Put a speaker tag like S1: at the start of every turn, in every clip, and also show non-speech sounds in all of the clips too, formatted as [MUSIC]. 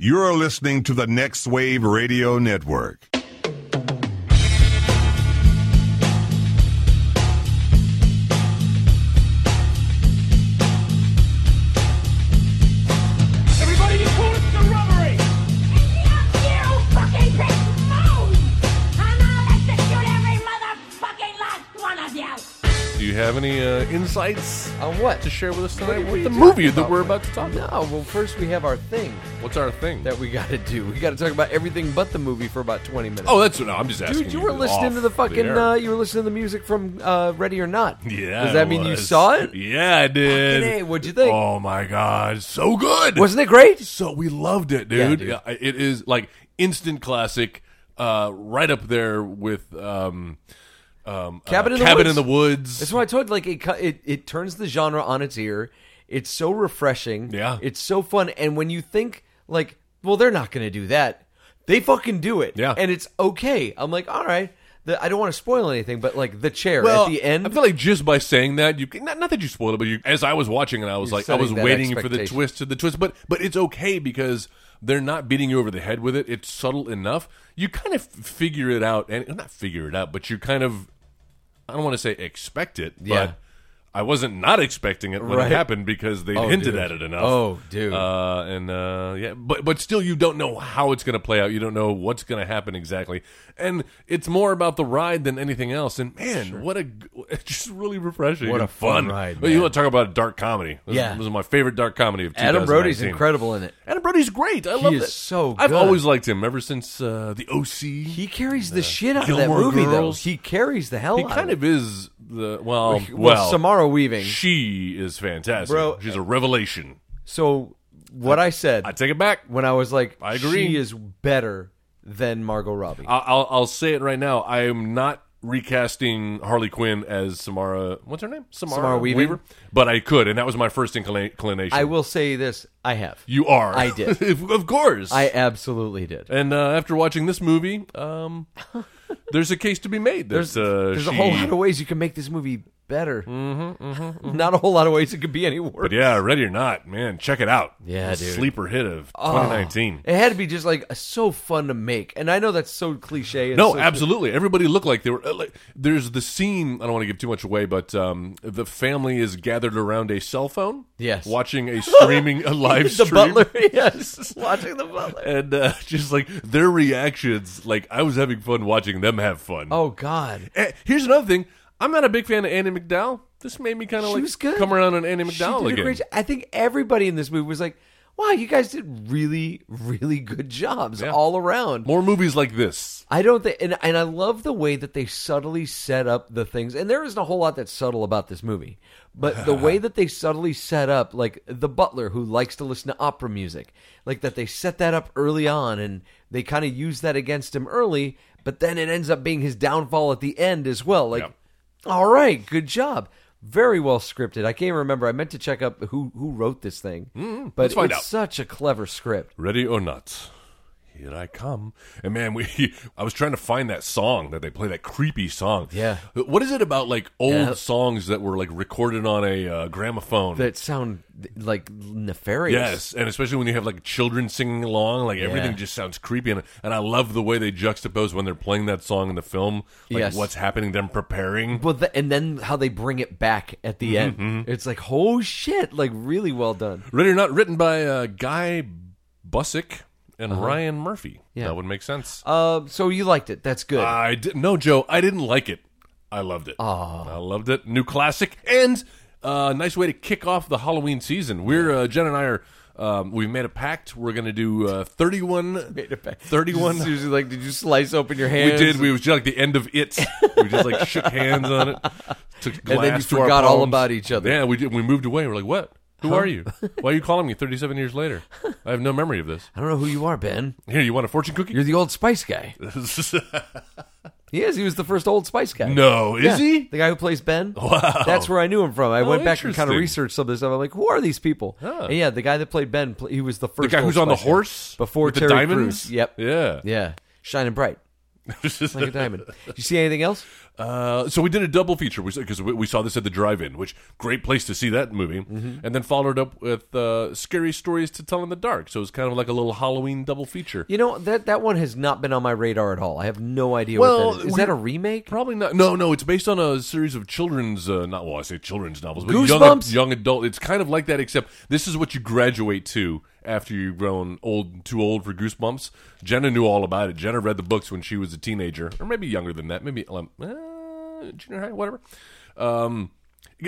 S1: You're listening to the Next Wave Radio Network.
S2: Everybody, you call it the robbery!
S3: Do you have any uh, insights
S4: On what?
S3: to share with us
S4: What are-
S3: tonight?
S4: what are
S3: with the
S4: you
S3: movie
S4: talking
S3: that
S4: about?
S3: we're about to talk
S4: No,
S3: about?
S4: well, first we have our thing
S3: What's our thing?
S4: that we got to do. We got to talk about everything but the movie for about 20 minutes.
S3: oh, that's what no, I'm just asking.
S4: Dude, you were listening
S3: off
S4: to the fucking.
S3: air.
S4: uh, you were listening to the music from uh, Ready or Not.
S3: yeah.
S4: Does that
S3: I
S4: mean you
S3: was.
S4: saw it?
S3: Yeah, I did.
S4: Fucking A, what'd you think?
S3: Oh my god, so good.
S4: Wasn't it great?
S3: So we loved it, dude.
S4: Yeah, dude.
S3: Yeah, it is like instant classic, uh, right up there with um, um, uh,
S4: Cabin in the
S3: Cabin
S4: Woods.
S3: in the Woods.
S4: That's why I told you, like it, cu- it. It turns the genre on its ear. It's so refreshing.
S3: Yeah.
S4: It's so fun. And when you think like, well, they're not going to do that, they fucking do it.
S3: Yeah.
S4: And it's okay. I'm like, all right. The, I don't want to spoil anything, but like the chair
S3: well,
S4: at the end.
S3: I feel like just by saying that, you not, not that you spoiled it, but you, as I was watching it, I was
S4: You're
S3: like, I was
S4: setting that
S3: waiting for the
S4: expectation.
S3: twist to the twist. But but it's okay because they're not beating you over the head with it. It's subtle enough. You kind of figure it out, and not figure it out, but you kind of I don't want to say expect it,
S4: Yeah.
S3: but I wasn't not expecting it when
S4: Right.
S3: it happened because they
S4: Oh,
S3: hinted
S4: dude.
S3: at it enough.
S4: Oh, dude.
S3: Uh, and uh, yeah, but but still, you don't know how it's going to play out. You don't know what's going to happen exactly, and it's more about the ride than anything else. And man, what a g- [LAUGHS] it's just really refreshing.
S4: What a
S3: and
S4: fun ride,
S3: Well, You
S4: man.
S3: want to talk about a dark comedy? This
S4: Yeah.
S3: is, this is my favorite dark comedy of
S4: Adam Brody's
S3: 2019.
S4: incredible in it.
S3: Adam Brody's great. I love
S4: is
S3: it.
S4: so
S3: I've
S4: good.
S3: always liked him ever since uh, the OC.
S4: He carries the shit out
S3: Gilmore
S4: of that movie,
S3: Girls.
S4: though. He carries the hell
S3: He
S4: out
S3: kind
S4: of
S3: of is the well,
S4: it.
S3: well,
S4: well, Samara Weaving.
S3: She is fantastic.
S4: Bro,
S3: She's a revelation.
S4: So what I said
S3: I take it back.
S4: when I was like,
S3: I agree.
S4: she is better than Margot Robbie.
S3: I- I'll, I'll say it right now. I am not recasting Harley Quinn as Samara. What's her name? Samara,
S4: Samara Weaving?
S3: But I could, and that was my first inclina- inclination.
S4: I will say this: I have.
S3: You are.
S4: I did.
S3: [LAUGHS] Of- of course.
S4: I absolutely did.
S3: and uh, after watching this movie,
S4: [LAUGHS]
S3: um, there's a case to be made. that,
S4: There's,
S3: uh,
S4: there's a
S3: she-
S4: whole lot of ways you can make this movie better. Mm-hmm, Not a whole lot of ways it could be any worse.
S3: But yeah, ready or not, man, check it out.
S4: Yeah,
S3: The
S4: dude. Oh.
S3: Sleeper hit of 2019.
S4: It had to be just like so fun to make, and I know that's so cliche. And
S3: No,
S4: so-
S3: absolutely. Everybody looked like they were. uh, Like, there's the scene. I don't want to give too much away, but um, the family is gathered around a cell phone.
S4: Yes.
S3: watching
S4: [LAUGHS]
S3: a streaming a live
S4: the
S3: stream.
S4: butler. [LAUGHS] Yes, watching the butler.
S3: And uh, [LAUGHS] just like their reactions, like I was having fun watching them have fun.
S4: Oh God,
S3: Eh, here's another thing. I'm not a big fan of Annie McDowell. This made me kind of
S4: she
S3: like
S4: was good.
S3: come around on Annie
S4: She
S3: McDowell
S4: did a
S3: again.
S4: great jo- I think everybody in this movie was like, "Wow, you guys did really, really good jobs
S3: Yeah.
S4: all around."
S3: More movies like this.
S4: I don't think, and, and I love the way that they subtly set up the things. And there isn't a whole lot that's subtle about this movie, but
S3: [LAUGHS]
S4: the way that they subtly set up, like the butler who likes to listen to opera music, like that they set that up early on, and they kind of use that against him early. But then it ends up being his downfall at the end as well. Like,
S3: Yeah.
S4: all right, good job, very well scripted. I can't remember. I meant to check up who who wrote this thing, but
S3: Mm-hmm. let's find
S4: it's
S3: out.
S4: such a clever script.
S3: Ready or not. Here I come. And man, we [LAUGHS] I was trying to find that song that they play, that creepy song.
S4: Yeah.
S3: What is it about like old
S4: Yeah.
S3: songs that were like recorded on a uh, gramophone?
S4: That sound like nefarious.
S3: yes. And especially when you have like children singing along, like everything just sounds creepy. And, and I love the way they juxtapose when they're playing that song in the film, like
S4: Yes.
S3: what's happening, them preparing.
S4: Well, the, and then how they bring it back at the
S3: Mm-hmm,
S4: end. It's like, oh shit, like really well done.
S3: Ready or not, written by uh, Guy Busick and Ryan Murphy.
S4: Uh-huh. Yeah.
S3: That would make sense.
S4: Um, so you liked it. That's good.
S3: I did no Joe. I didn't like it. I loved it. I loved it. New classic and uh, nice way to kick off the Halloween season. We're uh, Jen and I are. Um, we've made a pact. We're going to do uh, 31.
S4: Thirty-one. [LAUGHS]
S3: 31.
S4: Seriously, like, did you slice open your
S3: We
S4: hands?
S3: did. We was just like the end of it. We just like
S4: [LAUGHS]
S3: shook hands on it. Took
S4: then
S3: glass
S4: you
S3: to our
S4: forgot all
S3: palms.
S4: about each other.
S3: Yeah, we did. We moved away. We're like, what? Who are
S4: [LAUGHS]
S3: you? Why are you calling me 37 years later? I have no memory of this.
S4: I don't know who you are, Ben.
S3: Here, you want a fortune cookie?
S4: You're the Old Spice guy. [LAUGHS] He is. He was the first Old Spice
S3: [LAUGHS]
S4: guy.
S3: no, is
S4: Yeah,
S3: he? Oh,
S4: the guy who plays Ben? Wow, that's where I knew him from. I went back and kind of
S3: interesting.
S4: researched some of this stuff. I'm like, who are these people?
S3: Huh.
S4: And yeah, the guy that played Ben, pl- he was the first.
S3: guy
S4: Old
S3: who's on the
S4: Spice guy.
S3: horse
S4: before
S3: with the
S4: Terry
S3: diamonds?
S4: Crews. Yep.
S3: Yeah. [LAUGHS]
S4: Yeah. Shining bright like a diamond. Did you see anything else?
S3: Uh, so we did a double feature because we, we saw this at the drive-in, which great place to see that movie, and then followed up with uh, scary stories to tell in the dark. So it was kind of like a little Halloween double feature.
S4: You know that that one has not been on my radar at all. I have no idea.
S3: Well,
S4: what that is. is
S3: we-
S4: that a remake?
S3: Probably not. No, no. It's based on a series of children's, uh, not well, I say children's novels, but young,
S4: Goosebumps?
S3: young adult. It's kind of like that, except this is what you graduate to after you've grown old, too old for goosebumps. Jenna knew all about it. Jenna read the books when she was a teenager, or maybe younger than that, maybe um, uh, junior high, whatever. Um,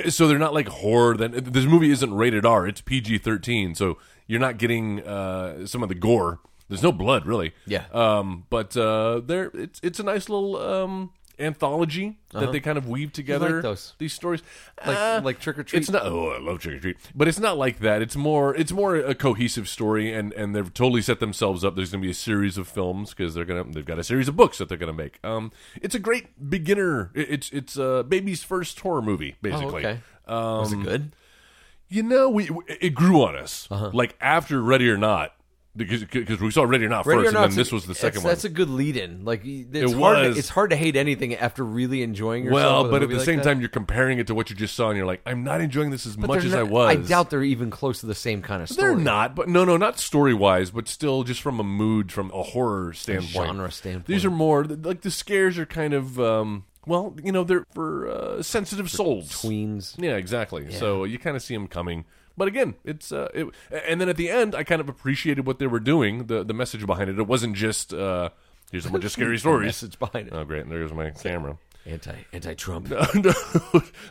S3: so they're not like horror. Then this movie isn't rated R. It's PG thirteen, so you're not getting uh, some of the gore. There's no blood, really.
S4: Yeah.
S3: Um, but uh, there, it's it's a nice little um, anthology that they kind of weave together.
S4: Uh-huh. those.
S3: These stories,
S4: Like-
S3: Uh,
S4: like Trick or Treat?
S3: It's not. Oh, I love Trick or Treat, but it's not like that. It's more. It's more a cohesive story, and and they've totally set themselves up. There's going to be a series of films because they're gonna they've got a series of books that they're gonna make. Um, it's a great beginner. it- It's it's a baby's first horror movie, basically.
S4: Oh, okay.
S3: Um,
S4: was it good?
S3: You know, we we- it grew on us
S4: Uh-huh.
S3: like after Ready or Not. Because, because we saw Ready or Not
S4: Ready
S3: first,
S4: or Not,
S3: and then this was the second
S4: that's,
S3: one.
S4: That's a good lead-in. Like it's
S3: It
S4: hard.
S3: was.
S4: To, it's hard to hate anything after really enjoying
S3: Well,
S4: yourself. with a
S3: but at
S4: movie
S3: the
S4: like
S3: same
S4: that.
S3: time, you're comparing it to what you just saw, and you're like, I'm not enjoying this as
S4: But
S3: much
S4: they're
S3: as
S4: not-
S3: I was.
S4: I doubt they're even close to the same kind of story.
S3: they're not, but no, no, not story wise, but still just from a mood, from a horror standpoint,
S4: genre standpoint.
S3: These are more like the scares are kind of um, well, you know, they're for uh, sensitive souls,
S4: Queens.
S3: yeah, exactly. So you kind of see them coming. But again, it's uh, it, and then at the end, I kind of appreciated what they were doing, the the message behind it. It wasn't just uh, here's a bunch of
S4: [LAUGHS]
S3: scary stories.
S4: message behind it.
S3: Oh, great! And there's my camera. [LAUGHS]
S4: Anti anti-Trump.
S3: no,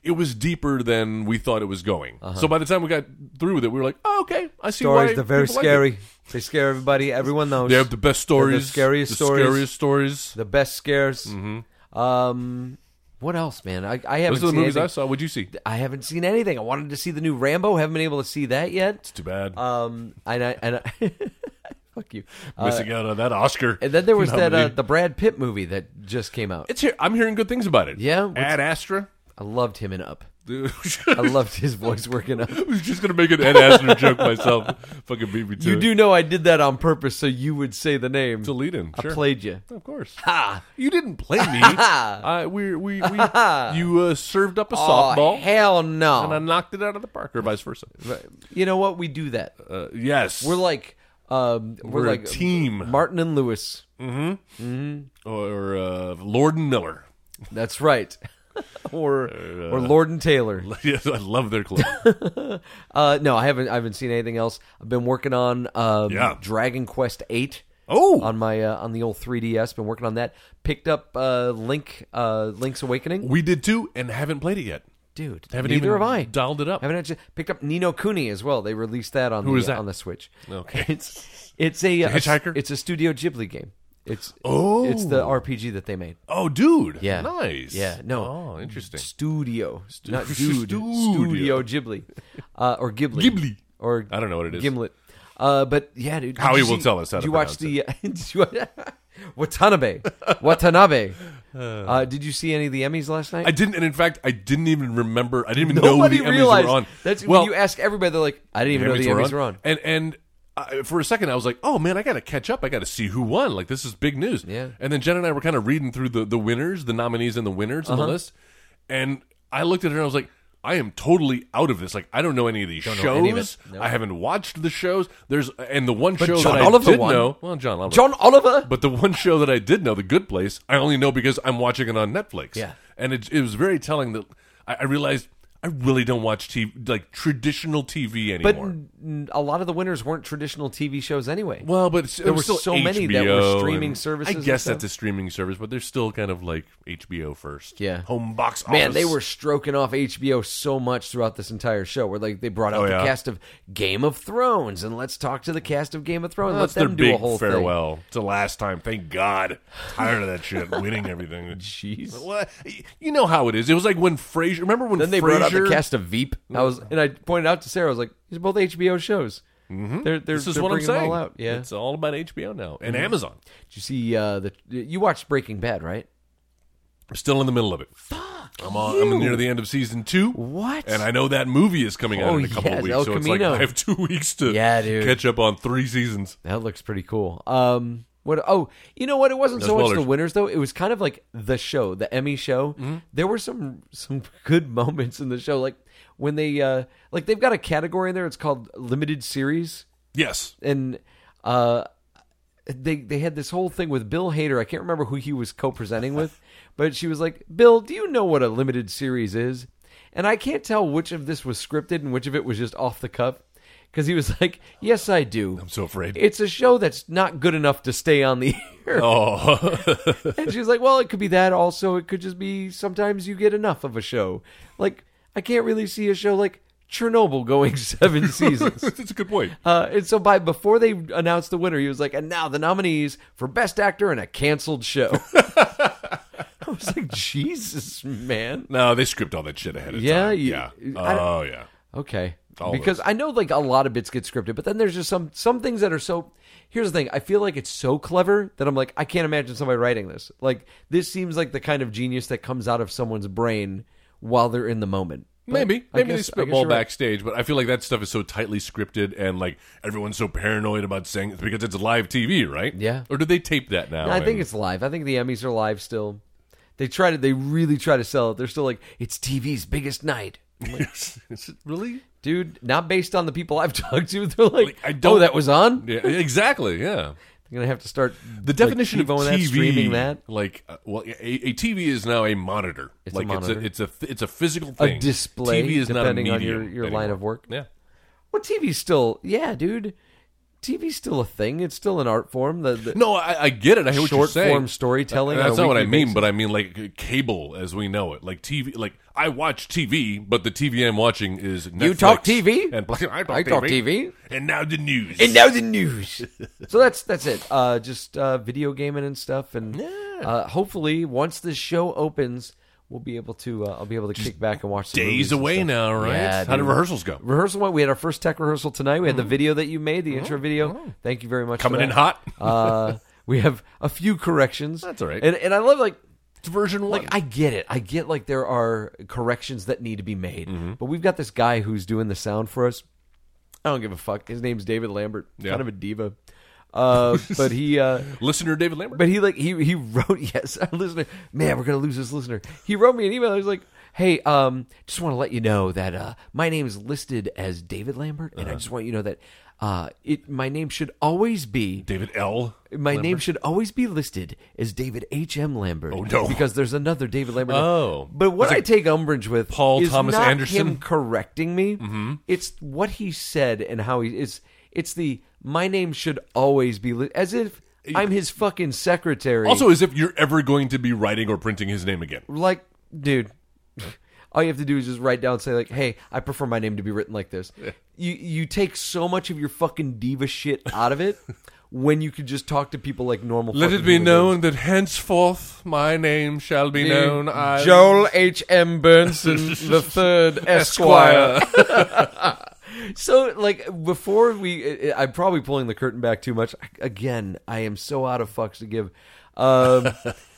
S3: it was deeper than we thought it was going.
S4: Uh-huh.
S3: So by the time we got through with it, we were like, "Oh, okay, I see why."
S4: Stories. They're very
S3: people like
S4: scary.
S3: it."
S4: They scare everybody. Everyone knows.
S3: They have the best stories,
S4: They're the scariest
S3: the
S4: stories.
S3: scariest stories.
S4: the best scares. Um, what else, man? I, I haven't
S3: Mm-hmm. Those are the
S4: seen
S3: movies I
S4: anything.
S3: saw. What'd you see?
S4: I haven't seen anything. I wanted to see the new Rambo. Haven't been able to see that yet.
S3: Too bad,
S4: Um, and I and I, [LAUGHS] fuck you. Uh,
S3: missing out on that Oscar.
S4: and then there was that uh,
S3: nominee.
S4: the Brad Pitt movie that just came out.
S3: it's here. I'm hearing good things about it.
S4: Yeah, what's-
S3: Ad Astra. [LAUGHS]
S4: I loved him in Up. I
S3: I
S4: loved his voice working up.
S3: was [LAUGHS] just gonna make an Ad Astra joke myself. [LAUGHS] Fucking beat me to
S4: You
S3: it.
S4: do know I did that on purpose, so you would say the name.
S3: to lead in. Sure.
S4: I played you.
S3: Of course.
S4: Ha!
S3: You didn't play
S4: [LAUGHS]
S3: me. I, we, we, we, you uh, served up a softball,
S4: Oh, hell
S3: and I
S4: no!
S3: knocked it out of the park, or vice versa.
S4: You know what? We do that.
S3: Uh, yes,
S4: We're like, um, we're,
S3: We're a
S4: like
S3: team.
S4: Martin
S3: [LAUGHS]
S4: and Lewis.
S3: or uh, Lord and Miller. Uh,
S4: That's right. or or Lord and Taylor.
S3: [LAUGHS] yes, I love their clothes.
S4: Uh, no, I haven't. I haven't seen anything else. I've been working on um,
S3: Yeah.
S4: Dragon Quest Eight.
S3: Oh!
S4: on my uh, on the old 3DS. Been working on that. Picked up uh, Link uh, Link's Awakening.
S3: we did too, and haven't played it yet.
S4: Dude,
S3: Haven't
S4: neither
S3: even
S4: have I.
S3: dialed it up.
S4: Haven't actually picked up Nino Cooney as well. They released that on the
S3: is that?
S4: on the Switch.
S3: Okay.
S4: [LAUGHS] it's it's a, uh,
S3: Hitchhiker?
S4: It's a Studio Ghibli game. It's
S3: Oh.
S4: it's the RPG that they made.
S3: Oh, dude!
S4: Yeah.
S3: nice.
S4: Yeah, no.
S3: Oh, interesting.
S4: Studio,
S3: [LAUGHS]
S4: not dude.
S3: Studio.
S4: Studio Ghibli, uh, or Ghibli.
S3: Ghibli.
S4: Or
S3: I don't know what it is.
S4: Gimlet. Uh, but yeah, dude. did
S3: Howie
S4: you
S3: will
S4: see-
S3: tell us how
S4: Did
S3: to
S4: you watch the [LAUGHS] did you, [LAUGHS] Watanabe?
S3: [SIGHS]
S4: Watanabe. Uh, did you see any of the Emmys last night?
S3: I didn't, and in fact, I didn't even remember. I didn't even
S4: Nobody
S3: know the Emmys
S4: realized
S3: were on.
S4: that's
S3: well,
S4: when you ask everybody. They're like, I didn't even know the Emmys were on.
S3: And and I, for a second, I was like, "Oh man, I got to catch up. I got to see who won. Like this is big news."
S4: Yeah.
S3: And then Jen and I were kind of reading through the the winners, the nominees, and the winners
S4: Uh-huh.
S3: on the list. And I looked at her and I was like. I am totally out of this. Like I don't know any of these
S4: know any of it.
S3: shows.
S4: No.
S3: I haven't watched the shows. There's and the one show that
S4: John
S3: I
S4: Oliver
S3: did
S4: won.
S3: know. Well, John Oliver.
S4: John Oliver.
S3: But the one show that I did know, The Good Place, I only know because I'm watching it on Netflix.
S4: Yeah.
S3: and it, it was very telling that I, I realized I really don't watch TV like traditional TV
S4: But
S3: anymore.
S4: n- a lot of the winners weren't traditional TV shows anyway.
S3: well, but it's- it
S4: there
S3: was
S4: were
S3: still
S4: so many that
S3: HBO
S4: were streaming
S3: and
S4: services
S3: I
S4: and
S3: guess
S4: stuff.
S3: that's a streaming service, but they're still kind of like HBO first.
S4: Yeah.
S3: home box. Office.
S4: Man, they were stroking off HBO so much throughout this entire show. Where like they brought out
S3: Oh,
S4: the
S3: yeah.
S4: cast of Game of Thrones, and let's talk to the cast of Game of Thrones.
S3: That's
S4: let
S3: their
S4: them do
S3: big
S4: a whole thing.
S3: farewell to last time. Thank God. Tired of that
S4: [LAUGHS]
S3: shit. Winning everything. Jeez. you know how it is. It was like when Frasier. Remember when
S4: Then they brought out the
S3: Frasier-
S4: cast of Veep. I was, and I pointed out to Sarah, I was like, "These are both HBO shows. Mm-hmm. They're, they're,
S3: This is
S4: they're
S3: what I'm
S4: bringing them
S3: saying.
S4: all out." Yeah. Mm-hmm.
S3: It's all about HBO now and Amazon.
S4: Did you see uh, the? You watched Breaking Bad, right?
S3: I'm still in the middle of it. I'm, on, I'm near the end of season two.
S4: What?
S3: And I know that movie is coming out
S4: Oh,
S3: in a couple
S4: yes,
S3: of weeks,
S4: El
S3: so it's like
S4: Camino.
S3: I have two [LAUGHS] weeks to
S4: Yeah, dude.
S3: catch up on three seasons.
S4: That looks pretty cool. Um, What? Oh, you know what? It wasn't so much
S3: Winners.
S4: the winners though. It was kind of like the show, the Emmy show. There were some some good moments in the show, like when they uh like they've got a category in there. It's called limited series,
S3: Yes.
S4: and uh they they had this whole thing with Bill Hader. I can't remember who he was
S3: [LAUGHS]
S4: co-presenting with, but she was like, "Bill, do you know what a limited series is?" And I can't tell which of this was scripted and which of it was just off the cuff because he was [LAUGHS] like, "Yes, I do."
S3: I'm so afraid.
S4: It's a show that's not good enough to stay
S3: [LAUGHS]
S4: on the air.
S3: oh.
S4: And she was like, "Well, it could be that. Also, it could just be sometimes you get enough of a show. Like I can't really see a show like Chernobyl
S3: [LAUGHS]
S4: going [LAUGHS] seven seasons."
S3: That's a good point.
S4: Uh, and so by before they announced the winner, he was like, "And now the nominees for Best Actor in a
S3: [LAUGHS]
S4: canceled show." I was like, "Jesus, man."
S3: No, they script all that shit ahead of
S4: Yeah,
S3: time.
S4: you-
S3: yeah.
S4: I-
S3: Oh, yeah.
S4: Okay,
S3: All
S4: because
S3: those.
S4: I know like a lot of bits get scripted, but then there's just some some things that are so. Here's the thing: I feel like it's so clever that I'm like, I can't imagine somebody writing this. Like this seems like the kind of genius that comes out of someone's brain while they're in the moment. But
S3: Maybe,
S4: I
S3: maybe
S4: guess- I
S3: they
S4: guess
S3: spitball
S4: you're right.
S3: backstage, but I feel like that stuff is so tightly scripted and like everyone's so paranoid about saying it's because it's live TV, right?
S4: Yeah.
S3: Or do they tape that now?
S4: I think
S3: and-
S4: it's live. I think the Emmys are live still. They try to. They really try to sell it. They're still like, it's TV's biggest night,
S3: [LAUGHS] Is it really.
S4: dude. Not based on the people [LAUGHS] I've talked to. They're like,
S3: I don't-
S4: oh, that was on.
S3: Yeah, exactly. Yeah.
S4: They're gonna have to start
S3: The definition
S4: like,
S3: of
S4: TiVoing
S3: TV,
S4: that, streaming that,
S3: like, uh, well, a, a TV is now a monitor.
S4: It's a
S3: like
S4: monitor.
S3: It's, a, it's a it's a physical
S4: A
S3: thing.
S4: display,
S3: TV is
S4: depending
S3: not a
S4: on
S3: medium
S4: your- your line
S3: anymore.
S4: of work.
S3: Yeah.
S4: Well, TV's still, yeah, dude. TV's still a thing. It's still an art form. The, the
S3: No, I, I get it. I hear what you're
S4: short
S3: saying.
S4: form storytelling.
S3: That's
S4: on a
S3: not what I
S4: weekly
S3: mean,
S4: basis.
S3: but I mean like c- cable as we know it, like TV. Like I watch TV, but the TV I'm watching is Netflix
S4: You talk TV?
S3: and [LAUGHS] I talk,
S4: I
S3: TV,
S4: talk TV.
S3: and now the news.
S4: And now the news. [LAUGHS] so that's that's it. Uh, just uh, video gaming and stuff, and uh, hopefully once this show opens, we'll be able to. Uh, I'll be able to kick back and watch. Some movies
S3: days
S4: and
S3: away
S4: stuff.
S3: now, right?
S4: Yeah,
S3: How did
S4: dude.
S3: rehearsals go?
S4: Rehearsal went. We had our first tech rehearsal tonight. We had the video that you made, the intro video. Thank you very much. for
S3: Oh. Coming in
S4: that.
S3: hot.
S4: uh, we have a few
S3: [LAUGHS]
S4: corrections.
S3: That's all right.
S4: And, and I love like
S3: It's version one.
S4: like I get it. I get like there are corrections that need to be made.
S3: Mm-hmm.
S4: But we've got this guy who's doing the sound for us. I don't give a fuck. His name's David Lambert.
S3: Yeah.
S4: Kind of a diva.
S3: [LAUGHS]
S4: Uh, but he uh
S3: Listener David Lambert.
S4: but he like he he wrote [LAUGHS] yes, our listener. Man, we're gonna lose this listener. He wrote me an email. I was like, hey, um, just want to let you know that uh, my name is listed as David Lambert, and I
S3: Uh-huh.
S4: just want you to know that uh, it my name should always be
S3: David L.
S4: my name should always be listed as David H. M. Lambert.
S3: Oh, no.
S4: because there's another David Lambert.
S3: Oh.
S4: but what I take umbrage with
S3: Paul
S4: is
S3: Thomas
S4: not
S3: Anderson? Mm-hmm.
S4: him correcting me. It's what he said and how he it's It's the my name should always be li- as if I'm his fucking secretary.
S3: Also, as if you're ever going to be writing or printing his name again.
S4: like, dude, [LAUGHS] all you have to do is just write down and say like, "Hey, I prefer my name to be written like this." You you take so much of your fucking diva shit out
S3: [LAUGHS]
S4: of it when you could just talk to people like normal.
S3: Let
S4: fucking
S3: it be
S4: human beings.
S3: known that henceforth my name shall be known. I
S4: Joel H.
S3: [LAUGHS]
S4: M. Burnson the Third Esquire. so, like before we, I- I'm probably pulling the curtain back too much. Again, I am so out of fucks to give.
S3: [LAUGHS]
S4: Um,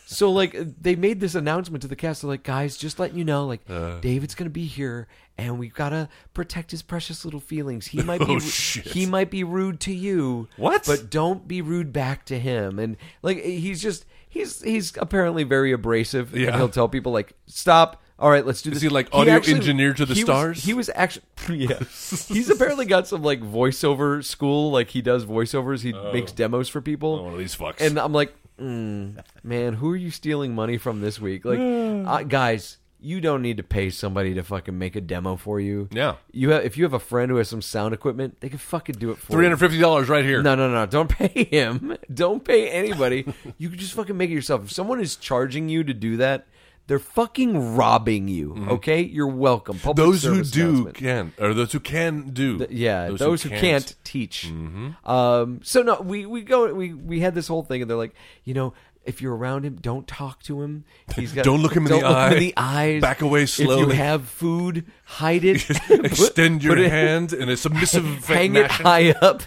S4: so, like they made this announcement to the cast, they're like, guys, just letting you know, like
S3: Uh.
S4: David's gonna be here, and we've gotta protect his precious little feelings. He might be,
S3: [LAUGHS] Oh, shit.
S4: he might be rude to you.
S3: What?
S4: But don't be rude back to him and like he's just he's he's apparently very abrasive and
S3: Yeah.
S4: he'll tell people like stop all right let's do this
S3: he, like, audio engineer to the
S4: he was-
S3: stars?
S4: he was actually
S3: [LAUGHS]
S4: [LAUGHS] yeah he's apparently got some like voiceover school like he does voiceovers he makes demos for people
S3: Oh. One of these fucks.
S4: and i'm like mm, man who are you stealing money from this
S3: [SIGHS]
S4: week like I, guys you don't need to pay somebody to fucking make a demo for you
S3: Yeah.
S4: you have, if you have a friend who has some sound equipment they can fucking do it for you.
S3: $350 right here.
S4: No, no, no. Don't [LAUGHS] pay him. Don't pay anybody. you can just fucking make it yourself. If someone is charging you to do that, they're fucking robbing you. Okay? You're welcome. Public
S3: Mm-hmm. those who
S4: service
S3: do
S4: announcement.
S3: can, or those who can do.
S4: Yeah, those, who, can't.
S3: [LAUGHS]
S4: teach.
S3: Mm-hmm.
S4: Um, so no, we we go we we had this whole thing, and they're like, you know, if you're around him, don't talk to him. He's
S3: [LAUGHS]
S4: got
S3: Don't look him in
S4: don't
S3: the
S4: look him in
S3: eye.
S4: the eyes.
S3: Back away
S4: If you
S3: slowly.
S4: have food,
S3: [LAUGHS]
S4: hide it. Put-
S3: Extend your
S4: put it-
S3: hand in a submissive
S4: [LAUGHS] hang it
S3: fashion. [LAUGHS]
S4: high up.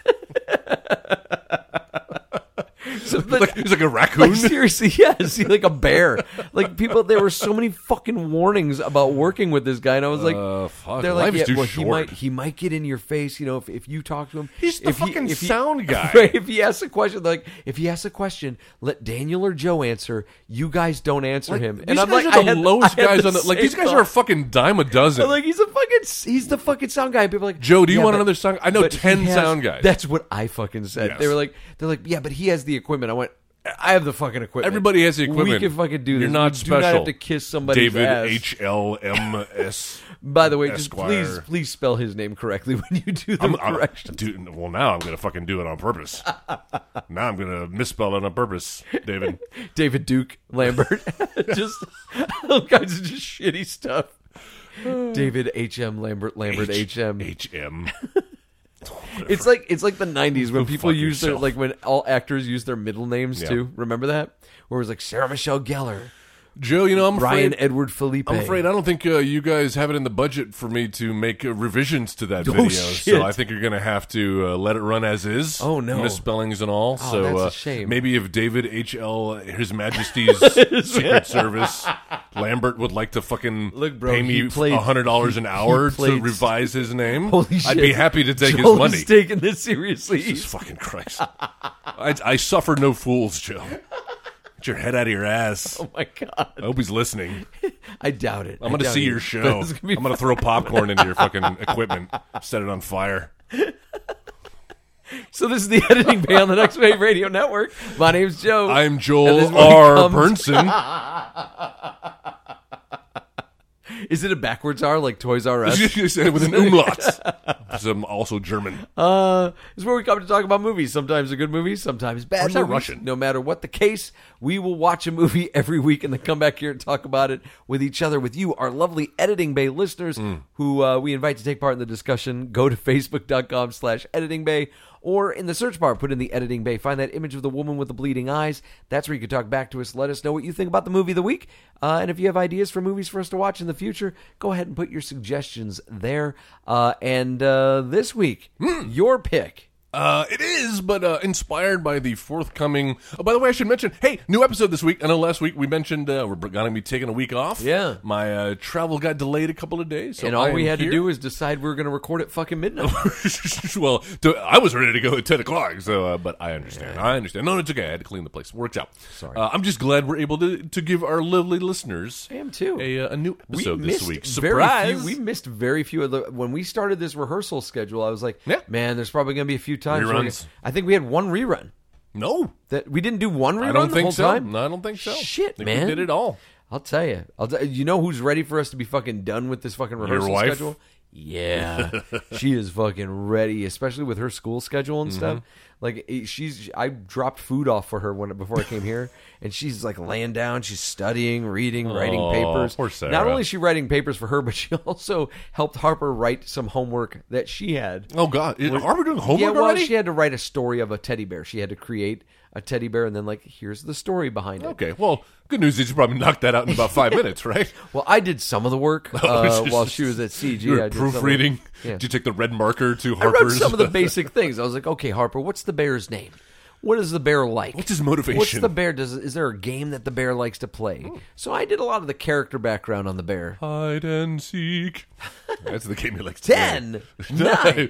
S4: so, but,
S3: Like, he's like a raccoon.
S4: like,
S3: [LAUGHS]
S4: seriously, [LAUGHS] yes, like a bear. Like people, there were so many fucking warnings about working with this guy, and I was like,
S3: Uh, fuck,
S4: They're like,
S3: life's
S4: yeah,
S3: too
S4: well,
S3: short.
S4: he might he might get in your face, you know, if, if you talk to him.
S3: He's the
S4: if he-
S3: fucking
S4: if he- [LAUGHS]
S3: sound guy.
S4: Right, if he asks a question, like if he asks a question, let Daniel or Joe answer. You guys don't answer
S3: Like,
S4: him. And
S3: these
S4: I'm
S3: guys
S4: like,
S3: are
S4: I
S3: the
S4: had-
S3: lowest
S4: I had
S3: guys
S4: the
S3: on the. Like
S4: same
S3: these guys are a
S4: thought.
S3: fucking dime a dozen.
S4: I'm like he's a fucking he's the fucking sound guy. People are like
S3: Joe, do you want
S4: but-
S3: another sound- I know
S4: but he
S3: 10
S4: has-
S3: sound guys.
S4: That's what I fucking said.
S3: Yes.
S4: They were like they're like yeah, but he has the equipment. I went. I have the fucking equipment.
S3: Everybody has the equipment.
S4: We can fucking do this.
S3: You're not
S4: we
S3: special.
S4: Do not have to kiss somebody's
S3: David
S4: ass.
S3: H L M
S4: [LAUGHS]
S3: S.
S4: By the way, just
S3: Esquire.
S4: please please spell his name correctly [LAUGHS] when you do the
S3: I'm, I'm,
S4: correction.
S3: dude, well, now I'm gonna fucking do it on [LAUGHS] purpose. now I'm gonna misspell it on purpose, David. [LAUGHS]
S4: David Duke Lambert. [LAUGHS] just all kinds of just
S3: [SIGHS]
S4: shitty stuff. David H.M. Lambert Lambert H.M.
S3: H M.
S4: It's like it's like the '90s when people
S3: fuck
S4: use their
S3: yourself.
S4: like when all actors use their middle names
S3: Yeah.
S4: too. Remember that? Where it was like Sarah Michelle Gellar,
S3: Joe, you know I'm
S4: Brian
S3: afraid.
S4: Edward Felipe.
S3: I'm afraid I don't think uh, you guys have it in the budget for me to make uh, revisions to that
S4: [LAUGHS] Oh,
S3: video,
S4: shit.
S3: so I think you're going to have to uh, let it run as is.
S4: Oh, no.
S3: misspellings and all.
S4: Oh,
S3: so
S4: that's a
S3: uh,
S4: shame.
S3: maybe if David H L
S4: [LAUGHS]
S3: His Majesty's Secret Service Lambert would like to fucking
S4: Look, bro,
S3: pay
S4: he
S3: me
S4: played-
S3: hundred dollars an
S4: he- he
S3: hour to
S4: [LAUGHS] played-
S3: revise his name,
S4: [LAUGHS] Holy shit!
S3: I'd be happy to take
S4: Joel
S3: his money.
S4: Is taking this seriously.
S3: Jesus fucking Christ! I, I suffer no fools, Joe. Get your head out of your ass.
S4: [LAUGHS] [LAUGHS] oh my god!
S3: I hope he's listening.
S4: I doubt it.
S3: I'm gonna see
S4: [LAUGHS]
S3: your show. I'm gonna throw popcorn into your fucking equipment, set it on fire.
S4: So this is the
S3: [LAUGHS]
S4: editing bay on the Next Wave Radio Network. My name's Joe.
S3: I'm
S4: And this
S3: Joel
S4: one
S3: R.
S4: comes- [LAUGHS]
S3: Bernson.
S4: Is it a backwards R like Toys R
S3: [LAUGHS]
S4: Us?
S3: You said it with an
S4: [LAUGHS]
S3: umlaut. So I'm also German.
S4: Uh, it's where we come to talk about movies. Sometimes they're good movies, sometimes bad
S3: is that
S4: movies.
S3: Russian?
S4: No matter what the case, we will watch a movie [LAUGHS] every week and then come back here and talk about it with each other, with you, our lovely Editing Bay listeners,
S3: Mm.
S4: who uh, we invite to take part in the discussion. Go to [LAUGHS] facebook.com slash editing bay or in the search bar, put in the editing bay. Find that image of the woman with the bleeding eyes. That's where you can talk back to us. Let us know what you think about the movie of the week. Uh, and if you have ideas for movies for us to watch in the future, go ahead and put your suggestions there. Uh, and uh, this week,
S3: Hmm.
S4: your pick.
S3: Uh, it is, but uh, inspired by the forthcoming. Oh, by the way, I should mention. Hey, new episode this week. I know last week we mentioned uh, we're going to be taking a week off.
S4: Yeah.
S3: my uh, travel got delayed a couple of days, so
S4: and all
S3: I
S4: we
S3: am
S4: had
S3: here.
S4: to do was decide we were going to record at fucking midnight.
S3: [LAUGHS] well, to, I was ready to go at ten o'clock, so uh, but I understand. I understand. No, no, it's okay. I had to clean the place. Worked out. Sorry. Uh, I'm just glad we're able to to give our lovely listeners.
S4: I am too.
S3: A, uh, a new
S4: we
S3: episode
S4: missed
S3: this week.
S4: very
S3: Surprise!
S4: Few, we missed very few of the. When we started this rehearsal schedule, I was like,
S3: Yeah.
S4: man, there's probably going to be a few times. where we-
S3: Reruns.
S4: I think we had one rerun.
S3: no,
S4: That we didn't do one rerun
S3: I don't
S4: the
S3: think
S4: whole
S3: so.
S4: time.
S3: No, I don't think so. I
S4: Shit,
S3: think
S4: man.
S3: we did it all.
S4: I'll tell you. I'll tell you know who's ready for us to be fucking done with this fucking rehearsal
S3: wife?
S4: schedule?
S3: [LAUGHS]
S4: Yeah, she is fucking ready, especially with her school schedule and stuff.
S3: Mm-hmm.
S4: Like it- she's, I dropped food off for her when before I came here, [LAUGHS] and she's like laying down. She's studying, reading, writing
S3: Aw,
S4: papers.
S3: poor Sarah.
S4: Not only is she writing papers for her, [LAUGHS] but she also helped Harper write some homework that she had.
S3: Oh God, Is- are we doing homework
S4: yeah, well,
S3: already?
S4: she had to write a story of a teddy bear. She had to create a teddy bear, and then like, here's the story behind it.
S3: Okay, well, good news is you probably knocked that out in about
S4: [LAUGHS]
S3: five minutes, right?
S4: Well, I did some of the
S3: [LAUGHS]
S4: work uh, while she was at CG.
S3: Oh, You were
S4: I did some of the-
S3: proofreading.
S4: [LAUGHS] Yeah.
S3: Did you take the red marker to
S4: I wrote
S3: Harper's?
S4: some
S3: [LAUGHS]
S4: of the basic things. I was like, okay, Harper, what's the bear's name? What is the bear like?
S3: What's his motivation? Hmm.
S4: What's the bear? Does is there a game that the bear likes to play? So I did a lot of the character background on the bear.
S3: hide and
S4: [LAUGHS]
S3: seek. That's the game he likes. to play. [LAUGHS]
S4: Ten, nine,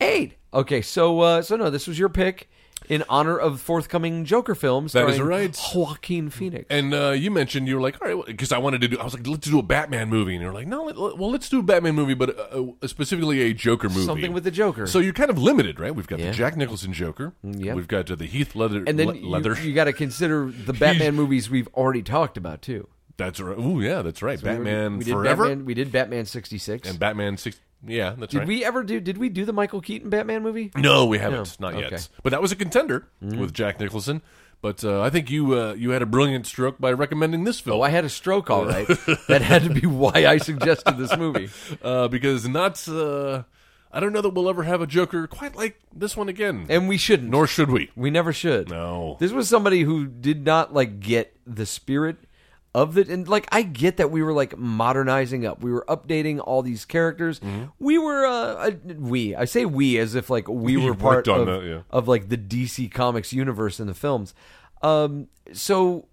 S4: eight. Okay, so uh, so no, this was your pick in honor of forthcoming Joker films.
S3: That is
S4: starring
S3: right.
S4: Joaquin Phoenix.
S3: And uh, you mentioned you were like, all right, because I wanted to do. I was like, let's do a Batman movie, and you're like, no, let, let- well, let's do a Batman movie, but uh, uh, specifically a Joker movie,
S4: Something with the Joker.
S3: So you're kind of limited, right? We've got
S4: Yeah.
S3: the Jack Nicholson Joker.
S4: yeah.
S3: We've got uh, the Heath Leather.
S4: and then
S3: Le-
S4: you-
S3: leather.
S4: you got to consider the Batman movies we've already talked about too.
S3: that's right. Oh yeah, that's right.
S4: We already-
S3: Batman
S4: we did
S3: Forever
S4: Batman, we did Batman sixty six.
S3: and Batman six. Yeah, that's
S4: Did
S3: right.
S4: we ever do? Did we do the Michael Keaton Batman movie?
S3: No, we haven't.
S4: No.
S3: Not
S4: Okay. Mm-hmm.
S3: yet. But that was a contender with Jack Nicholson. But uh, I think you uh, you had a brilliant stroke by recommending this film.
S4: Oh, I had a stroke.
S3: [LAUGHS]
S4: All right, that had to be why I suggested this movie.
S3: uh, because not uh, I don't know that we'll ever have a Joker quite like this one again,
S4: And we shouldn't.
S3: nor should we.
S4: we never should.
S3: No.
S4: This was somebody who did not like get the spirit of it, and like I get that we were like modernizing up, we were updating all these characters.
S3: Mm-hmm.
S4: We were uh, I- we I say we as if like
S3: [LAUGHS]
S4: we
S3: You
S4: were part
S3: worked on
S4: of
S3: that, yeah.
S4: of like the DC Comics universe and the films. Um, so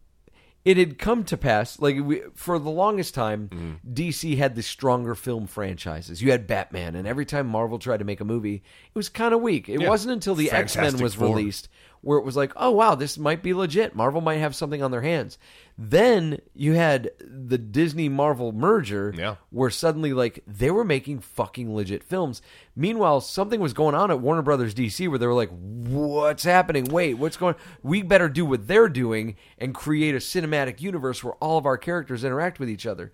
S4: it had come to pass like we, for the longest time
S3: Mm-hmm.
S4: dc had the stronger film franchises you had batman and every time marvel tried to make a movie it was kind of weak it wasn't until the x-men
S3: Fantastic
S4: was
S3: Four.
S4: released where it was like oh wow this might be legit marvel might have something on their hands then you had the disney marvel merger
S3: Yeah.
S4: where suddenly like they were making fucking legit films meanwhile something was going on at warner brothers dc where they were like what's happening wait what's going we better do what they're doing and create a cinematic universe where all of our characters interact with each other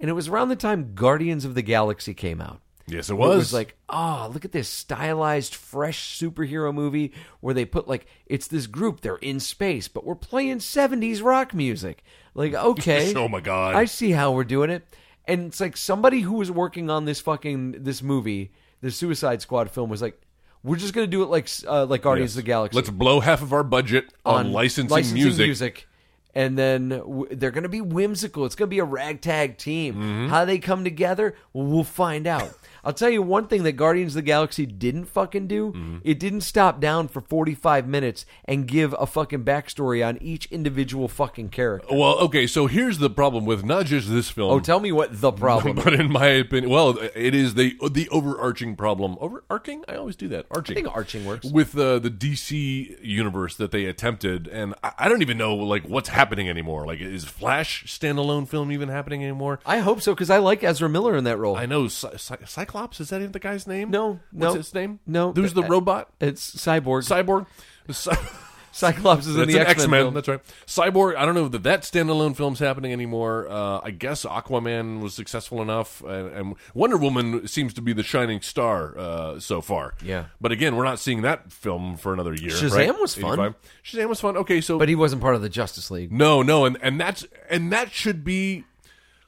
S4: and it was around the time guardians of the galaxy came out
S3: Yes, it
S4: where
S3: was.
S4: like ah look at this stylized fresh superhero movie where they put like it's this group they're in space but we're playing 70s rock music
S3: [LAUGHS]
S4: like okay
S3: Oh my God.
S4: i see how we're doing it and it's like somebody who was working on this fucking this movie the suicide squad film was like we're just gonna do it like uh, like guardians of the galaxy
S3: Let's blow half of our budget on, licensing, music.
S4: and then w- they're going to be whimsical. It's going to be a ragtag team.
S3: Mm-hmm.
S4: How they come together, well, we'll find out. I'll tell you one thing that Guardians of the Galaxy didn't fucking do.
S3: Mm-hmm.
S4: It didn't stop down for 45 minutes and give a fucking backstory on each individual fucking character.
S3: Well, okay, so here's the problem with not just this film.
S4: Oh, tell me what the problem
S3: [LAUGHS]
S4: is.
S3: but in my opinion, well, it is the the overarching problem. Overarching? I always do that. Arching.
S4: I think arching works.
S3: with uh, the DC universe that they attempted, and I, I don't even know like what's happening anymore. Like, is Flash standalone film even happening anymore?
S4: I hope so because I like Ezra Miller in that role.
S3: I know Cy- Cy- Cyclops is that even the guy's name?
S4: No, no.
S3: what's his name?
S4: No.
S3: who's the
S4: Uh,
S3: robot?
S4: it's Cyborg. [LAUGHS]
S3: Cyborg. Cy-
S4: Cyclops is in
S3: That's
S4: the
S3: an
S4: X Men.
S3: That's right. Cyborg. I don't know that that standalone film's happening anymore. Uh, I guess Aquaman was successful enough, and, and Wonder Woman seems to be the shining star uh, so far.
S4: Yeah.
S3: But again, we're not seeing that film for another year.
S4: Shazam
S3: right?
S4: was fun.
S3: 85. Shazam was fun. Okay, so
S4: But he wasn't part of the Justice League.
S3: no, no, and and that's and that should be.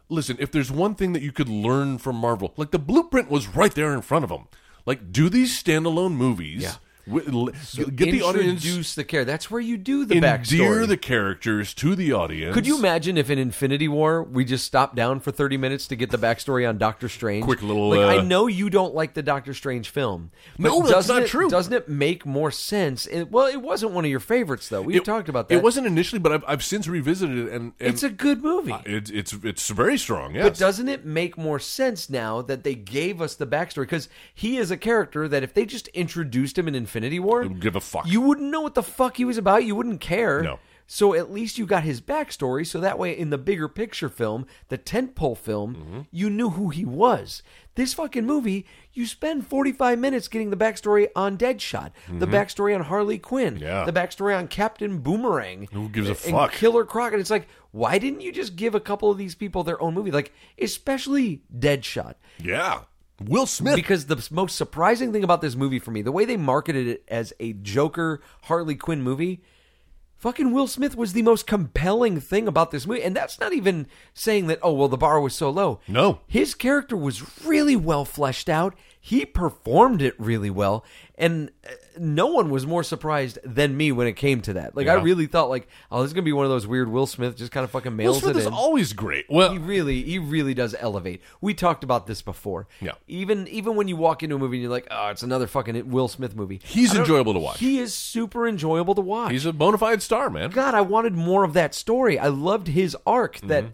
S3: Listen, if there's one thing that you could learn from Marvel, like the blueprint was right there in front of them. Like, do these standalone movies?
S4: Yeah.
S3: wi- l- get the audience
S4: Introduce the character. That's where you do the
S3: endear
S4: backstory.
S3: the characters to the audience.
S4: Could you imagine if in Infinity War we just stopped down for thirty minutes to get the backstory on Doctor Strange?
S3: Quick little,
S4: Like, I
S3: uh,
S4: know you don't like the Doctor Strange film. but
S3: No, that's
S4: doesn't
S3: not
S4: it-
S3: true.
S4: Doesn't it make more sense? It- well, it wasn't one of your favorites though. We've
S3: It-
S4: talked about that.
S3: It wasn't initially, but I've, I've since revisited it, and, and
S4: It's a good movie.
S3: it's it's it's very strong. Yes,
S4: But doesn't it make more sense now that they gave us the backstory? Because he is a character that if they just introduced him in Infinity War,
S3: Wouldn't give a fuck.
S4: You wouldn't know what the fuck he was about. You wouldn't care.
S3: No.
S4: So at least you got his backstory. So that way, in the bigger picture film, the tentpole film,
S3: Mm-hmm.
S4: you knew who he was. This fucking movie, you spend forty five minutes getting the backstory on Deadshot, the backstory on Harley Quinn,
S3: Mm-hmm. Yeah.
S4: the backstory on Captain Boomerang.
S3: Who gives a
S4: and
S3: fuck?
S4: Killer Croc, and it's like, why didn't you just give a couple of these people their own movie? Like, especially Deadshot,
S3: yeah, Will Smith.
S4: because the most surprising thing about this movie for me, the way they marketed it as a Joker Harley Quinn movie, fucking Will Smith was the most compelling thing about this movie, and that's not even saying that. Oh well, the bar was so low.
S3: No.
S4: his character was really well fleshed out. He performed it really well, and uh, no one was more surprised than me when it came to that. Like I really thought, like, oh, this is gonna be one of those weird Will Smith just kind of fucking
S3: Will
S4: mails
S3: Smith
S4: it
S3: is
S4: in
S3: always great. Well,
S4: he really he really does elevate. We talked about this before.
S3: Yeah.
S4: Even even when you walk into a movie and you're like, oh, it's another fucking Will Smith movie.
S3: He's
S4: I don't-
S3: enjoyable to watch.
S4: He is super enjoyable to watch.
S3: he's a bona fide star, man.
S4: God, I wanted more of that story. I loved his arc,
S3: Mm-hmm.
S4: that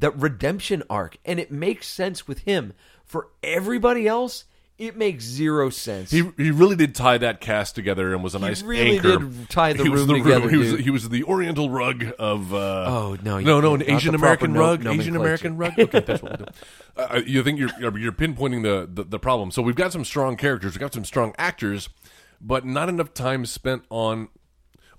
S4: that redemption arc, and it makes sense with him. For everybody else, it makes zero sense.
S3: He, he really did tie that cast together and was a nice
S4: really
S3: anchor.
S4: did tie the
S3: he was
S4: room
S3: the [LAUGHS]
S4: together,
S3: He was
S4: dude.
S3: he was the Oriental rug of. Uh,
S4: Oh, no, you-
S3: no, no, an
S4: not the
S3: Asian American
S4: proper no-
S3: rug, Asian American rug. Okay,
S4: [LAUGHS]
S3: that's what we'll do. Uh, you think you're you're pinpointing the, the the problem? So we've got some strong characters, we've got some strong actors, but not enough time spent on.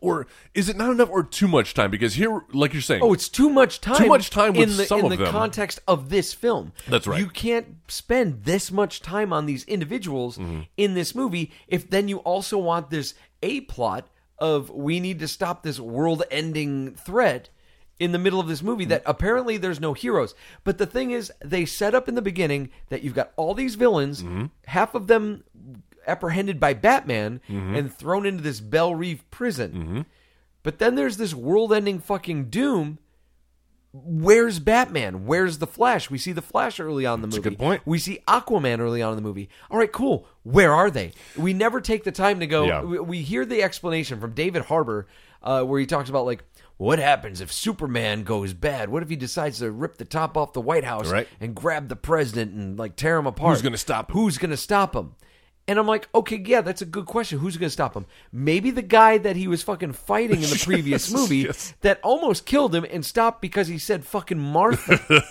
S3: Or is it not enough, or too much time? Because here, like you're saying,
S4: Oh, it's too much time.
S3: Too much time with
S4: in the,
S3: some of
S4: in the
S3: them.
S4: context of this film.
S3: That's right.
S4: You can't spend this much time on these individuals
S3: Mm-hmm.
S4: in this movie if then you also want this a plot of we need to stop this world-ending threat in the middle of this
S3: Mm-hmm.
S4: movie that apparently there's no heroes. But the thing is, they set up in the beginning that you've got all these villains,
S3: Mm-hmm.
S4: half of them apprehended by Batman
S3: Mm-hmm.
S4: and thrown into this Bell Reef prison. But then there's this world ending fucking doom. Where's Batman? Where's the Flash? We see the Flash early on in the movie.
S3: good point.
S4: We see Aquaman early on in the movie. All right, cool. Where are they? We never take the time to go.
S3: Yeah.
S4: We, we hear the explanation from David Harbour uh, where he talks about like what happens if Superman goes bad? What if he decides to rip the top off the White House
S3: Right.
S4: and grab the president and like tear him apart?
S3: Who's gonna stop him?
S4: Who's going to stop him? And I'm like, okay, yeah, that's a good question. Who's going to stop him? Maybe the guy that he was fucking fighting in the previous
S3: [LAUGHS] Yes,
S4: movie
S3: yes.
S4: that almost killed him and stopped because he said
S3: [LAUGHS]
S4: fucking Martha.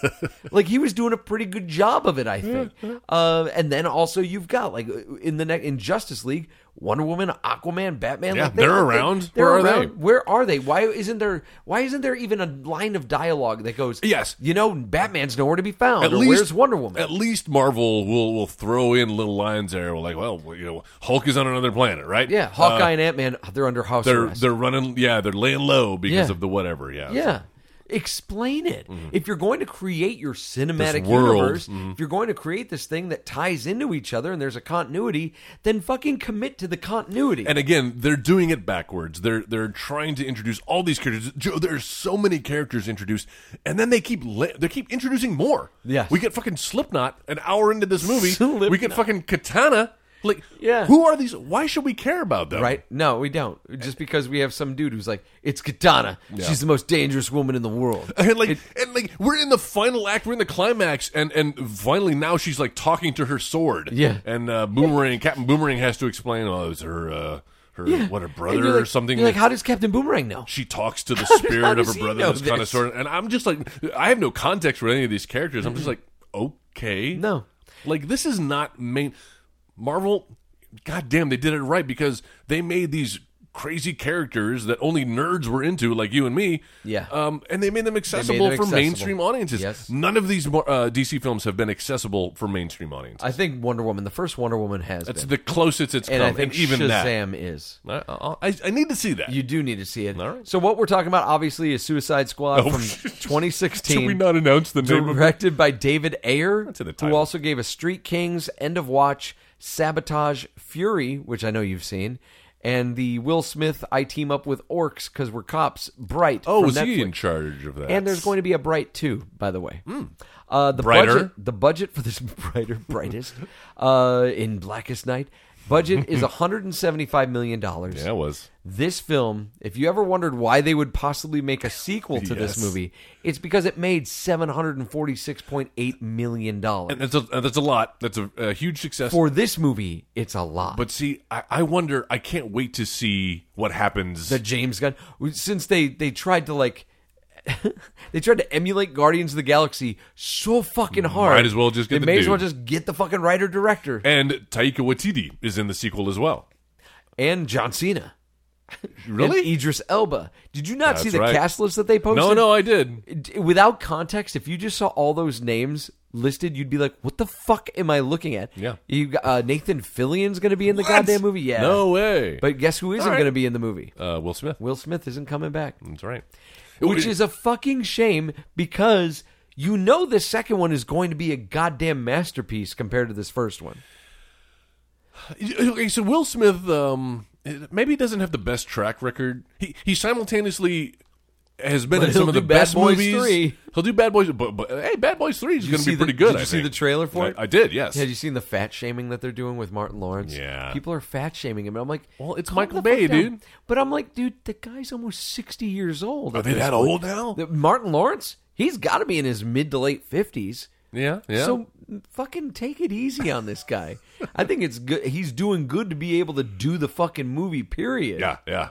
S4: like he was doing a pretty good job of it, I think. Uh, and then also you've got like in the next in Justice League, Wonder Woman, Aquaman, Batman.
S3: Yeah,
S4: like,
S3: they're around.
S4: they're
S3: Where are they?
S4: around. Where are they? Why isn't there? Why isn't there even a line of dialogue that goes?
S3: Yes.
S4: you know, Batman's nowhere to be found.
S3: At
S4: or
S3: least
S4: where's Wonder Woman?
S3: At least Marvel will will throw in little lines there, like, well, you know, Hulk is on another planet, right?
S4: yeah, Hawkeye and Ant Man, they're under house
S3: Uh, They're
S4: arrest.
S3: they're running, yeah, they're laying low because
S4: Yeah.
S3: of the whatever, yeah.
S4: Yeah. Explain it. If you're going to create your cinematic
S3: Mm-hmm. This world. Mm-hmm.
S4: universe, if you're going to create this thing that ties into each other and there's a continuity, then fucking commit to the continuity.
S3: And again, they're doing it backwards. They're they're trying to introduce all these characters. Joe, there's so many characters introduced, and then they keep la- they keep introducing more.
S4: Yes.
S3: we get fucking Slipknot an hour into this
S4: [LAUGHS]
S3: movie. We get
S4: Slipknot.
S3: fucking Katana. Like,
S4: Yeah.
S3: who are these? Why should we care about them?
S4: right? No, we don't. Just because we have some dude who's like, it's Katana. She's the most dangerous woman in the world.
S3: And [LAUGHS] like, and like, we're in the final act, we're in the climax, and and finally now she's like talking to her sword.
S4: Yeah.
S3: and uh, Boomerang, Captain Boomerang has to explain. Oh, it was her, uh, her, what her
S4: And
S3: brother
S4: you're
S3: or
S4: like-
S3: something.
S4: You're like, how does Captain Boomerang know?
S3: she talks to the
S4: [LAUGHS] how
S3: spirit of
S4: does
S3: her
S4: he
S3: brother,
S4: know
S3: this kind of
S4: this?
S3: sort. And I'm just like, I have no context for any of these characters. I'm just like, okay,
S4: No.
S3: like this is not main Marvel. God damn, they did it right because they made these crazy characters that only nerds were into, like you and me.
S4: Yeah.
S3: um, and they made them accessible for
S4: accessible.
S3: mainstream audiences.
S4: Yes.
S3: None of these more, uh, DC films have been accessible for mainstream audiences.
S4: I think Wonder Woman, the first Wonder Woman has
S3: That's
S4: been.
S3: the closest it's
S4: and
S3: come,
S4: I think
S3: and even that.
S4: Shazam is.
S3: I, I, I need to see that.
S4: You do need to see it.
S3: All right.
S4: So what we're talking about, obviously, is Suicide Squad
S3: Oh, [LAUGHS]
S4: from
S3: shit.
S4: 2016.
S3: Should we not announce the name of it?
S4: directed by David Ayer,
S3: in the
S4: who
S3: title.
S4: also gave us Street Kings, End of Watch, Sabotage, Fury, which I know you've seen, and the Will Smith I team up with orcs because we're cops. Bright.
S3: Oh,
S4: from
S3: is he in
S4: Netflix.
S3: charge of that?
S4: And there's going to be a Bright too, by the way. Uh,
S3: Hmm.
S4: the
S3: Brighter?
S4: budget, the budget for this [LAUGHS] brighter, brightest, uh, in Blackest Night,
S3: [LAUGHS]
S4: budget is 175 million dollars.
S3: yeah, it was.
S4: This film, if you ever wondered why they would possibly make a sequel to this
S3: Yes.
S4: movie, it's because it made seven hundred and forty-six point eight million dollars.
S3: That's a that's a lot. That's a, a huge success.
S4: For this movie, it's a lot.
S3: but see, I, I wonder. I can't wait to see what happens.
S4: the James Gunn, since they they tried to like, [LAUGHS] they tried to emulate Guardians of the Galaxy so fucking hard.
S3: as well just get
S4: they
S3: the
S4: may as well
S3: dude.
S4: just get the fucking writer director
S3: and Taika Waititi is in the sequel as well.
S4: and John Cena.
S3: Really?
S4: And Idris Elba. Did you not see
S3: That's
S4: the
S3: right.
S4: cast list that they posted?
S3: No, no, I did.
S4: d- without context, if you just saw all those names listed, you'd be like, "What the fuck am I looking at?"
S3: Yeah.
S4: you got, uh, Nathan Fillion's going to be in the
S3: What?
S4: goddamn movie. Yeah,
S3: No way.
S4: But guess who isn't
S3: All right. Mm.
S4: going to be in the movie?
S3: uh, Will Smith.
S4: Will Smith isn't coming back,
S3: That's right.
S4: which is a fucking shame because you know the second one is going to be a goddamn masterpiece compared to this first one.
S3: okay. So Will Smith, um, maybe doesn't have the best track record. He he simultaneously. Has been
S4: But
S3: in some
S4: he'll
S3: of the
S4: do Bad
S3: best
S4: Boys
S3: movies.
S4: 3.
S3: He'll do Bad Boys, but, but hey, Bad Boys Three is
S4: you
S3: going to
S4: see
S3: be
S4: the-
S3: pretty good.
S4: did you
S3: I
S4: see
S3: think.
S4: the trailer for
S3: I-
S4: it?
S3: I did. Yes.
S4: Have you seen the fat shaming that they're doing with Martin Lawrence?
S3: Yeah.
S4: People are fat shaming him. I'm like,
S3: Well, it's
S4: calm
S3: Michael
S4: the
S3: Bay,
S4: fuck down.
S3: dude.
S4: But I'm like, dude, the guy's almost 60 years old.
S3: Are
S4: at
S3: they
S4: this
S3: that
S4: point.
S3: old now?
S4: The- Martin Lawrence, he's got to be in his mid to late 50s.
S3: Yeah, yeah.
S4: So fucking take it easy on this guy. I think it's good. He's doing good to be able to do the fucking movie, period.
S3: yeah, yeah.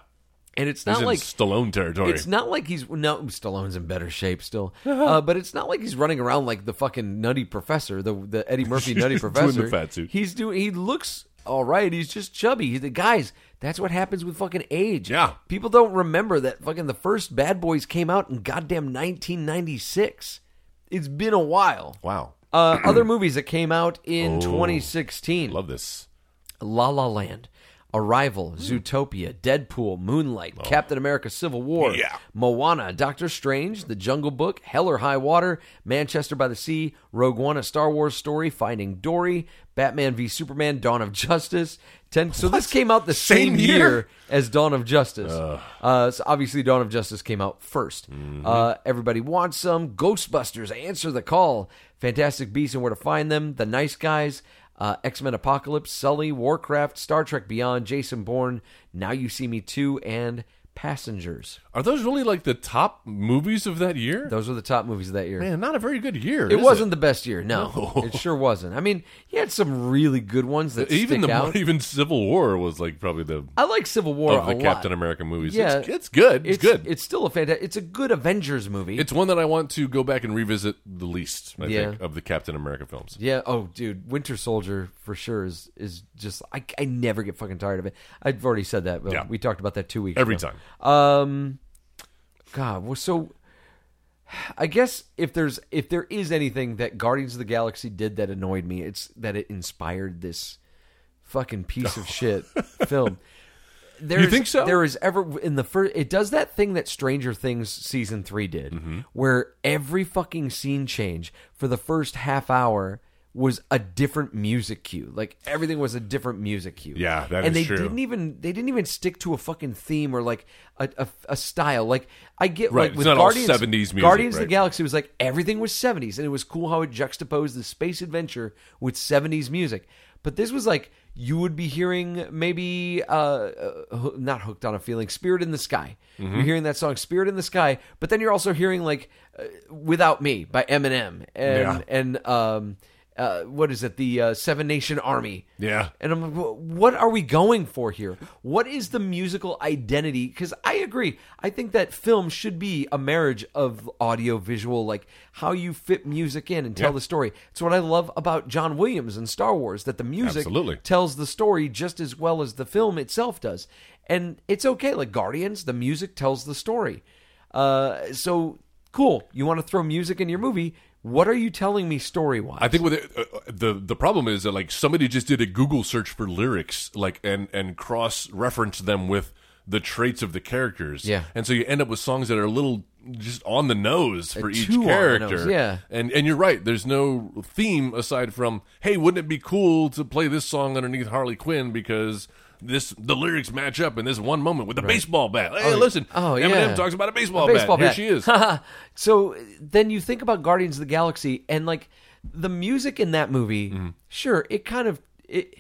S4: And it's
S3: He's
S4: not
S3: in
S4: like.
S3: Stallone territory.
S4: It's not like he's no Stallone's in better shape
S3: [LAUGHS]
S4: still,
S3: Uh-huh.
S4: uh, but it's not like he's running around like the fucking Nutty Professor, the the Eddie Murphy
S3: [LAUGHS]
S4: Nutty
S3: He's doing the
S4: Professor.
S3: fat suit.
S4: He's doing. He looks all right. He's just chubby. He's the guys. That's what happens with fucking age.
S3: Yeah.
S4: people don't remember that fucking the first Bad Boys came out in goddamn 1996. It's been a while.
S3: wow. Oh,
S4: Uh, other movies that came out in 2016.
S3: Love this.
S4: La La Land, Arrival, Zootopia, Deadpool, Moonlight, Captain America: Civil War,
S3: Yeah.
S4: Moana, Doctor Strange, The Jungle Book, Hell or High Water, Manchester by the Sea, Rogue One: A Star Wars Story, Finding Dory, Batman v Superman: Dawn of Justice. Ten, so this came out the
S3: Same
S4: same,
S3: year?
S4: year? as Dawn of Justice. Uh, so obviously, Dawn of Justice came out 1st Uh, Everybody wants some Ghostbusters. Answer the call. Fantastic Beasts and Where to Find Them. The Nice Guys. Uh, X Men Apocalypse. Sully. Warcraft. Star Trek Beyond. Jason Bourne. Now You See Me Too. And Passengers.
S3: Are those really like the top movies of that year?
S4: Those were the top movies of that year.
S3: Man, not a very good year.
S4: it
S3: is
S4: wasn't the best year. No,
S3: No.
S4: it sure wasn't. I mean, you had some really good ones that
S3: even
S4: stick
S3: the [LAUGHS]
S4: out.
S3: even Civil War was like probably the
S4: I like Civil War
S3: of the
S4: a lot.
S3: Captain America movies.
S4: Yeah,
S3: It's, it's good. It's, good. It's,
S4: It's still a fantastic. It's a good Avengers movie.
S3: one that I want to go back and revisit the least. I
S4: Yeah.
S3: think of the Captain America films.
S4: Yeah. Oh, dude, Winter Soldier for sure is is just I, I never get fucking tired of it. I've already said that. But
S3: Yeah.
S4: We talked about that two weeks
S3: Every
S4: ago.
S3: time.
S4: Um, God, well, so I guess if there's if there is anything that Guardians of the Galaxy did that annoyed me, it's that it inspired this fucking
S3: [LAUGHS]
S4: piece of shit film. There
S3: You
S4: is-
S3: think so?
S4: There is ever in the first. It does that thing that Stranger Things season three did,
S3: Mm-hmm.
S4: where every fucking scene change for the first half hour was a different music cue. Like everything was a different music cue.
S3: Yeah, that
S4: and
S3: is
S4: they
S3: true.
S4: didn't even they didn't even stick to a fucking theme or like a, a, a style. Like I get
S3: Right,
S4: like
S3: it's
S4: with
S3: not all
S4: Guardians,
S3: 70s music,
S4: Guardians of the
S3: right.
S4: Galaxy was like everything was seventies, and it was cool how it juxtaposed the space adventure with seventies music. But this was like you would be hearing maybe uh, uh, ho- not hooked on a feeling, Spirit in the Sky.
S3: Mm-hmm.
S4: You're hearing that song, Spirit in the Sky, but then you're also hearing like uh, Without Me by Eminem and
S3: Yeah.
S4: and um. Uh, what is it? The uh, Seven Nation Army.
S3: Yeah.
S4: And I'm like, "Wha- what are we going for here? What is the musical identity? Because I agree. I think that film should be a marriage of audio visual, like how you fit music in and tell
S3: Yeah.
S4: the story. It's what I love about John Williams and Star Wars that the music
S3: Absolutely.
S4: tells the story just as well as the film itself does. And it's okay. Like Guardians, the music tells the story. Uh, so cool. You want to throw music in your movie? What are you telling me story wise?
S3: I think with it, uh, uh, the the problem is that like somebody just did a Google search for lyrics like and and cross reference them with the traits of the characters.
S4: Yeah.
S3: and so you end up with songs that are a little just on the nose for each
S4: Uh, too on the
S3: character.
S4: nose, yeah.
S3: and and you're right. There's no theme aside from hey, wouldn't it be cool to play this song underneath Harley Quinn because. This the lyrics match up in this one moment with the baseball bat. Hey, listen,
S4: Oh,
S3: Eminem
S4: yeah.
S3: talks about a baseball,
S4: baseball
S3: bat.
S4: bat.
S3: Here she is.
S4: [LAUGHS] so then you think about Guardians of the Galaxy and like the music in that movie.
S3: Mm-hmm.
S4: Sure, it kind of it.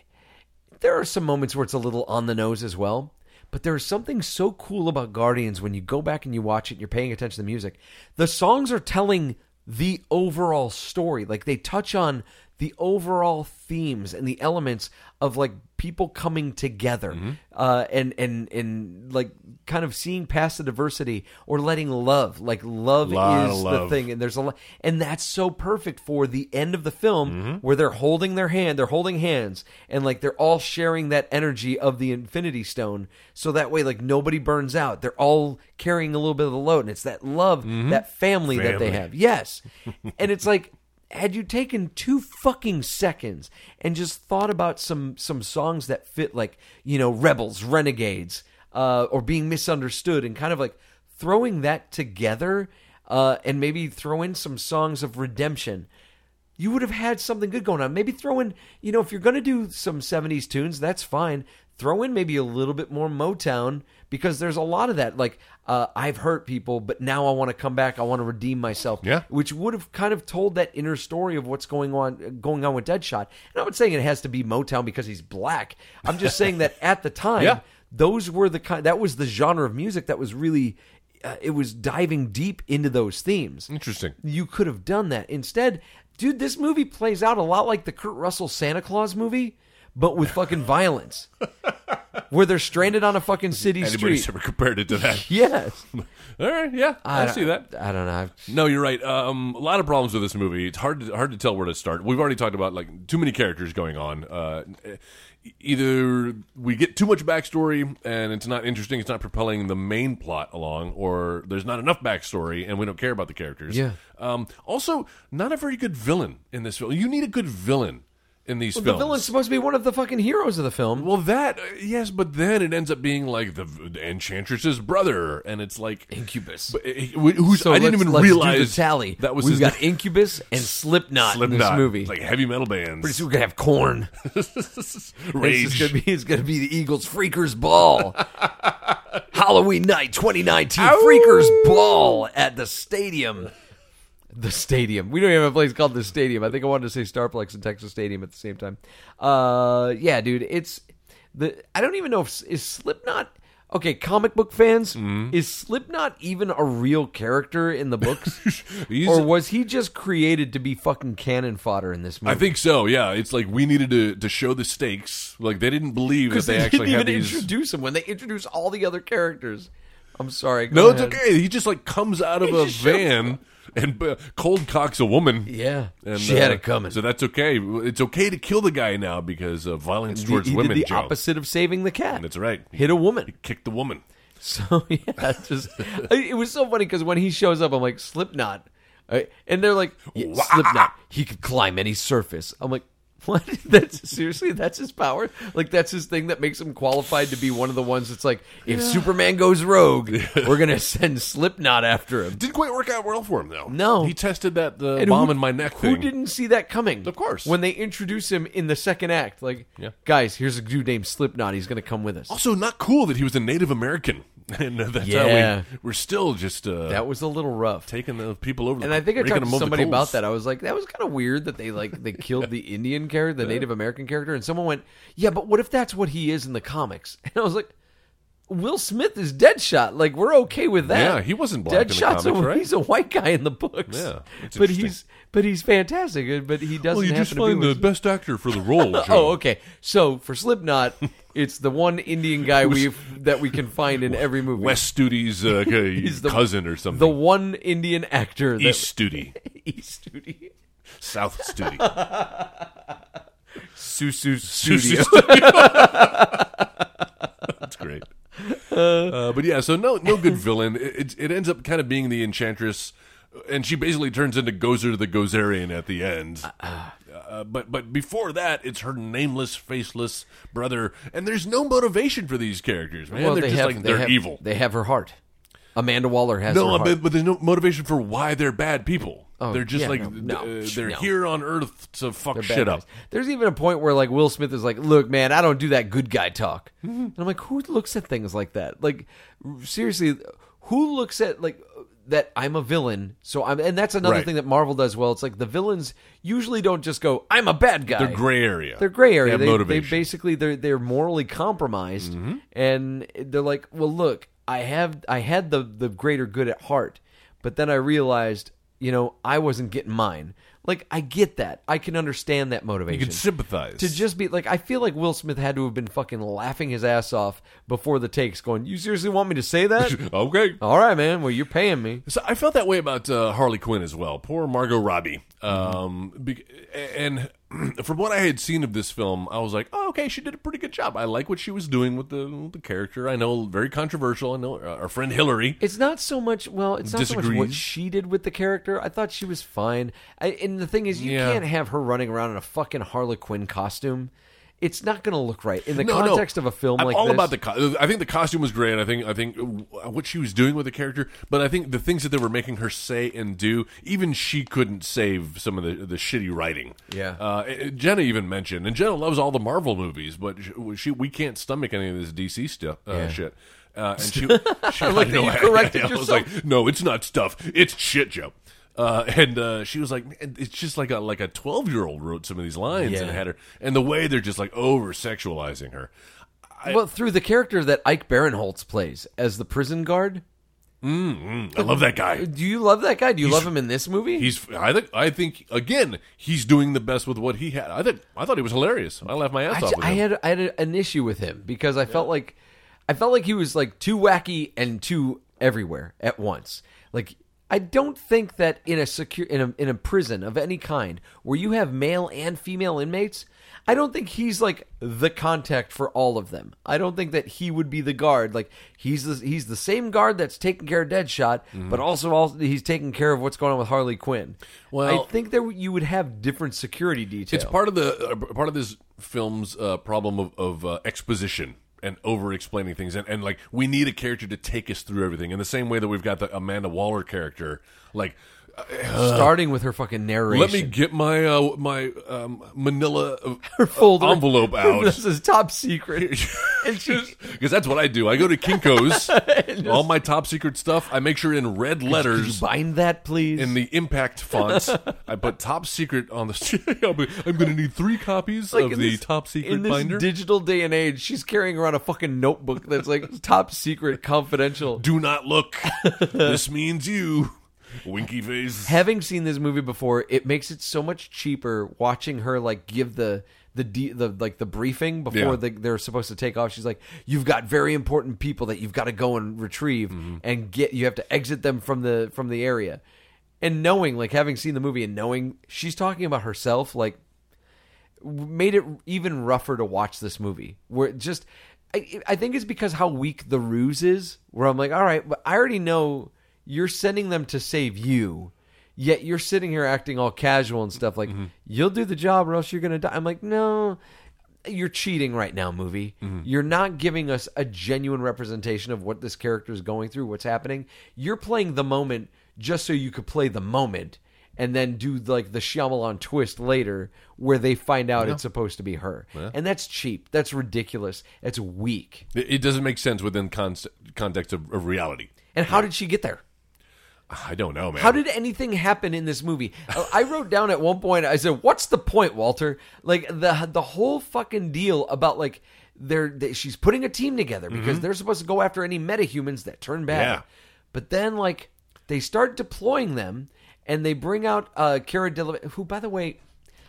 S4: There are some moments where it's a little on the nose as well, but there is something so cool about Guardians when you go back and you watch it. and You're paying attention to the music. The songs are telling the overall story. Like they touch on the overall themes and the elements of like people coming together
S3: Mm-hmm.
S4: uh, and and and like kind of seeing past the diversity or letting love like love
S3: Lot of
S4: is
S3: love.
S4: the thing and there's a lot and that's so perfect for the end of the film where they're holding their hand they're holding hands and like they're all sharing that energy of the infinity stone so that way like nobody burns out they're all carrying a little bit of the load and it's that love that family, that they
S3: Family.
S4: have yes and it's like had you taken two fucking seconds and just thought about some some songs that fit like you know rebels renegades uh, or being misunderstood and kind of like throwing that together uh, and maybe throw in some songs of redemption you would have had something good going on maybe throw in you know if you're going to do some 70s tunes that's fine throw in maybe a little bit more motown because there's a lot of that like uh, i've hurt people but now i want to come back i want to redeem myself
S3: Yeah.
S4: which would have kind of told that inner story of what's going on going on with Deadshot. And I'm not saying it has to be Motown because he's black. I'm just saying
S3: [LAUGHS]
S4: that at the time,
S3: Yeah.
S4: those were the kind that was the genre of music that was really uh, it was diving deep into those themes.
S3: Interesting.
S4: You could have done that instead, dude. This movie plays out a lot like the Kurt Russell Santa Claus movie, but with fucking
S3: [LAUGHS]
S4: violence, where they're stranded on a fucking city
S3: Anybody's
S4: street.
S3: ever compared it to that? [LAUGHS]
S4: [LAUGHS] Yes,
S3: All right, yeah, I see that.
S4: I don't know. I've-
S3: No, you're right. Um, a lot of problems with this movie. It's hard to, hard to tell where to start. We've already talked about like too many characters going on. Uh, e- either we get too much backstory and it's not interesting. It's not propelling the main plot along, or there's not enough backstory and we don't care about the characters.
S4: Yeah.
S3: Um, also, not a very good villain in this film. You need a good villain in these
S4: The
S3: films.
S4: villain's supposed to be one of the fucking heroes of the film.
S3: well, that uh, yes, but then it ends up being like the, the Enchantress's brother, and it's like
S4: Incubus.
S3: But, uh, who's, I didn't
S4: let's-
S3: even
S4: let's do the
S3: realize
S4: tally.
S3: that was
S4: we've
S3: his
S4: got
S3: name.
S4: Incubus and Slipknot, in this
S3: Slipknot,
S4: movie.
S3: It's like heavy metal bands.
S4: Pretty
S3: [LAUGHS]
S4: soon we're gonna have corn. This is
S3: Rage.
S4: gonna be it's gonna be the Eagles Freakers [LAUGHS] Ball. Halloween night 2019
S3: Ow.
S4: Freakers Ball at the stadium. The stadium. We don't even have a place called the stadium. I think I wanted to say Starplex and Texas Stadium at the same time. Uh, yeah, dude. It's the. I don't even know if is Slipknot Okay, comic book fans, is Slipknot even a real character in the [LAUGHS] books?
S3: He's-
S4: or was he just created to be fucking cannon fodder in this
S3: I
S4: movie?
S3: think so. Yeah, it's like we needed to to show the stakes. Like they didn't believe that
S4: because
S3: they,
S4: they,
S3: actually
S4: didn't
S3: had
S4: even
S3: these.
S4: introduce him when they introduce all the other characters. I'm sorry. go
S3: no, it's
S4: ahead.
S3: okay. He just like comes out of
S4: He
S3: a
S4: just shows
S3: van and uh, cold cocks a woman.
S4: Yeah,
S3: And,
S4: she had
S3: uh,
S4: it coming.
S3: So that's okay. It's okay to kill the guy now because of violence
S4: he,
S3: towards
S4: he
S3: women.
S4: did the
S3: Joe.
S4: opposite of saving the cat.
S3: That's right. He
S4: Hit a woman. [LAUGHS]
S3: kicked the woman.
S4: So yeah,
S3: [LAUGHS]
S4: it's just I- it was so funny because when he shows up, I'm like Slipknot, Uh, and they're like yeah,
S3: Wah!
S4: Slipknot. He could climb any surface. I'm like, what? [LAUGHS] That's seriously that's his power. Like that's his thing that makes him qualified to be one of the ones that's like, if Superman goes
S3: [LAUGHS]
S4: rogue, we're gonna send Slipknot after him.
S3: Didn't quite work out well for him though.
S4: No.
S3: he tested that the
S4: And
S3: bomb
S4: who-
S3: in my neck
S4: Who
S3: thing.
S4: didn't see that coming?
S3: Of course.
S4: When they introduce him in the second act, like,
S3: Yeah.
S4: guys, here's a dude named Slipknot. He's gonna come with us.
S3: Also, not cool that he was a Native American, [LAUGHS] and uh, that's
S4: Yeah.
S3: how we, we're still just uh,
S4: That was a little rough.
S3: taking the people over.
S4: And
S3: the,
S4: I think I
S3: raking
S4: talked
S3: them
S4: to
S3: over the
S4: somebody
S3: coals.
S4: about that. I was like, that was kind of weird that they like
S3: [LAUGHS]
S4: they killed the Indian character, the Native American character, and someone went, "Yeah, but what if that's what he is in the comics?" [LAUGHS] And I was like, "Will Smith is Deadshot. Like we're okay with that."
S3: Yeah, he wasn't black in the
S4: Deadshot's a,
S3: comics, right?
S4: he's a white guy in the books.
S3: Yeah, it's
S4: but
S3: interesting.
S4: he's but he's fantastic. But he doesn't.
S3: Well, you
S4: happen
S3: just
S4: to be
S3: find the
S4: with-
S3: best actor for the role. Joe.
S4: [LAUGHS] Oh, okay. So
S3: [LAUGHS]
S4: for Slipknot, it's the one Indian guy
S3: was-
S4: we that we can find in every movie.
S3: West Studi's uh,
S4: [LAUGHS] He's the-
S3: cousin or something.
S4: the one Indian actor that
S3: East Studi,
S4: [LAUGHS] East Studi.
S3: South Studi. [LAUGHS]
S4: Susu
S3: Studio. [LAUGHS] That's great. Uh, but yeah, so no, no good villain. It, it, it ends up kind of being the enchantress, and she basically turns into Gozer the Gozerian at the end. Uh, but but before that, it's her nameless, faceless brother, and there's no motivation for these characters, man. they're just like
S4: they
S3: they're
S4: have-
S3: evil.
S4: They have her heart. Amanda Waller has her
S3: no,
S4: heart. Oh,
S3: but, but there's no motivation for why they're bad people. they're just
S4: yeah,
S3: like
S4: no, no,
S3: uh,
S4: sh-
S3: they're
S4: no.
S3: here on Earth to fuck
S4: They're bad
S3: shit up.
S4: guys. There's even a point where like Will Smith is like, "Look, man, I don't do that good guy talk," [LAUGHS] and I'm like, "Who looks at things like that? Like, r- seriously, who looks at like that? I'm a villain, so I'm." And that's another
S3: Right.
S4: thing that Marvel does well. It's like the villains usually don't just go, "I'm a bad guy."
S3: They're gray area.
S4: They're gray area.
S3: They
S4: They,
S3: have
S4: they
S3: motivation. Mm-hmm.
S4: basically they're they're morally compromised, and they're like, well, look, I have I had the the greater good at heart, but then I realized, you know, I wasn't getting mine. Like I get that. I can understand that motivation.
S3: you can sympathize.
S4: to just be like, I feel like Will Smith had to have been fucking laughing his ass off before the takes, going, "You seriously want me to say that?
S3: [LAUGHS] okay.
S4: All right, man. Well, you're paying me."
S3: So I felt that way about uh, Harley Quinn as well. Poor Margot Robbie. Um, be- and [CLEARS THROAT] from what I had seen of this film, I was like, oh, okay, she did a pretty good job. I like what she was doing with the with the character. I know very controversial. I know uh, our friend Hillary.
S4: It's not so much. Well, it's not so much what
S3: Disagrees.
S4: she did with the character. I thought she was fine. I, and the thing is, you
S3: Yeah.
S4: can't have her running around in a fucking Harlequin costume. It's not going to look right in the
S3: No, no.
S4: context of a film
S3: I'm
S4: like
S3: all
S4: this.
S3: about the. Co- I think the costume was great. I think I think uh, what she was doing with the character, but I think the things that they were making her say and do, even she couldn't save some of the the shitty writing.
S4: Yeah.
S3: Uh, it- it- Jenna even mentioned, and Jenna loves all the Marvel movies, but she, she we can't stomach any of this DC stuff uh, shit. Uh, and
S4: [LAUGHS]
S3: she, she [LAUGHS] I
S4: like that
S3: know,
S4: you corrected
S3: I was
S4: yourself.
S3: like, no, it's not stuff. It's shit, Joe. Uh, and uh, she was like, "Man, it's just like a like a twelve year old wrote some of these lines and
S4: Yeah.
S3: had her, and the way they're just like over sexualizing her.
S4: well, through the character that Ike Barinholtz plays as the prison guard.
S3: I love that guy.
S4: Do you love that guy? Do you love him in this movie?
S3: He's I think I think again he's doing the best with what he had. I think I thought he was hilarious. I laughed my ass
S4: I,
S3: off.
S4: ju-
S3: With
S4: I
S3: him.
S4: had I had a- an issue with him because I felt like I felt like he was like too wacky and too everywhere at once. Like I don't think that in a secure in a in a prison of any kind where you have male and female inmates, I don't think he's like the contact for all of them. I don't think that he would be the guard. Like he's the, he's the same guard that's taking care of Deadshot,
S3: Mm-hmm.
S4: but also also he's taking care of what's going on with Harley Quinn.
S3: Well-
S4: I think there you would have different security details.
S3: it's part of the uh, part of this film's uh, problem of, of uh, exposition and over explaining things and, and like we need a character to take us through everything in the same way that we've got the Amanda Waller character like.
S4: starting with her fucking narration.
S3: Let me get my uh, my um, Manila uh, [LAUGHS]
S4: folder.
S3: envelope out.
S4: [LAUGHS] this is
S3: [LAUGHS]
S4: top secret. and she,
S3: Because that's what I do. I go to
S4: [LAUGHS]
S3: Kinko's, all my top secret stuff. I make sure in red
S4: could you
S3: letters
S4: bind that, please?
S3: in the impact fonts, I
S4: [LAUGHS]
S3: put top secret on [LAUGHS] the. I'm going to need three copies
S4: Like
S3: of
S4: in
S3: the
S4: this-
S3: top secret
S4: in this
S3: binder.
S4: digital day and age, she's carrying around a fucking notebook that's like [LAUGHS] top secret, confidential.
S3: do not
S4: [LAUGHS]
S3: look. this means you, winky face.
S4: Having seen this movie before, it makes it so much cheaper watching her like give the the de- the like the briefing before
S3: Yeah.
S4: they- they're supposed to take off. She's like, "You've got very important people that you've got to go and retrieve and get. You have to exit them from the from the area." And knowing, like having seen the movie and knowing she's talking about herself, like made it even rougher to watch this movie. Where it just, I, I think it's because how weak the ruse is. Where I'm like, all right, but I already know you're sending them to save you, yet you're sitting here acting all casual and stuff. Like you'll do the job, or else you're gonna die. I'm like, no. You're cheating right now, movie. You're not giving us a genuine representation of what this character is going through, what's happening. You're playing the moment just so you could play the moment and then do like the Shyamalan twist later where they find out it's supposed to be her. And that's cheap. That's ridiculous. That's weak.
S3: It it doesn't make sense within con- context of, of reality.
S4: And how did she get there?
S3: I don't know, man.
S4: How did anything happen in this movie? Uh, I wrote down at one point. I said, "What's the point, Walter?" Like the the whole fucking deal about like they're they, she's putting a team together because they're supposed to go after any metahumans that turn bad.
S3: Mm-hmm. Yeah.
S4: But then like they start deploying them, and they bring out uh, Cara Delevingne, who, by the way,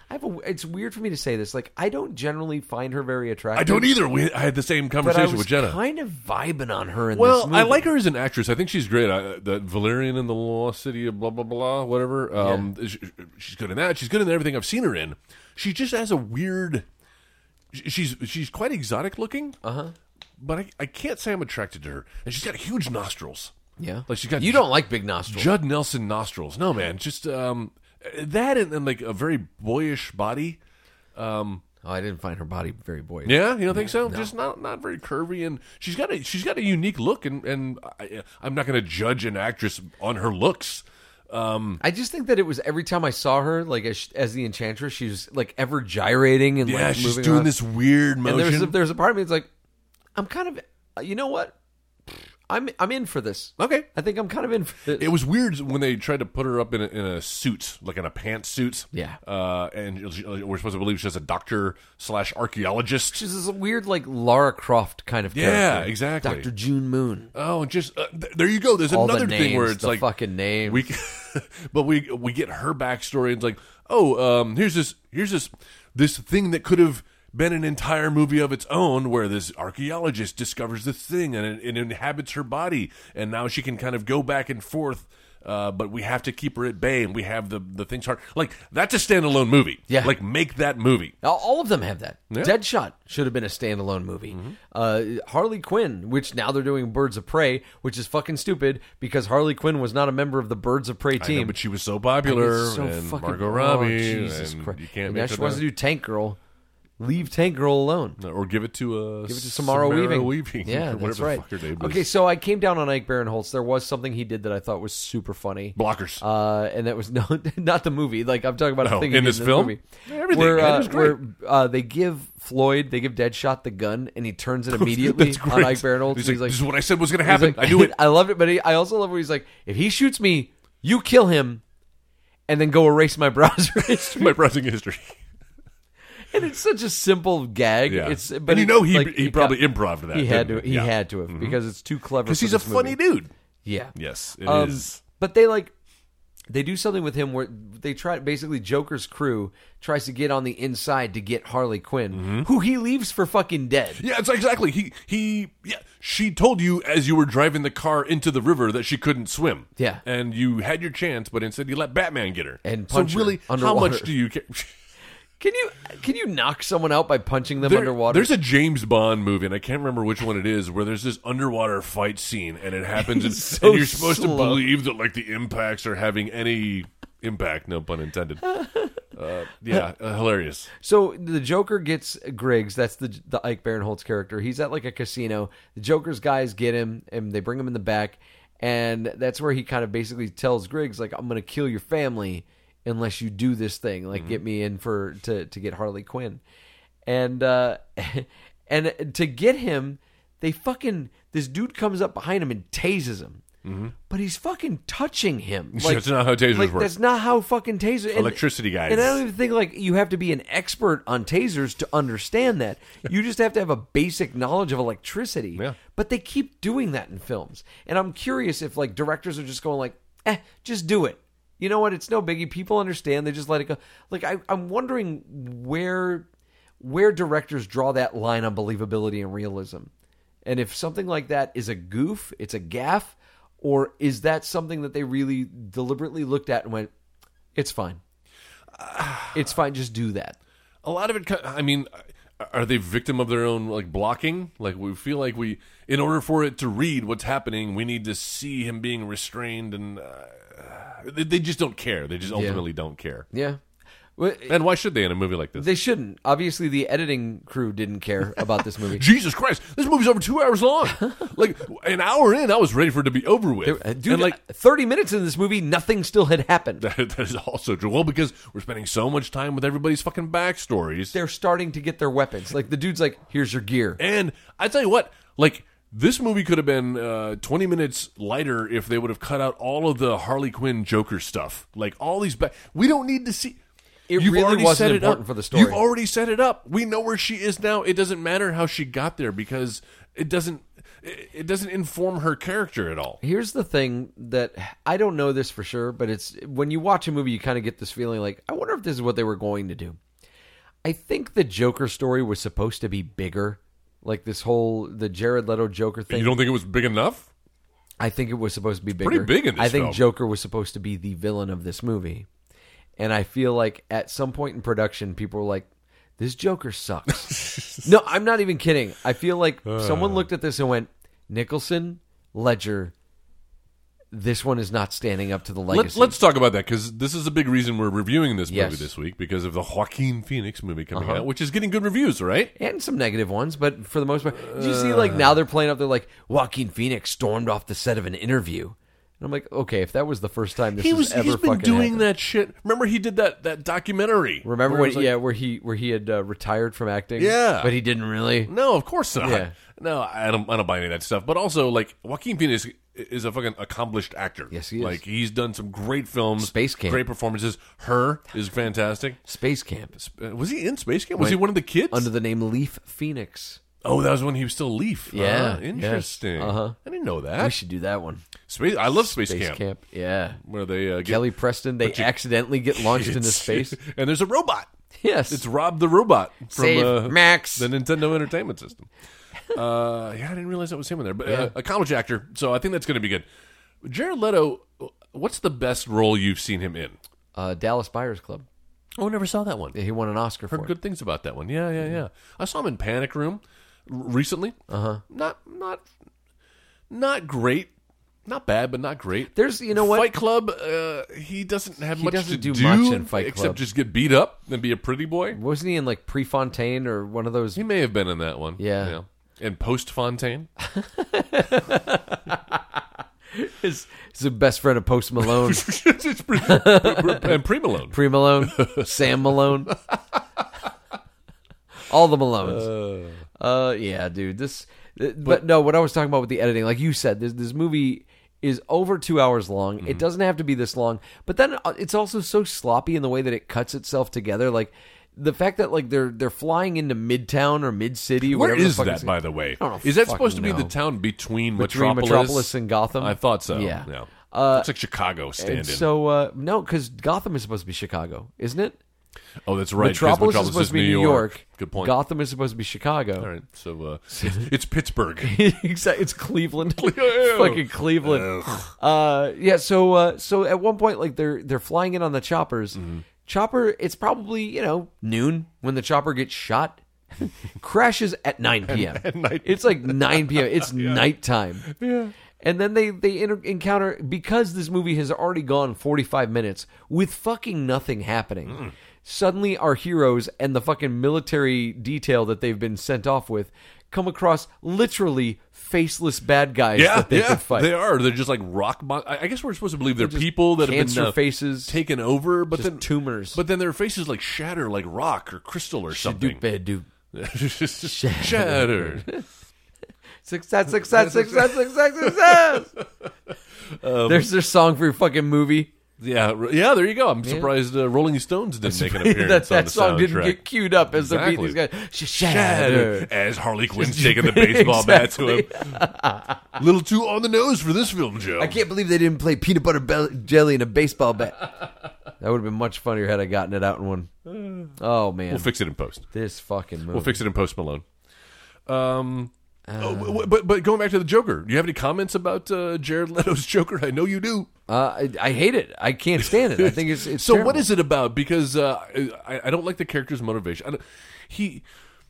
S4: I have a. It's weird for me to say this. Like I don't generally find her very attractive.
S3: I don't either. We, I had the same
S4: But I
S3: conversation
S4: was
S3: with Jenna.
S4: kind of vibing on her in this
S3: well,
S4: movie.
S3: I like her as an actress. I think she's great. I, the Valerian in the Lost City of blah blah blah, whatever. Um, sh- she's good in that. She's good in everything I've seen her in. She just has a weird. sh- She's she's quite exotic looking. Uh
S4: Uh-huh.
S3: huh. But I, I can't say I'm attracted to her. And she's got huge nostrils.
S4: Yeah,
S3: Like she's got
S4: you
S3: ju-
S4: don't like big nostrils.
S3: Judd Nelson nostrils. No man, just um that and, and like a very boyish body.
S4: oh, I didn't find her body very boyish.
S3: Yeah, you don't think so? Just not not very curvy, and she's got a she's got a unique look, and and I, I'm not going to judge an actress on her looks.
S4: I just think that it was every time I saw her, like as, as the enchantress, she was like ever gyrating and
S3: Yeah,
S4: like
S3: she's
S4: moving
S3: doing
S4: around.
S3: this weird
S4: And there's a,
S3: motion.
S4: there's a part of me that's like, I'm kind of, you know what? I'm I'm in for this.
S3: okay,
S4: I think I'm kind of in for this.
S3: it was weird when they tried to put her up in a, in a suit, like in a pantsuit.
S4: Yeah.
S3: uh, and she- we're supposed to believe she's a doctor slash archaeologist.
S4: She's this weird like Lara Croft kind of
S3: Yeah,
S4: character.
S3: exactly.
S4: Doctor June Moon.
S3: Oh, and just uh, th- there you go. There's
S4: All the
S3: another thing where
S4: names,
S3: it's
S4: the
S3: like
S4: fucking names.
S3: We, [LAUGHS] but we we get her backstory. And it's like, oh, um, here's this here's this this thing that could have been an entire movie of its own, where this archaeologist discovers this thing and it, it inhabits her body, and now she can kind of go back and forth. Uh, but we have to keep her at bay, and we have the the things hard. Like that's a standalone movie.
S4: Yeah.
S3: like make that movie.
S4: Now, all of them have that. Deadshot should have been a standalone movie.
S3: Mm-hmm.
S4: Uh, Harley Quinn, which now they're doing Birds of Prey, which is fucking stupid because Harley Quinn was not a member of the Birds of Prey
S3: I know,
S4: team.
S3: but she was so popular,
S4: It's so
S3: and
S4: fucking-
S3: Margot
S4: oh,
S3: Robbie.
S4: Jesus
S3: and
S4: Christ!
S3: You can't
S4: And
S3: make
S4: now she
S3: it
S4: wants to
S3: that.
S4: do Tank Girl. Leave Tank Girl alone.
S3: or give it to uh,
S4: Give it to Samara, Weaving. Yeah,
S3: or [LAUGHS]
S4: that's
S3: whatever
S4: right.
S3: the fuck her name is.
S4: okay, so I came down on Ike Barinholtz. There was something he did that I thought was super funny.
S3: [LAUGHS] blockers.
S4: Uh, and that was [LAUGHS] no, not the movie. Like I'm talking about a
S3: No,
S4: thing
S3: Oh, in
S4: he did
S3: this film?
S4: movie.
S3: Yeah, everything,
S4: Where,
S3: man, it
S4: uh,
S3: was great.
S4: where, uh, they give Floyd, they give Deadshot the gun, and he turns it
S3: [LAUGHS]
S4: immediately
S3: That's
S4: on
S3: great.
S4: Ike Barinholtz.
S3: He's
S4: and
S3: like, this is what I said was going to happen.
S4: He's like-
S3: I knew it.
S4: [LAUGHS] I loved it, but he, I also love where he's like, if he shoots me, you kill him, and then go erase my [LAUGHS] browser history.
S3: My browsing history. [LAUGHS]
S4: and it's such a simple gag.
S3: Yeah,
S4: It's but
S3: and you
S4: it-
S3: know he
S4: like,
S3: he
S4: it
S3: probably
S4: got-
S3: improv that.
S4: he had to
S3: didn't
S4: he had to have because it's too clever.
S3: because
S4: for
S3: he's a
S4: this
S3: funny
S4: movie.
S3: dude.
S4: Yeah.
S3: Yes, it is.
S4: Um, But they like they do something with him where they try basically Joker's crew tries to get on the inside to get Harley Quinn, who he leaves for fucking dead.
S3: Mm-hmm. Yeah, it's exactly. He he. Yeah, she told you as you were driving the car into the river that she couldn't swim.
S4: Yeah.
S3: and you had your chance, but instead you let Batman get her.
S4: And
S3: so
S4: punch her
S3: really, how
S4: underwater.
S3: much do you care? [LAUGHS]
S4: Can you can you knock someone out by punching them
S3: There-
S4: underwater?
S3: There's a James Bond movie, and I can't remember which one it is, where there's this underwater fight scene, and it
S4: [LAUGHS]
S3: happens, and,
S4: so
S3: and you're supposed to
S4: slow.
S3: believe that like the impacts are having any impact. No pun
S4: [LAUGHS]
S3: intended. uh, yeah, uh, hilarious.
S4: So the Joker gets Griggs. That's the the Ike Barinholtz character. He's at like a casino. The Joker's guys get him, and they bring him in the back. and that's where he kind of basically tells Griggs like, "I'm gonna kill your family unless you do this thing, like
S3: Mm-hmm.
S4: get me in for to to get Harley Quinn," and uh, [LAUGHS] and to get him, they fucking this dude comes up behind him and tases him. But he's fucking touching him.
S3: Sure, Mm-hmm. [LAUGHS] that's not how tasers
S4: like,
S3: work.
S4: That's not how fucking taser. and-
S3: Electricity guys.
S4: And I don't even think like you have to be an expert on tasers to understand that. You just have to have a basic knowledge of electricity.
S3: Yeah.
S4: But they keep doing that in films, and I'm curious if like directors are just going like, eh, just do it. You know what? It's no biggie. People understand. They just let it go. Like I, I'm wondering where where directors draw that line on believability and realism, and if something like that is a goof, it's a gaff, or is that something that they really deliberately looked at and went, it's fine. It's fine. Just do that.
S3: a lot of it. co- I mean, are they victim of their own like blocking? Like we feel like we, in order for it to read what's happening, we need to see him being restrained, and uh, they, they just don't care. They just ultimately don't care.
S4: Yeah. Well,
S3: And why should they in a movie like this?
S4: They shouldn't. Obviously, the editing crew didn't care about
S3: [LAUGHS]
S4: this movie.
S3: Jesus Christ, this movie's over two hours long.
S4: [LAUGHS]
S3: like an hour in, I was ready for it to be over with.
S4: Uh, Dude,
S3: and like
S4: like 30 minutes in this movie, nothing still had
S3: [LAUGHS]
S4: happened.
S3: that is also true. Well, because we're spending so much time with everybody's fucking backstories.
S4: They're starting to get their weapons. Like, the dude's like, here's your gear.
S3: And I tell you what, like this movie could have been uh, 20 minutes lighter if they would have cut out all of the Harley Quinn Joker stuff. Like all these, ba- we don't need to see.
S4: It
S3: You've
S4: really
S3: already
S4: wasn't
S3: set it
S4: important
S3: up.
S4: for the story.
S3: You've already set it up. We know where she is now. It doesn't matter how she got there because it doesn't. It it doesn't inform her character at all.
S4: Here's the thing that I don't know this for sure, but it's when you watch a movie, you kind of get this feeling like, I wonder if this is what they were going to do. I think the Joker story was supposed to be bigger. Like, this whole, the Jared Leto Joker thing.
S3: You don't think it was big enough?
S4: I think it was supposed to be bigger.
S3: pretty big in this
S4: I think
S3: film.
S4: Joker was supposed to be the villain of this movie, and I feel like at some point in production, people were like, "This
S3: [LAUGHS]
S4: Joker sucks." no, I'm not even kidding. I feel like
S3: Uh.
S4: someone looked at this and went, "Nicholson, Ledger, this one is not standing up to the
S3: Let,
S4: legacy."
S3: let's talk about that because this is a big reason we're reviewing this movie
S4: Yes. Uh-huh.
S3: this week because of the Joaquin Phoenix movie coming out, which is getting good reviews, right?
S4: and some negative ones, but for the most part, did you
S3: Uh.
S4: see like now they're playing up. They're like Joaquin Phoenix stormed off the set of an interview, and I'm like, okay, if that was the first time this
S3: he
S4: has
S3: was
S4: ever
S3: he's been
S4: fucking
S3: doing
S4: happened.
S3: that shit. Remember he did that that documentary.
S4: Remember
S3: where it
S4: when?
S3: was like-
S4: yeah, where he where he had uh, retired from acting.
S3: Yeah.
S4: but he didn't really.
S3: No, of course not.
S4: Yeah.
S3: [LAUGHS] No, I don't I don't buy any of that stuff. But also like Joaquin Phoenix is a fucking accomplished actor.
S4: Yes, he is.
S3: Like he's done some great films,
S4: Space Camp.
S3: great performances. Her is fantastic.
S4: Space Camp
S3: Sp- uh, Was he in Space Camp? Was
S4: Wait.
S3: he one of the kids?
S4: under the name Leaf Phoenix.
S3: oh, that was when he was still Leaf.
S4: Yeah,
S3: Ah,
S4: yes.
S3: interesting.
S4: Uh-huh.
S3: I didn't know
S4: We
S3: that.
S4: should do that one.
S3: Space. I love Space,
S4: Space
S3: Camp.
S4: Camp. Yeah.
S3: Where they uh, get
S4: Kelly Preston. They accidentally get launched
S3: [LAUGHS]
S4: into
S3: kids.
S4: space.
S3: and there's a robot.
S4: Yes.
S3: It's Rob the Robot from
S4: Save
S3: uh,
S4: Max.
S3: the Nintendo Entertainment
S4: [LAUGHS]
S3: System. Uh, yeah, I didn't realize that was him in there, but uh, a college actor. So I think that's going to be good. Jared Leto, what's the best role you've seen him in?
S4: uh, Dallas Buyers Club.
S3: Oh, never saw that one.
S4: Yeah, He won an Oscar for
S3: Heard
S4: it. Mm-hmm.
S3: good things about that one. Yeah, yeah, yeah. I saw him in Panic Room r- recently. Uh
S4: Uh-huh.
S3: huh. Not, not, not great. Not bad, but not great.
S4: There's, you know what?
S3: Fight Club. Uh, he doesn't have much
S4: doesn't
S3: to
S4: do
S3: do,
S4: much in Fight
S3: except
S4: Club.
S3: just get beat up and be a pretty boy.
S4: Wasn't he in like Prefontaine or one of those?
S3: He may have been in that one.
S4: Yeah.
S3: And post
S4: [LAUGHS]
S3: Fontaine.
S4: He's the best friend of
S3: [LAUGHS]
S4: Post Malone,
S3: It's pre-
S4: [LAUGHS]
S3: and pre Malone.
S4: Pre Malone,
S3: [LAUGHS]
S4: Sam Malone, all the Malones. Uh, yeah, dude. This, th- but, no. What I was talking about with the editing, like you said, this this movie is over two hours long. It
S3: Mhm.
S4: doesn't have to be this long, but then uh, it's also so sloppy in the way that it cuts itself together. Like the fact that like they're they're flying into Midtown or Mid City.
S3: Where is that, by the way?
S4: I don't
S3: Is that
S4: fucking
S3: supposed to be
S4: know.
S3: the town between,
S4: Between
S3: Metropolis,
S4: Metropolis and Gotham?
S3: I thought so.
S4: Yeah. Uh,
S3: Yeah. it's like Chicago stand in.
S4: And so uh, no, because Gotham is supposed to be Chicago, isn't it?
S3: oh, that's right. 'cause
S4: Metropolis, is supposed to be New York.
S3: Good point.
S4: Gotham is supposed to be Chicago.
S3: All right. So
S4: [LAUGHS]
S3: uh, it's, it's Pittsburgh.
S4: Exactly. [LAUGHS] It's Cleveland.
S3: [LAUGHS] Ew.
S4: Fucking Cleveland. Uh, yeah. So uh, so at one point, like they're they're flying in on the choppers.
S3: Mm-hmm.
S4: Chopper. It's probably you know noon when the chopper gets shot. [LAUGHS] crashes at 9
S3: [LAUGHS]
S4: p.m.
S3: night.
S4: It's like 9 p.m.
S3: [LAUGHS]
S4: It's nighttime. Yeah. And then they they inter- encounter because this movie has already gone 45 minutes with fucking nothing happening. Suddenly our heroes and the fucking military detail that they've been sent off with come across literally faceless bad guys
S3: Yeah,
S4: that they
S3: yeah,
S4: could fight.
S3: they are. They're just like rock. Mon- I I guess we're supposed to believe they're
S4: Just
S3: people that have
S4: cancer
S3: been uh,
S4: faces,
S3: taken over, but
S4: just
S3: then
S4: tumors.
S3: But then their faces like shatter like rock or crystal or something.
S4: Dupe, dupe.
S3: [LAUGHS]
S4: [LAUGHS]
S3: Shattered.
S4: Success, success, success, success, success.
S3: [LAUGHS] Um,
S4: There's their song for your fucking movie. [LAUGHS]
S3: Yeah, r- yeah. There you go. I'm surprised uh, Rolling Stones didn't make an appearance
S4: [LAUGHS] that
S3: on
S4: that
S3: the
S4: song didn't
S3: soundtrack.
S4: get queued up as they're beating these guys.
S3: Exactly.
S4: Sh- Shatter.
S3: Shatter. As Harley Quinn's
S4: [LAUGHS]
S3: taking the baseball bat to him. Little too on the nose for this film, Joe.
S4: I can't believe they didn't play peanut butter bell jelly in a
S3: [LAUGHS]
S4: baseball bat. that would have been much funnier had I gotten it out
S3: [SIGHS]
S4: in one. Oh man,
S3: We'll fix it in post.
S4: this fucking movie.
S3: We'll fix it in post Malone. Um,
S4: Uh,
S3: oh, w- w- but but going back to the Joker, do you have any comments about uh, Jared Leto's [LAUGHS] Joker? I know you do.
S4: uh, I, I hate it. I can't stand it. I think it's, it's
S3: [LAUGHS] so. What
S4: terrible.
S3: is it about? Because uh, I, I don't like the character's motivation. I don't, he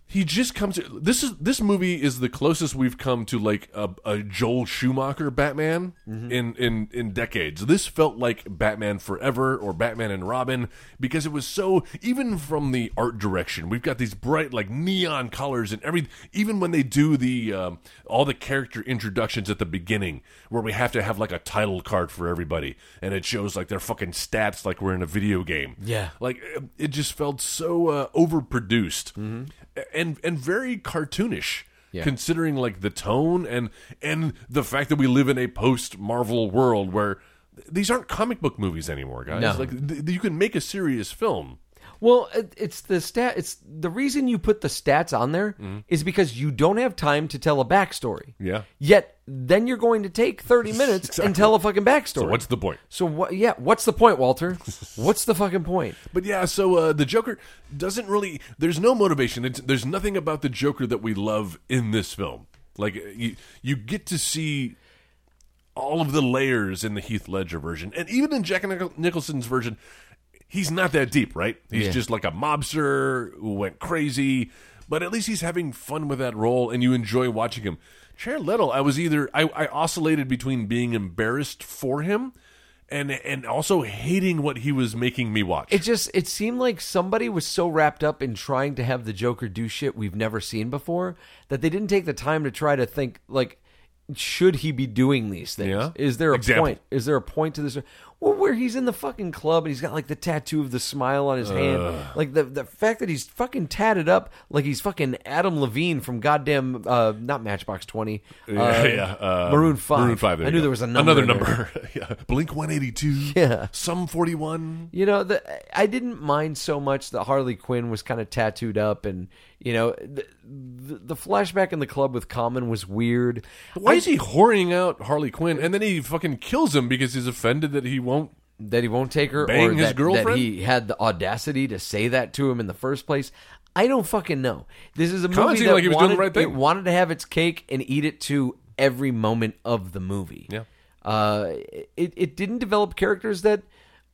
S3: he just comes. This is this movie is the closest we've come to like a, a Joel Schumacher Batman
S4: Mm-hmm.
S3: in in in decades. This felt like Batman Forever or Batman and Robin because it was so even from the art direction. We've got these bright like neon colors and every even when they do the um, all the character introductions at the beginning where we have to have like a title card for everybody and it shows like their fucking stats like we're in a video game.
S4: Yeah.
S3: Like it- it just felt so uh, overproduced and and very cartoonish.
S4: Mm-hmm. Yeah.
S3: Considering like the tone and and the fact that we live in a post Marvel world where th- these aren't comic book movies anymore, guys.
S4: No.
S3: Like th- you can make a serious film.
S4: Well, it, it's the stat. It's the reason you put the stats on there is because you don't have time to tell a backstory.
S3: Mm-hmm. Yeah.
S4: Yet then you're going to
S3: [LAUGHS]
S4: take thirty minutes and tell a fucking backstory.
S3: So what's the point?
S4: So what? Yeah, what's the point,
S3: [LAUGHS]
S4: Walter? what's the fucking point?
S3: But yeah, so uh, the Joker doesn't really. There's no motivation. It's, there's nothing about the Joker that we love in this film. Like uh, you, you get to see all of the layers in the Heath Ledger version, and even in Jack Nich- Nicholson's version, he's not that deep, right? He's
S4: Yeah.
S3: just like a mobster who went crazy, but at least he's having fun with that role, and you enjoy watching him. Jared Leto, I was either I, I oscillated between being embarrassed for him. And, and also hating what he was making me watch.
S4: It just it seemed like somebody was so wrapped up in trying to have the Joker do shit we've never seen before that they didn't take the time to try to think like should he be doing these things?
S3: Yeah.
S4: Is there a
S3: Example.
S4: point? Is there a point to this? Well, where he's in the fucking club and he's got like the tattoo of the smile on his hand, like the the fact that he's fucking tatted up like he's fucking Adam Levine from goddamn uh, not Matchbox Twenty,
S3: [LAUGHS]
S4: uh,
S3: yeah, uh,
S4: Maroon Five.
S3: Maroon Five. There
S4: I
S3: you
S4: knew
S3: go.
S4: there was a number
S3: another
S4: in there.
S3: number. [LAUGHS] yeah. Blink One Eighty Two.
S4: [LAUGHS] Yeah.
S3: Sum Forty One.
S4: You know, the, I didn't mind so much that Harley Quinn was kind of tattooed up, and you know, the, the, the flashback in the club with Common was weird.
S3: Why is he whoring out Harley Quinn and then he fucking kills him because he's offended that he won't?
S4: That he won't take her,
S3: Bang
S4: or
S3: his
S4: that, that
S3: girlfriend?
S4: he had the audacity to say that to him in the first place. I don't fucking know. This is a
S3: Kinda
S4: movie
S3: seemed
S4: that
S3: like he was doing
S4: wanted,
S3: the right thing.
S4: it wanted to have its cake and eat it too every moment of the movie.
S3: Yeah.
S4: Uh, it, it didn't develop characters that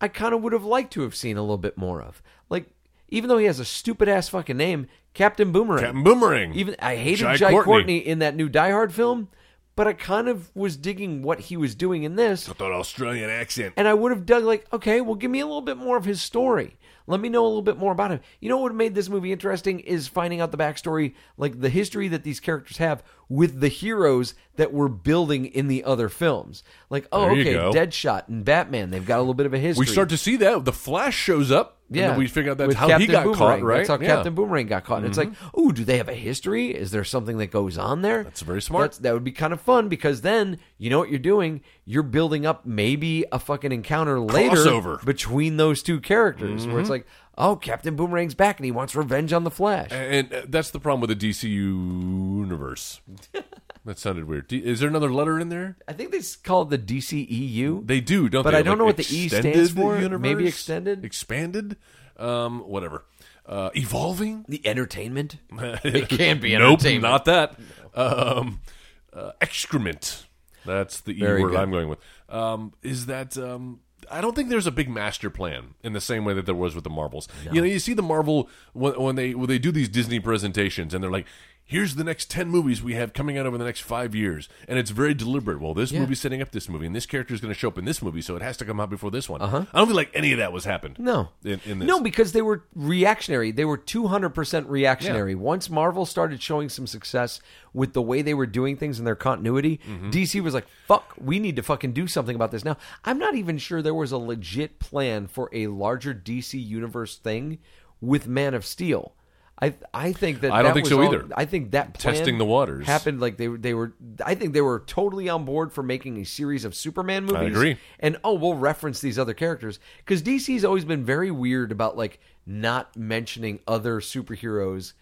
S4: I kind of would have liked to have seen a little bit more of. Like, even though he has a stupid ass fucking name, Captain Boomerang.
S3: Captain Boomerang.
S4: Even I hated Jai,
S3: Jai
S4: Courtney.
S3: Courtney.
S4: in that new Die Hard film, but I kind of was digging what he was doing in this,
S3: With an Australian accent.
S4: and I would have dug like, okay, well, give me a little bit more of his story. Let me know a little bit more about him. You know what made this movie interesting is finding out the backstory, like the history that these characters have with the heroes that we're building in the other films. Like, oh,
S3: There you
S4: okay,
S3: go.
S4: Deadshot and Batman, they've got a little bit of a history.
S3: we start to see that the Flash shows up. and then we figure out that's
S4: with
S3: how he
S4: Captain
S3: got
S4: Boomerang.
S3: caught. Right?
S4: That's how
S3: Yeah. Mm-hmm.
S4: Captain Boomerang got caught. And it's like, oh, do they have a history? Is there something that goes on there? That's
S3: very smart.
S4: that would be kind of fun because then you know what you're doing. You're building up maybe a fucking encounter later
S3: Crossover. Mm-hmm.
S4: between those two characters, where it's like, oh, Captain Boomerang's back and he wants revenge on the Flash.
S3: And uh, that's the problem with the DC
S4: [LAUGHS]
S3: universe. that sounded weird. D- is there another letter in there?
S4: I think they s- call it the E DCEU.
S3: They do, don't
S4: But
S3: they?
S4: I don't
S3: Like
S4: know what the E
S3: extended
S4: stands for.
S3: universe?
S4: Maybe extended?
S3: expanded, um, whatever, uh, evolving.
S4: the
S3: [LAUGHS]
S4: entertainment. it can't be
S3: nope,
S4: entertainment.
S3: not that. Um, uh, excrement. That's the E
S4: Very
S3: word
S4: good.
S3: I'm going with. Um, is that um, I don't think there's a big master plan in the same way that there was with the Marvels. You know, you see the Marvel when, when they when they do these Disney presentations and they're like, here's the next 10 movies we have coming out over the next five years. And it's very deliberate. Well, this movie's setting up this movie, and this character is going to show up in this movie, so it has to come out before this one. Uh-huh. I don't feel like any of that was happened.
S4: No.
S3: In, in this.
S4: No, because they were reactionary. They were 200% reactionary. Once Marvel started showing some success with the way they were doing things and their continuity,
S3: Mm-hmm.
S4: DC was like, fuck, we need to fucking do something about this now. I'm not even sure there was a legit plan for a larger DC universe thing with Man of Steel. I, I think that
S3: I don't
S4: that
S3: think
S4: was
S3: so
S4: all-
S3: either.
S4: I think that plan
S3: Testing the waters.
S4: happened like they they were I think they were totally on board for making a series of Superman movies movies.
S3: I agree.
S4: And oh, we'll reference these other characters because DC's always been very weird about like not mentioning other superheroes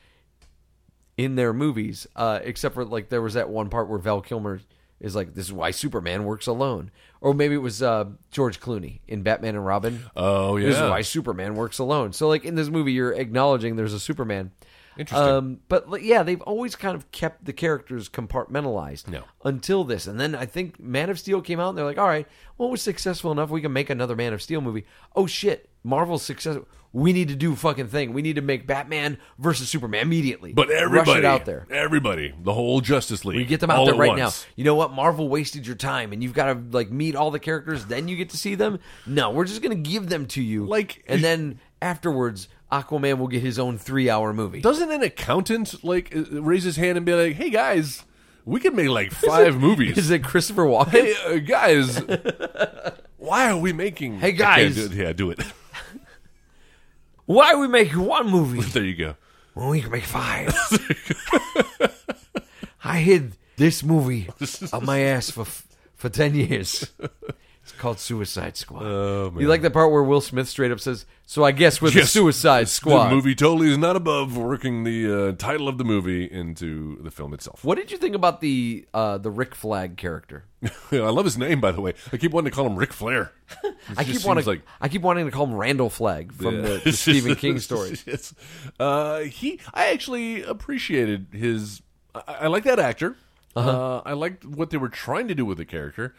S4: in their movies, uh, except for like there was that one part where Val Kilmer is like, "This is why Superman works alone," or maybe it was uh, George Clooney in Batman and Robin.
S3: Oh,
S4: This is
S3: yeah.
S4: why Superman works alone. So, like in this movie, you're acknowledging there's a Superman.
S3: Interesting.
S4: Um, but like, yeah, they've always kind of kept the characters compartmentalized
S3: No.
S4: until this, and then I think Man of Steel came out, and they're like, "All right, well, we're successful enough. We can make another Man of Steel movie." Oh shit, Marvel's successful. We need to do a fucking thing. We need to make Batman versus Superman immediately.
S3: But
S4: Rush it
S3: everybody
S4: out there.
S3: everybody, the whole Justice League,
S4: You get them out
S3: all
S4: there
S3: at
S4: right
S3: once.
S4: now. You know what? Marvel wasted your time, and you've got to like meet all the characters. Then you get to see them. No, we're just gonna give them to you.
S3: Like-
S4: and then afterwards, Aquaman will get his own three-hour movie.
S3: Doesn't an accountant like uh, raise his hand and be like, "Hey guys, we could make like five movies."
S4: Is it Christopher
S3: [LAUGHS]
S4: Walken?
S3: hey uh, guys, why are we making?
S4: Hey, guys.
S3: Okay, do it. yeah, do it. [LAUGHS]
S4: Why we make one movie
S3: there you go.
S4: when we can
S3: [LAUGHS]
S4: make five? I hid this movie up my ass for for ten years. It's called Suicide Squad. You like the part where Will Smith straight up says, "So I guess we're
S3: Oh,
S4: the
S3: Yes.
S4: Suicide Squad."
S3: The movie totally is not above working the uh, title of the movie into the film itself. [LAUGHS]
S4: What did you think about the uh, the Rick Flag character?
S3: I love his name, by the way. I keep wanting to call him Ric Flair.
S4: [LAUGHS] I
S3: just
S4: keep wanting
S3: seems like-
S4: I keep wanting to call him Randall Flag from
S3: [LAUGHS]
S4: the, the
S3: It's
S4: Stephen
S3: just-
S4: King stories.
S3: Yes. Uh, he, I actually appreciated his. I, I like that actor.
S4: Uh-huh.
S3: Uh, I liked what they were trying to do with the character.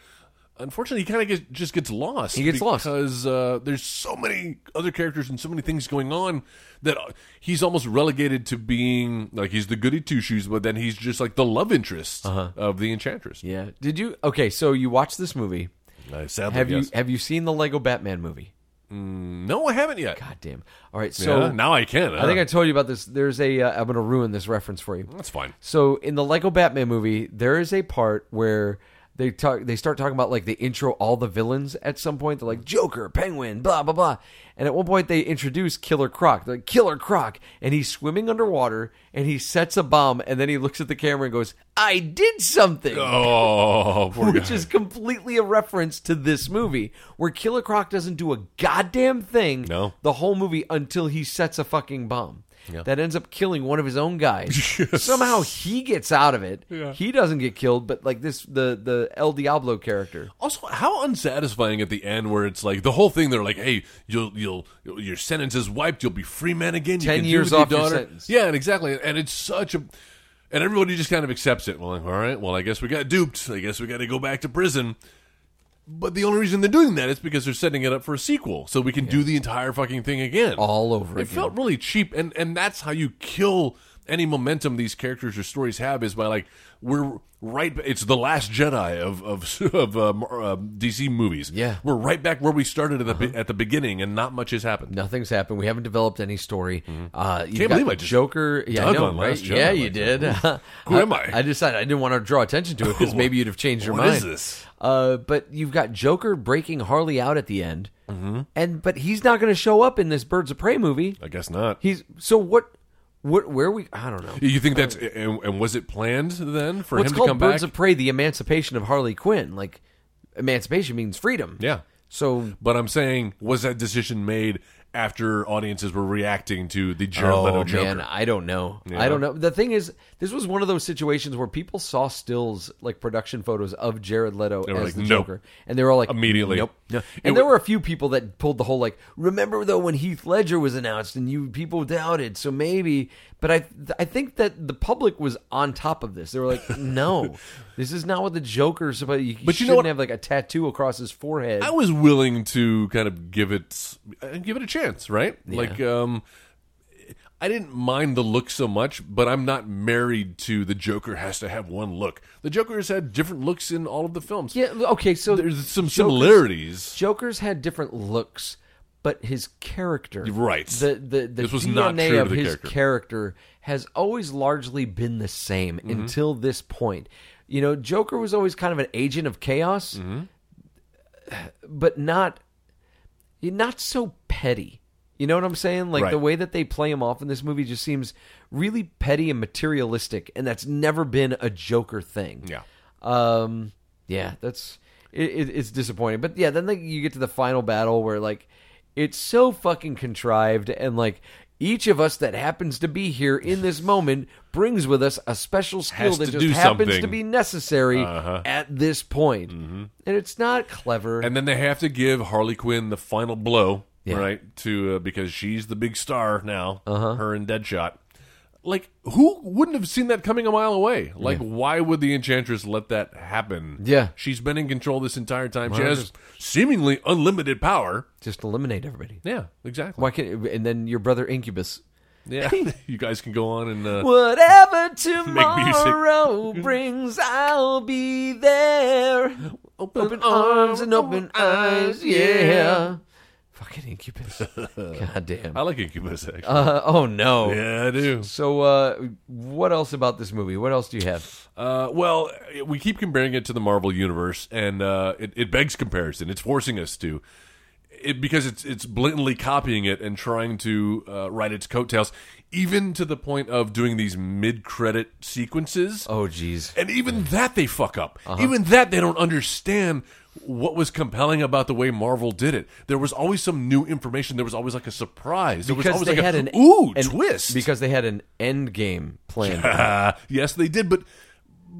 S3: Unfortunately, he kind of gets, just gets lost. He
S4: gets lost.
S3: because uh, there's so many other characters and so many things going on that uh, he's almost relegated to being like he's the goody two shoes, but then he's just like the love interest of the enchantress.
S4: Uh-huh. Yeah. Did you? Okay, so you watched this movie.
S3: Uh, sadly,
S4: Have
S3: yes.
S4: you have you seen the Lego Batman movie?
S3: No, I haven't yet.
S4: God damn. All right, so
S3: yeah, now I can.
S4: I think I told you about this. There's a. Uh, I'm going to ruin this reference for you.
S3: that's fine.
S4: So in the Lego Batman movie, there is a part where they talk. They start talking about like they intro all the villains at some point. They're like Joker, Penguin, blah blah blah. And at one point they introduce Killer Croc. They're like Killer Croc, and he's swimming underwater and he sets a bomb and then he looks at the camera and goes, "I did something."
S3: Oh, [LAUGHS] poor
S4: Which
S3: guy.
S4: is completely a reference to this movie, where Killer Croc doesn't do a goddamn thing
S3: No.
S4: the whole movie until he sets a fucking bomb. That ends up killing one of his own guys. Somehow he gets out of it. He doesn't get killed, but like this, the the El Diablo character.
S3: Also, how unsatisfying at the end where it's like the whole thing. They're like, "Hey, you'll you'll your sentence is wiped. You'll be free man again. You
S4: Ten
S3: can do with
S4: years
S3: your
S4: off your
S3: daughter."
S4: sentence.
S3: Yeah, and exactly. And it's such a, and everybody just kind of accepts it. Well, like, all right, well, I guess we got duped. I guess we got to go back to prison. But the only reason they're doing that is because they're setting it up for a sequel, so we can do the entire fucking thing again
S4: All over
S3: It
S4: again.
S3: felt really cheap, and and that's how you kill any momentum these characters or stories have is by like we're right. ba- It's the last Jedi of of [LAUGHS] of uh, Mar- uh, DC movies.
S4: Yeah. Uh-huh.
S3: we're right back where we started at the be- at the beginning, and not much has happened.
S4: Nothing's happened. We haven't developed any story. Uh, you
S3: Mm-hmm. Can't
S4: got
S3: believe
S4: the
S3: I just
S4: Joker. Yeah, I
S3: dug
S4: know,
S3: on
S4: right?
S3: Last Jedi
S4: yeah,
S3: like
S4: you
S3: that.
S4: did. [LAUGHS]
S3: Who am I?
S4: I decided I didn't want to draw attention to it because maybe you'd have changed your
S3: What
S4: mind.
S3: is this?
S4: Uh, but you've got Joker breaking Harley out at the end,
S3: Mm-hmm.
S4: and but he's not going to show up in this Birds of Prey movie.
S3: I guess not.
S4: He's so what? What? Where we? I don't know.
S3: you think that's and, and was it planned then for
S4: What's
S3: him to
S4: Uh, called
S3: come
S4: Birds
S3: back?
S4: of Prey? The Emancipation of Harley Quinn. Like emancipation means freedom.
S3: yeah,
S4: So
S3: but I'm saying was that decision made after audiences were reacting to the Jared Leto Joker?
S4: Oh, man, I don't know.
S3: Yeah.
S4: I don't know. The thing is, this was one of those situations where people saw stills, like production photos of Jared Leto
S3: were
S4: as
S3: like,
S4: the
S3: "Nope."
S4: Joker, and they were all like,
S3: Immediately.
S4: nope." No.
S3: It
S4: And there
S3: wa-
S4: were a few people that pulled the whole like, "Remember though when Heath Ledger was announced, and you people doubted, so maybe." But I, I think that the public was on top of this. They
S3: [LAUGHS]
S4: were like, "No, this is not what the Joker's supposed." You,
S3: But you know
S4: shouldn't
S3: what-
S4: have like a tattoo across his forehead.
S3: I was willing to kind of give it uh, give it a chance, right? Like um I didn't mind the look so much, but I'm not married to the Joker has to have one look. The Joker has had different looks in all of the films.
S4: Yeah. Okay. So
S3: There's some
S4: Joker's-
S3: similarities.
S4: Joker's had different looks, but his character,
S3: Right.
S4: The the, the
S3: This was
S4: DNA
S3: not true to
S4: of
S3: the
S4: his
S3: character.
S4: character has always largely been the same
S3: Mm-hmm.
S4: until this point. You know, Joker was always kind of an agent of chaos,
S3: Mm-hmm.
S4: but not not so petty. You know what I'm saying? Like
S3: Right.
S4: the way that they play him off in this movie just seems really petty and materialistic, and that's never been a Joker thing.
S3: Yeah.
S4: Um, yeah, that's it, it, it's disappointing. But yeah, then like, you get to the final battle where like it's so fucking contrived, and like each of us that happens to be here
S3: [LAUGHS]
S4: in this moment brings with us a special skill
S3: Has
S4: that
S3: to
S4: just
S3: do
S4: happens to
S3: something. Uh-huh. Mm-hmm.
S4: be necessary at this point, and it's not clever.
S3: And then they have to give Harley Quinn the final blow,
S4: Yeah.
S3: right? To uh, because she's the big star now, uh-huh. her and Deadshot. Like who wouldn't have seen that coming a mile away? Like why would the Enchantress let that happen?
S4: Yeah.
S3: she's been in control this entire time. she
S4: Well,
S3: has seemingly unlimited power.
S4: just eliminate everybody.
S3: Yeah, exactly.
S4: Why can't? And then your brother Incubus. [LAUGHS]
S3: Yeah, you guys can go on and uh, [LAUGHS]
S4: Whatever tomorrow brings, I'll be there. Open, arms and open eyes, yeah. Fucking
S3: [LAUGHS]
S4: incubus. God damn.
S3: I like Incubus. Actually.
S4: Uh, oh no.
S3: yeah, I do.
S4: So, uh, what else about this movie? What else do you have?
S3: Uh, well, we keep comparing it to the Marvel universe, and uh, it, it begs comparison. It's forcing us to, it, because it's it's blatantly copying it and trying to uh, ride its coattails, even to the point of doing these mid credit sequences.
S4: Oh, Uh-huh. geez.
S3: And even that they fuck up. Even that they don't understand what was compelling about the way Marvel did it. There was always some new information. There was always like a surprise. There was
S4: Because
S3: always
S4: they
S3: like
S4: had
S3: a,
S4: an
S3: ooh
S4: an-
S3: twist.
S4: Because they had an end game planned.
S3: Uh, yes, they did, but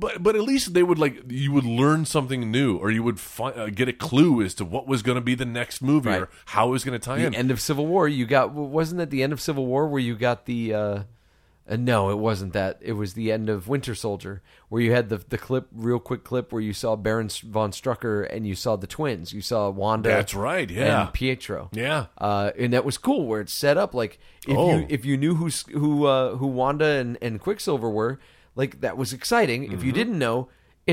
S3: but but at least they would like you would learn something new, or you would fi- uh, get a clue as to what was going to be the next movie
S4: Right.
S3: or how it was going to tie in.
S4: the end of Civil War. You got wasn't it the end of Civil War where you got the? Uh, uh, no, it wasn't that. It was the end of Winter Soldier where you had the the clip, real quick clip where you saw Baron von Strucker and you saw the twins. You saw Wanda.
S3: That's right, yeah.
S4: and Pietro.
S3: Yeah.
S4: uh, and that was cool where it's set up like if
S3: Oh.
S4: you if you knew who s- who uh, who Wanda and, and Quicksilver were, like that was exciting. If
S3: Mm-hmm.
S4: you didn't know.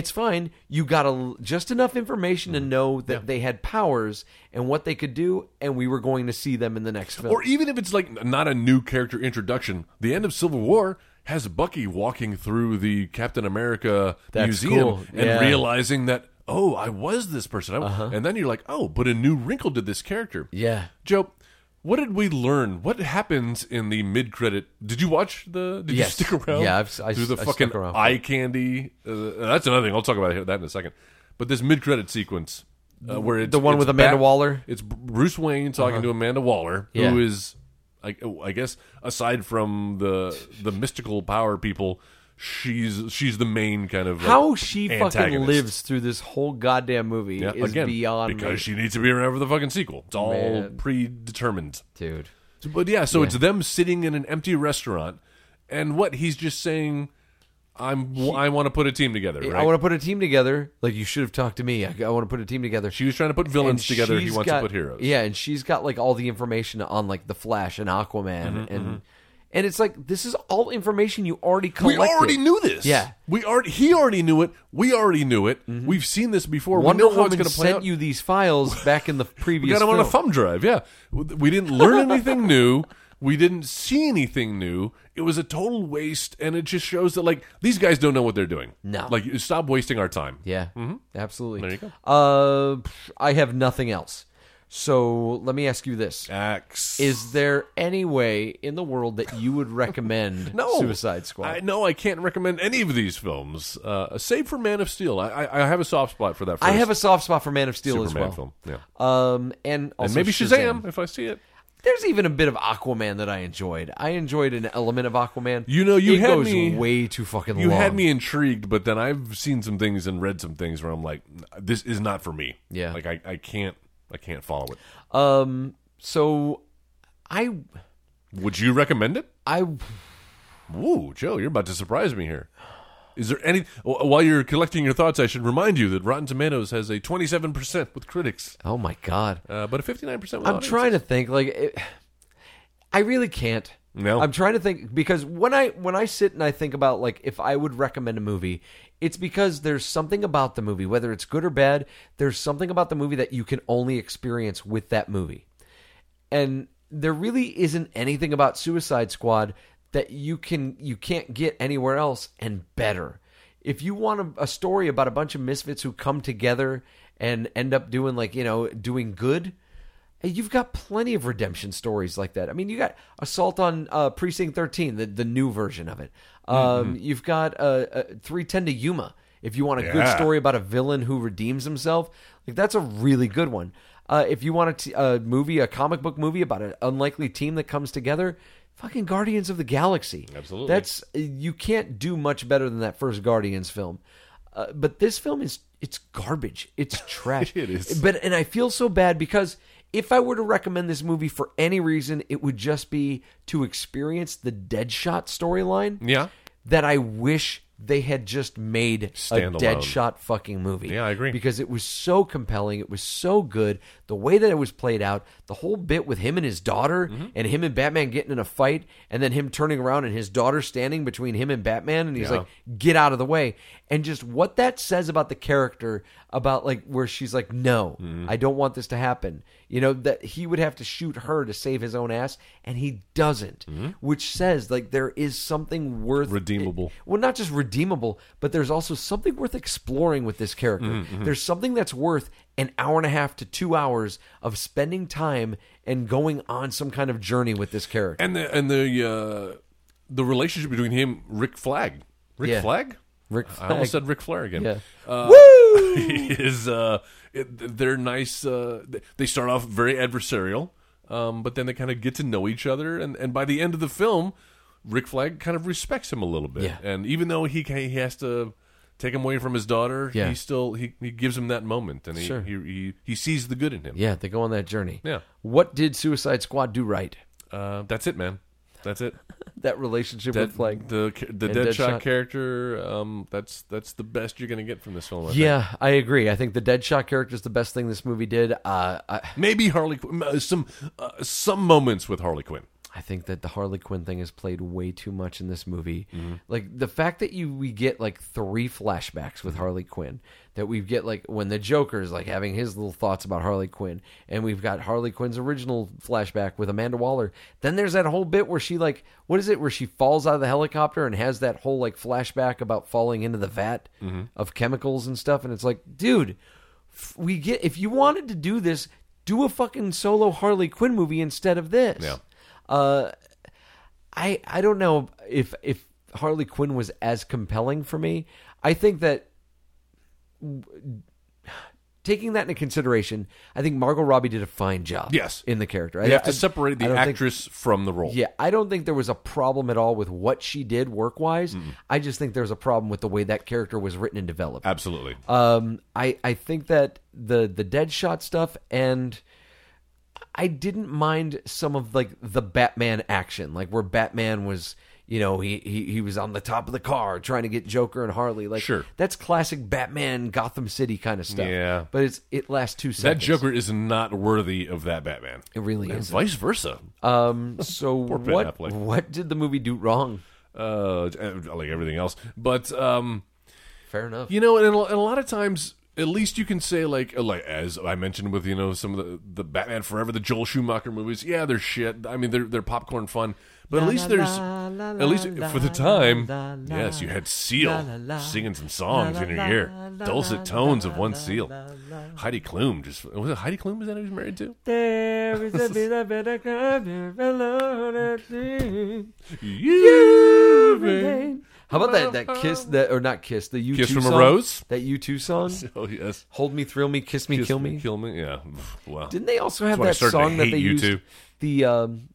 S4: It's fine. You got a, l- just enough information to
S3: Mm-hmm.
S4: know that they had powers and what they could do, and we were going to see them in the next film.
S3: or even if it's like n- not a new character introduction, the end of Civil War has Bucky walking through the Captain America
S4: That's
S3: museum
S4: cool,
S3: and
S4: yeah. Uh-huh.
S3: realizing that oh, I was this person, I w- and then you're like oh, but a new wrinkle to this character.
S4: Yeah.
S3: Joe. What did we learn? What happens in the mid credit? Did you watch the? Did
S4: Yes.
S3: you stick around?
S4: Yeah, I've- I
S3: through
S4: s-
S3: the
S4: I stuck
S3: fucking
S4: around.
S3: eye candy. Uh, that's another thing. I'll talk about that in a second. But this mid credit sequence, uh, where it's
S4: The one
S3: it's
S4: with Amanda Waller?
S3: it's Bruce Wayne talking to Amanda Waller,
S4: Uh-huh. Yeah.
S3: who is, I, I guess, aside from the the mystical power people, she's she's the main kind of like,
S4: How she fucking
S3: antagonist.
S4: lives through this whole goddamn movie
S3: Yeah,
S4: is
S3: again,
S4: beyond
S3: because
S4: me.
S3: she needs to be around for the fucking sequel. It's all
S4: Man.
S3: predetermined.
S4: dude.
S3: So- But yeah, so it's them sitting in an empty restaurant, and what he's just saying, "I'm I want to put a team together." Right?
S4: I want to put a team together. Like you should have talked to me. I, I want to put a team together.
S3: she was trying to put villains together. He
S4: she's
S3: wants
S4: got-
S3: to put heroes.
S4: Yeah, and she's got like all the information on like the Flash and Aquaman
S3: Mm-hmm,
S4: and and it's like this is all information you already
S3: we
S4: collected.
S3: already knew this.
S4: Yeah. Mm-hmm.
S3: we already he already knew it. We already knew it. We've seen this before.
S4: Wonder
S3: we know how it's
S4: Woman
S3: going to play
S4: sent
S3: out.
S4: you these
S3: [LAUGHS]
S4: files back in the previous.
S3: we got him on a
S4: film.
S3: thumb drive. Yeah, we didn't
S4: [LAUGHS]
S3: learn anything new. We didn't see anything new. It was a total waste, and it just shows that like these guys don't know what they're doing.
S4: No.
S3: like stop wasting our time.
S4: Yeah, absolutely.
S3: Mm-hmm. There you
S4: go. Uh, pff, I have nothing else. So let me ask you this:
S3: Axe.
S4: Is there any way in the world that
S3: [LAUGHS]
S4: you would recommend
S3: No
S4: Suicide Squad?
S3: I, no, I can't recommend any of these films, uh, save for Man of Steel. I, I, I have a soft spot for that. First
S4: I have a soft spot for Man of Steel
S3: Superman
S4: as well.
S3: film. Yeah,
S4: Um, and also
S3: and maybe
S4: Shazam.
S3: Shazam, if I see it.
S4: There's even a bit of Aquaman that I enjoyed. I enjoyed an element of Aquaman.
S3: You know, you
S4: it
S3: had
S4: goes
S3: me-
S4: way too fucking
S3: You
S4: long.
S3: had me intrigued, but then I've seen some things and read some things where I'm like, this is not for me.
S4: Yeah.
S3: like I, I can't I can't follow it.
S4: Um, so I,
S3: Would you recommend it?
S4: I,
S3: Woo, Joe, you're about to surprise me here. Is there any? wh- While you're collecting your thoughts, I should remind you that Rotten Tomatoes has a 27 percent with critics,
S4: oh my god,
S3: uh, but a 59 percent.
S4: I'm trying to think. Like, it, I really can't.
S3: No.
S4: I'm trying to think because when I when I sit and I think about like if I would recommend a movie, it's because there's something about the movie, whether it's good or bad, there's something about the movie that you can only experience with that movie. And there really isn't anything about Suicide Squad that you can you can't get anywhere else and better. If you want a, a story about a bunch of misfits who come together and end up doing like, you know, doing good, Hey, You've got plenty of redemption stories like that. I mean, you got Assault on uh, Precinct 13, the, the new version of it. Um, You've got uh, uh, 310 to Yuma, if you want a good
S1: Yeah.
S4: story about a villain who redeems himself. Like, that's a really good one. Uh, if you want a, t- a movie, a comic book movie about an unlikely team that comes together, fucking Guardians of the Galaxy.
S3: Absolutely.
S4: That's, you can't do much better than that first Guardians film. Uh, but this film is, it's garbage.
S3: [LAUGHS]
S4: It's trash.
S3: It is.
S4: But and I feel so bad because if I were to recommend this movie for any reason, it would just be to experience the Deadshot storyline.
S3: Yeah.
S4: That I wish they had just made
S3: Standalone.
S4: a Deadshot fucking movie.
S3: Yeah, I agree.
S4: Because it was so compelling, it was so good. The way that it was played out, the whole bit with him and his daughter,
S3: Mm-hmm.
S4: and him and Batman getting in a fight, and then him turning around and his daughter standing between him and Batman, and he's
S3: Yeah.
S4: like, get out of the way and just what that says about the character about like where she's like no
S3: Mm-hmm.
S4: i don't want this to happen you know that he would have to shoot her to save his own ass and he doesn't
S3: Mm-hmm.
S4: which says like there is something worth
S3: Redeemable.
S4: well not just redeemable but there's also something worth exploring with this character
S3: Mm-hmm.
S4: there's something that's worth an hour and a half to two hours of spending time and going on some kind of journey with this character
S3: and the and the uh, the relationship between him, Rick Flag, Rick
S4: Yeah.
S3: Flag,
S4: Rick
S3: I almost
S4: Flag.
S3: said Rick Flair again.
S4: Yeah.
S3: Uh, [LAUGHS] is uh, it, they're nice. Uh, th- they start off very adversarial, um, but then they kind of get to know each other, and, and by the end of the film, Rick Flag kind of respects him a little bit.
S4: Yeah.
S3: And even though he ca- he has to take him away from his daughter,
S4: Yeah.
S3: he still he, he gives him that moment, and he,
S4: Sure.
S3: he he he sees the good in him.
S4: yeah they go on that journey
S3: Yeah.
S4: what did suicide squad do right
S3: Uh, that's it, man. That's it. [LAUGHS]
S4: that relationship
S3: Dead,
S4: with like
S3: the ca- the
S4: and
S3: Deadshot,
S4: Deadshot.
S3: character. Um, that's that's the best you're gonna get from this film. I think.
S4: yeah i agree i think the deadshot character is the best thing this movie did uh, I,
S3: maybe Harley Qu- m- uh, some uh, some moments with Harley Quinn.
S4: I think that the harley quinn thing is played way too much in this movie like the fact that you we get like three flashbacks with harley quinn that we get like when the joker is like having his little thoughts about harley quinn and we've got harley quinn's original flashback with amanda waller then there's that whole bit where she like what is it where she falls out of the helicopter and has that whole like flashback about falling into the vat of chemicals and stuff and it's like dude f- we get if you wanted to do this, do a fucking solo Harley Quinn movie instead of this.
S3: Yeah.
S4: Uh, I I don't know if if Harley Quinn was as compelling for me. I think that taking that into consideration, I think Margot Robbie did a fine job.
S3: Yes.
S4: in the character,
S3: You
S4: I
S3: have
S4: I-
S3: to separate
S4: I
S3: the
S4: don't think-
S3: actress from the role.
S4: yeah, I don't think there was a problem at all with what she did work wise. I just think there was a problem with the way that character was written and developed.
S3: absolutely.
S4: Um, I I think that the the Deadshot stuff and I didn't mind some of like the Batman action, like where Batman was, you know, he he, he was on the top of the car trying to get Joker and Harley. Like,
S3: Sure.
S4: that's classic Batman Gotham City kind of stuff.
S3: Yeah.
S4: but it's it lasts two
S3: that
S4: seconds.
S3: Joker is not worthy of that Batman.
S4: it really
S3: And
S4: is.
S3: vice versa.
S4: Um, so
S3: Ben
S4: what
S3: Affleck.
S4: what did the movie do wrong?
S3: Uh, like everything else, but um,
S4: Fair enough.
S3: You know, and, a lo- and a lot of times, at least you can say like, uh, like as I mentioned with you know some of the the Batman Forever, the Joel Schumacher movies. Yeah, they're shit. I mean, they're they're popcorn fun. But at least there's at least for the time, yes, you had Seal singing some songs in your ear, dulcet tones of one Seal. Heidi Klum just was it Heidi Klum? Is that who he was married to?
S4: There is a bit of better kind of alone at sea.
S3: You made-
S4: How about that that kiss that or not kiss the U
S3: Kiss
S4: two
S3: from a
S4: song,
S3: Rose?
S4: that U two song
S3: Oh yes,
S4: Hold me, thrill me, kiss me,
S3: Kiss
S4: kill me.
S3: kill me. Yeah, wow.
S4: Didn't they also have
S3: when I
S4: that
S3: started to
S4: song that
S3: hate
S4: they used
S3: U2.
S4: the um,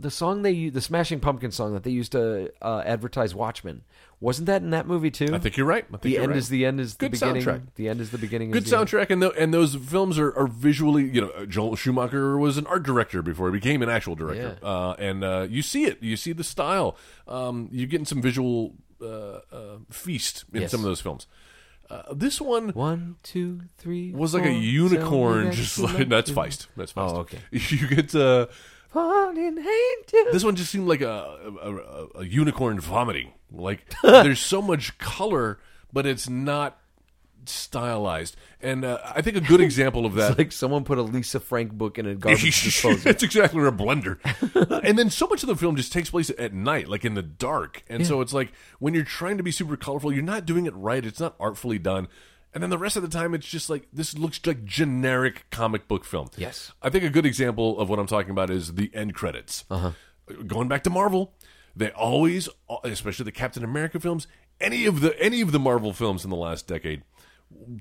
S4: the song they u- the Smashing Pumpkin song that they used to uh, advertise Watchmen wasn't that in that movie too?
S3: I think you're right. I think
S4: the
S3: you're
S4: end
S3: right.
S4: is the end is the
S3: Good
S4: beginning.
S3: soundtrack.
S4: The end is the beginning.
S3: Good
S4: is the end.
S3: soundtrack, and, tho- and those films are, are visually, you know, Joel Schumacher was an art director before he became an actual director,
S4: Yeah.
S3: uh, and uh, you see it, you see the style, um, you're getting some visual uh, uh, feast in
S4: Yes.
S3: some of those films. Uh, this one
S4: One, two, three.
S3: was like a
S4: four, tell me
S3: unicorn,
S4: that
S3: just
S4: you
S3: like
S4: love
S3: that's [LAUGHS]
S4: me.
S3: Feist, that's Feist.
S4: Oh, okay.
S3: You get uh,
S4: falling angel.
S3: This one just seemed like a a, a, a unicorn vomiting. Like
S4: [LAUGHS]
S3: there's so much color, but it's not stylized. And uh, I think a good example of that.
S4: [LAUGHS] It's like someone put a Lisa Frank book
S3: [LAUGHS]
S4: in a garbage disposal.
S3: It's exactly a blender. Uh, and then so much of the film just takes place at night, like in the dark. And so it's like when you're trying to be super colorful, you're not doing it right. It's not artfully done. And then the rest of the time, it's just like this looks like generic comic book film.
S4: Yes.
S3: I think a good example of what I'm talking about is the end credits. Uh-huh. Going back to Marvel, they always, uh, especially the Captain America films, any of the any of the Marvel films in the last decade,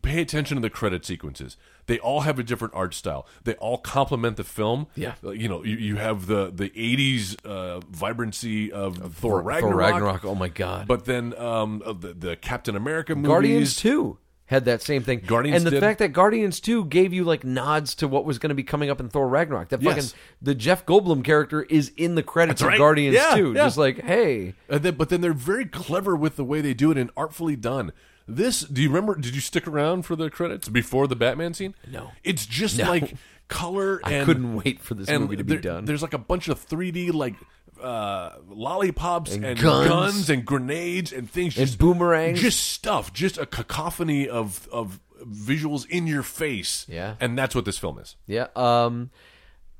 S3: pay attention to the credit sequences. They all have a different art style. They all complement the film.
S4: Yeah.
S3: Uh, you know, you, you have the the '80s uh, vibrancy of, Thor, Ragnarok,
S4: For Ragnarok, oh my god!
S3: but then um, uh, the, the Captain America movies.
S4: Guardians Two had that same thing.
S3: Guardians
S4: and the
S3: did.
S4: fact that Guardians Two gave you like nods to what was going to be coming up in Thor Ragnarok. That fucking
S3: Yes.
S4: the Jeff Goldblum character is in the credits
S3: That's
S4: of
S3: right.
S4: Guardians
S3: Yeah,
S4: Two.
S3: yeah.
S4: Just like hey,
S3: And then, but then they're very clever with the way they do it and artfully done. This, do you remember? Did you stick around for the credits before the Batman scene?
S4: No.
S3: It's just
S4: No.
S3: like color.
S4: [LAUGHS] I
S3: and,
S4: couldn't wait for this
S3: and
S4: movie to be
S3: there-
S4: done.
S3: There's like a bunch of 3D like uh, lollipops and,
S4: guns.
S3: guns. and grenades and things
S4: And
S3: just-
S4: boomerangs.
S3: just stuff, just a cacophony of of visuals in your face.
S4: Yeah.
S3: and that's what this film is.
S4: Yeah. Um,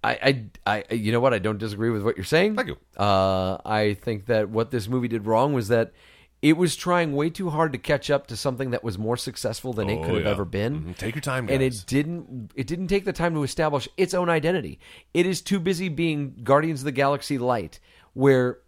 S4: I, I, I, you know what? I don't disagree with what you're saying.
S3: Thank you.
S4: Uh, I think that what this movie did wrong was that it was trying way too hard to catch up to something that was more successful than it
S3: Oh,
S4: could have
S3: yeah.
S4: ever been.
S3: Mhm. Take your time,
S4: And
S3: guys.
S4: it didn't. It didn't take the time to establish its own identity. It is too busy being Guardians of the Galaxy light, where.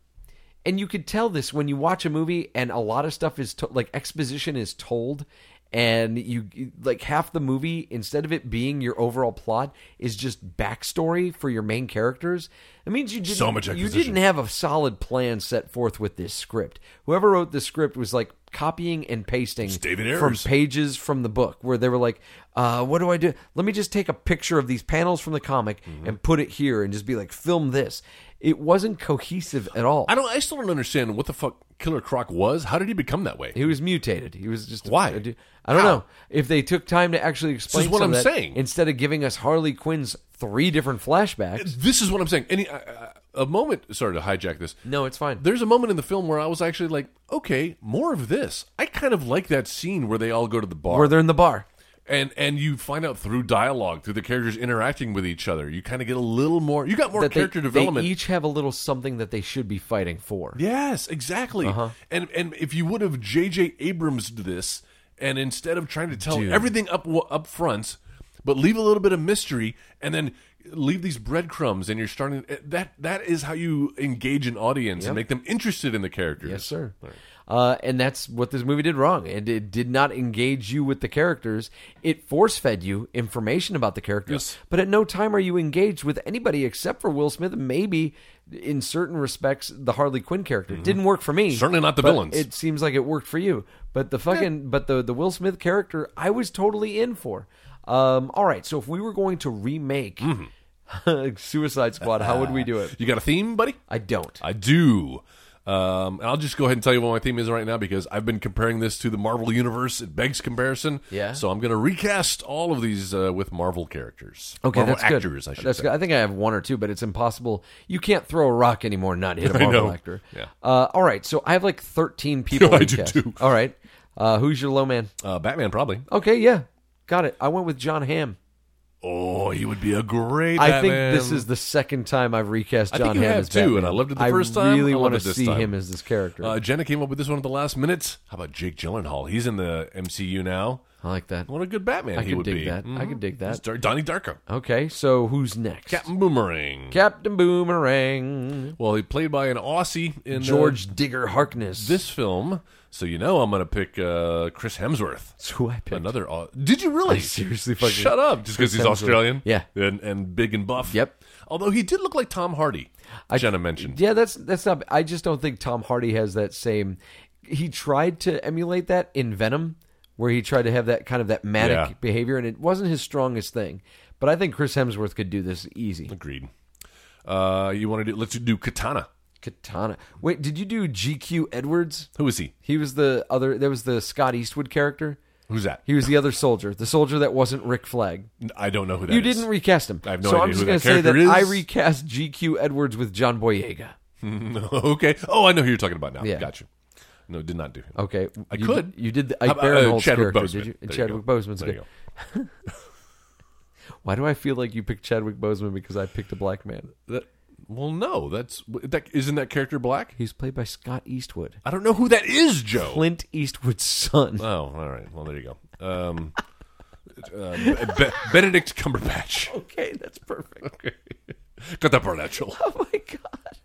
S4: And you could tell this when you watch a movie, and a lot of stuff is to, like exposition is told, and you like half the movie instead of it being your overall plot is just backstory for your main characters. It means you didn't,
S3: So much
S4: you
S3: exposition.
S4: didn't have a solid plan set forth with this script. Whoever wrote this script was like copying and pasting
S3: David
S4: from
S3: Ayers.
S4: pages from the book where they were like, uh, what do I do? Let me just take a picture of these panels from the comic
S3: Mm-hmm.
S4: and put it here and just be like, film this. It wasn't cohesive at all.
S3: I don't. I still don't understand what the fuck Killer Croc was. How did he become that way?
S4: He was mutated. He was just
S3: Why?
S4: I I don't know if they took time to actually explain.
S3: what
S4: some of
S3: I'm
S4: that
S3: saying.
S4: Instead of giving us Harley Quinn's three different flashbacks,
S3: This is what I'm saying. Any uh, uh, a moment. Sorry to hijack this.
S4: no, it's fine.
S3: There's a moment in the film where I was actually like, okay, more of this. I kind of like that scene where they all go to the bar,
S4: Where they're in the bar,
S3: and and you find out through dialogue, through the characters interacting with each other, you kind of get a little more. You got more
S4: that they-
S3: character
S4: they,
S3: development.
S4: each have a little something that they should be fighting for.
S3: Yes, exactly.
S4: Uh-huh.
S3: And and if you would have J.J. Abrams this, and instead of trying to tell everything up up front, but leave a little bit of mystery, and then leave these breadcrumbs, and you're starting eh, that that is how you engage an audience and make them interested in the characters.
S4: Yes, sir. Uh, and that's what this movie did wrong. And it did not engage you with the characters. It force fed you information about the characters.
S3: Yes.
S4: But at no time are you engaged with anybody except for Will Smith. and Maybe in certain respects, the Harley Quinn character It didn't work for me.
S3: Mm-hmm. Certainly not the
S4: but
S3: villains.
S4: It seems like it worked for you. But the fucking but the the Will Smith character, I was totally in for. Um, all right, so if we were going to remake
S3: Mm-hmm.
S4: [LAUGHS] Suicide Squad, how would we do it?
S3: [LAUGHS] You got a theme, buddy?
S4: I don't.
S3: I do. Um, and I'll just go ahead and tell you what my theme is right now because I've been comparing this to the Marvel Universe. It begs comparison.
S4: Yeah.
S3: So I'm going to recast all of these uh, with Marvel characters.
S4: Okay,
S3: Marvel
S4: that's good.
S3: actors, I should
S4: that's
S3: say.
S4: good. I think I have one or two, but it's impossible. You can't throw a rock anymore and
S3: [LAUGHS]
S4: not hit a Marvel
S3: know.
S4: actor.
S3: Yeah.
S4: Uh, all right, so I have
S3: [LAUGHS]
S4: like thirteen people.
S3: I
S4: to
S3: do
S4: cast.
S3: too.
S4: All right, uh, who's your low man?
S3: Uh, Batman, probably.
S4: Okay, yeah, got it. I went with John Hamm.
S3: Oh, he would be a great
S4: I think
S3: Batman.
S4: this is the second time I've recast
S3: I think
S4: John
S3: you
S4: Hamm
S3: have
S4: as
S3: too,
S4: Batman.
S3: and I loved it the first time,
S4: really
S3: I love
S4: want
S3: it
S4: to
S3: this
S4: see
S3: time.
S4: him as this character.
S3: Uh, Jenna came up with this one at the last minute. How about Jake Gyllenhaal? He's in the MCU now.
S4: I like that.
S3: What a good Batman
S4: I
S3: he
S4: could
S3: would
S4: dig
S3: be.
S4: that. I could dig that.
S3: He's Dar- Donnie Darko.
S4: Okay, so who's next?
S3: Captain Boomerang.
S4: Captain Boomerang,
S3: well, he played by an Aussie in uh,
S4: George Digger Harkness.
S3: this film, so you know I'm going to pick uh, Chris Hemsworth.
S4: That's who I picked.
S3: Another. Au- Did you really?
S4: I seriously fucking-
S3: Shut up. Just because he's
S4: Hemsworth.
S3: Australian?
S4: Yeah.
S3: And, and big and buff?
S4: Yep.
S3: Although he did look like Tom Hardy, Jenna mentioned.
S4: Yeah, that's that's not. I just don't think Tom Hardy has that same. He tried to emulate that in Venom, where he tried to have that kind of that manic
S3: Yeah.
S4: behavior, and it wasn't his strongest thing. But I think Chris Hemsworth could do this easy.
S3: Agreed. Uh, you want to do, let's do Katana.
S4: Katana. Wait, did you do GQ Edwards?
S3: Who is he?
S4: He was the other. There was the Scott Eastwood character.
S3: Who's that?
S4: He was the other soldier, the soldier that wasn't Rick Flag.
S3: I don't know who that
S4: You
S3: is.
S4: didn't recast him.
S3: I have no
S4: so
S3: idea
S4: I'm just
S3: who
S4: gonna
S3: that
S4: say that
S3: character
S4: I
S3: is.
S4: recast GQ Edwards with John Boyega.
S3: [LAUGHS] okay. Oh, I know who you're talking about now.
S4: Yeah.
S3: Got you. No, did not do him.
S4: Okay,
S3: I
S4: you
S3: could.
S4: Did, you did the
S3: How
S4: Ike
S3: about, uh,
S4: Barinholtz
S3: Chadwick
S4: character,
S3: Boseman.
S4: did you? And
S3: There you
S4: Chadwick
S3: go.
S4: Boseman's
S3: There you
S4: good. Why do I feel like you picked Chadwick Boseman because I picked a black man?
S3: go. That, well, no, that's that. Isn't that character black?
S4: He's played by Scott Eastwood,
S3: I don't know who that is, Joe.
S4: Clint Eastwood's son.
S3: Oh, all right. Well, there you go. Um, uh, Be- Be- Benedict Cumberbatch.
S4: [LAUGHS] [LAUGHS] okay,
S3: [LAUGHS]
S4: that's perfect.
S3: Cumberbatch.
S4: Oh my god.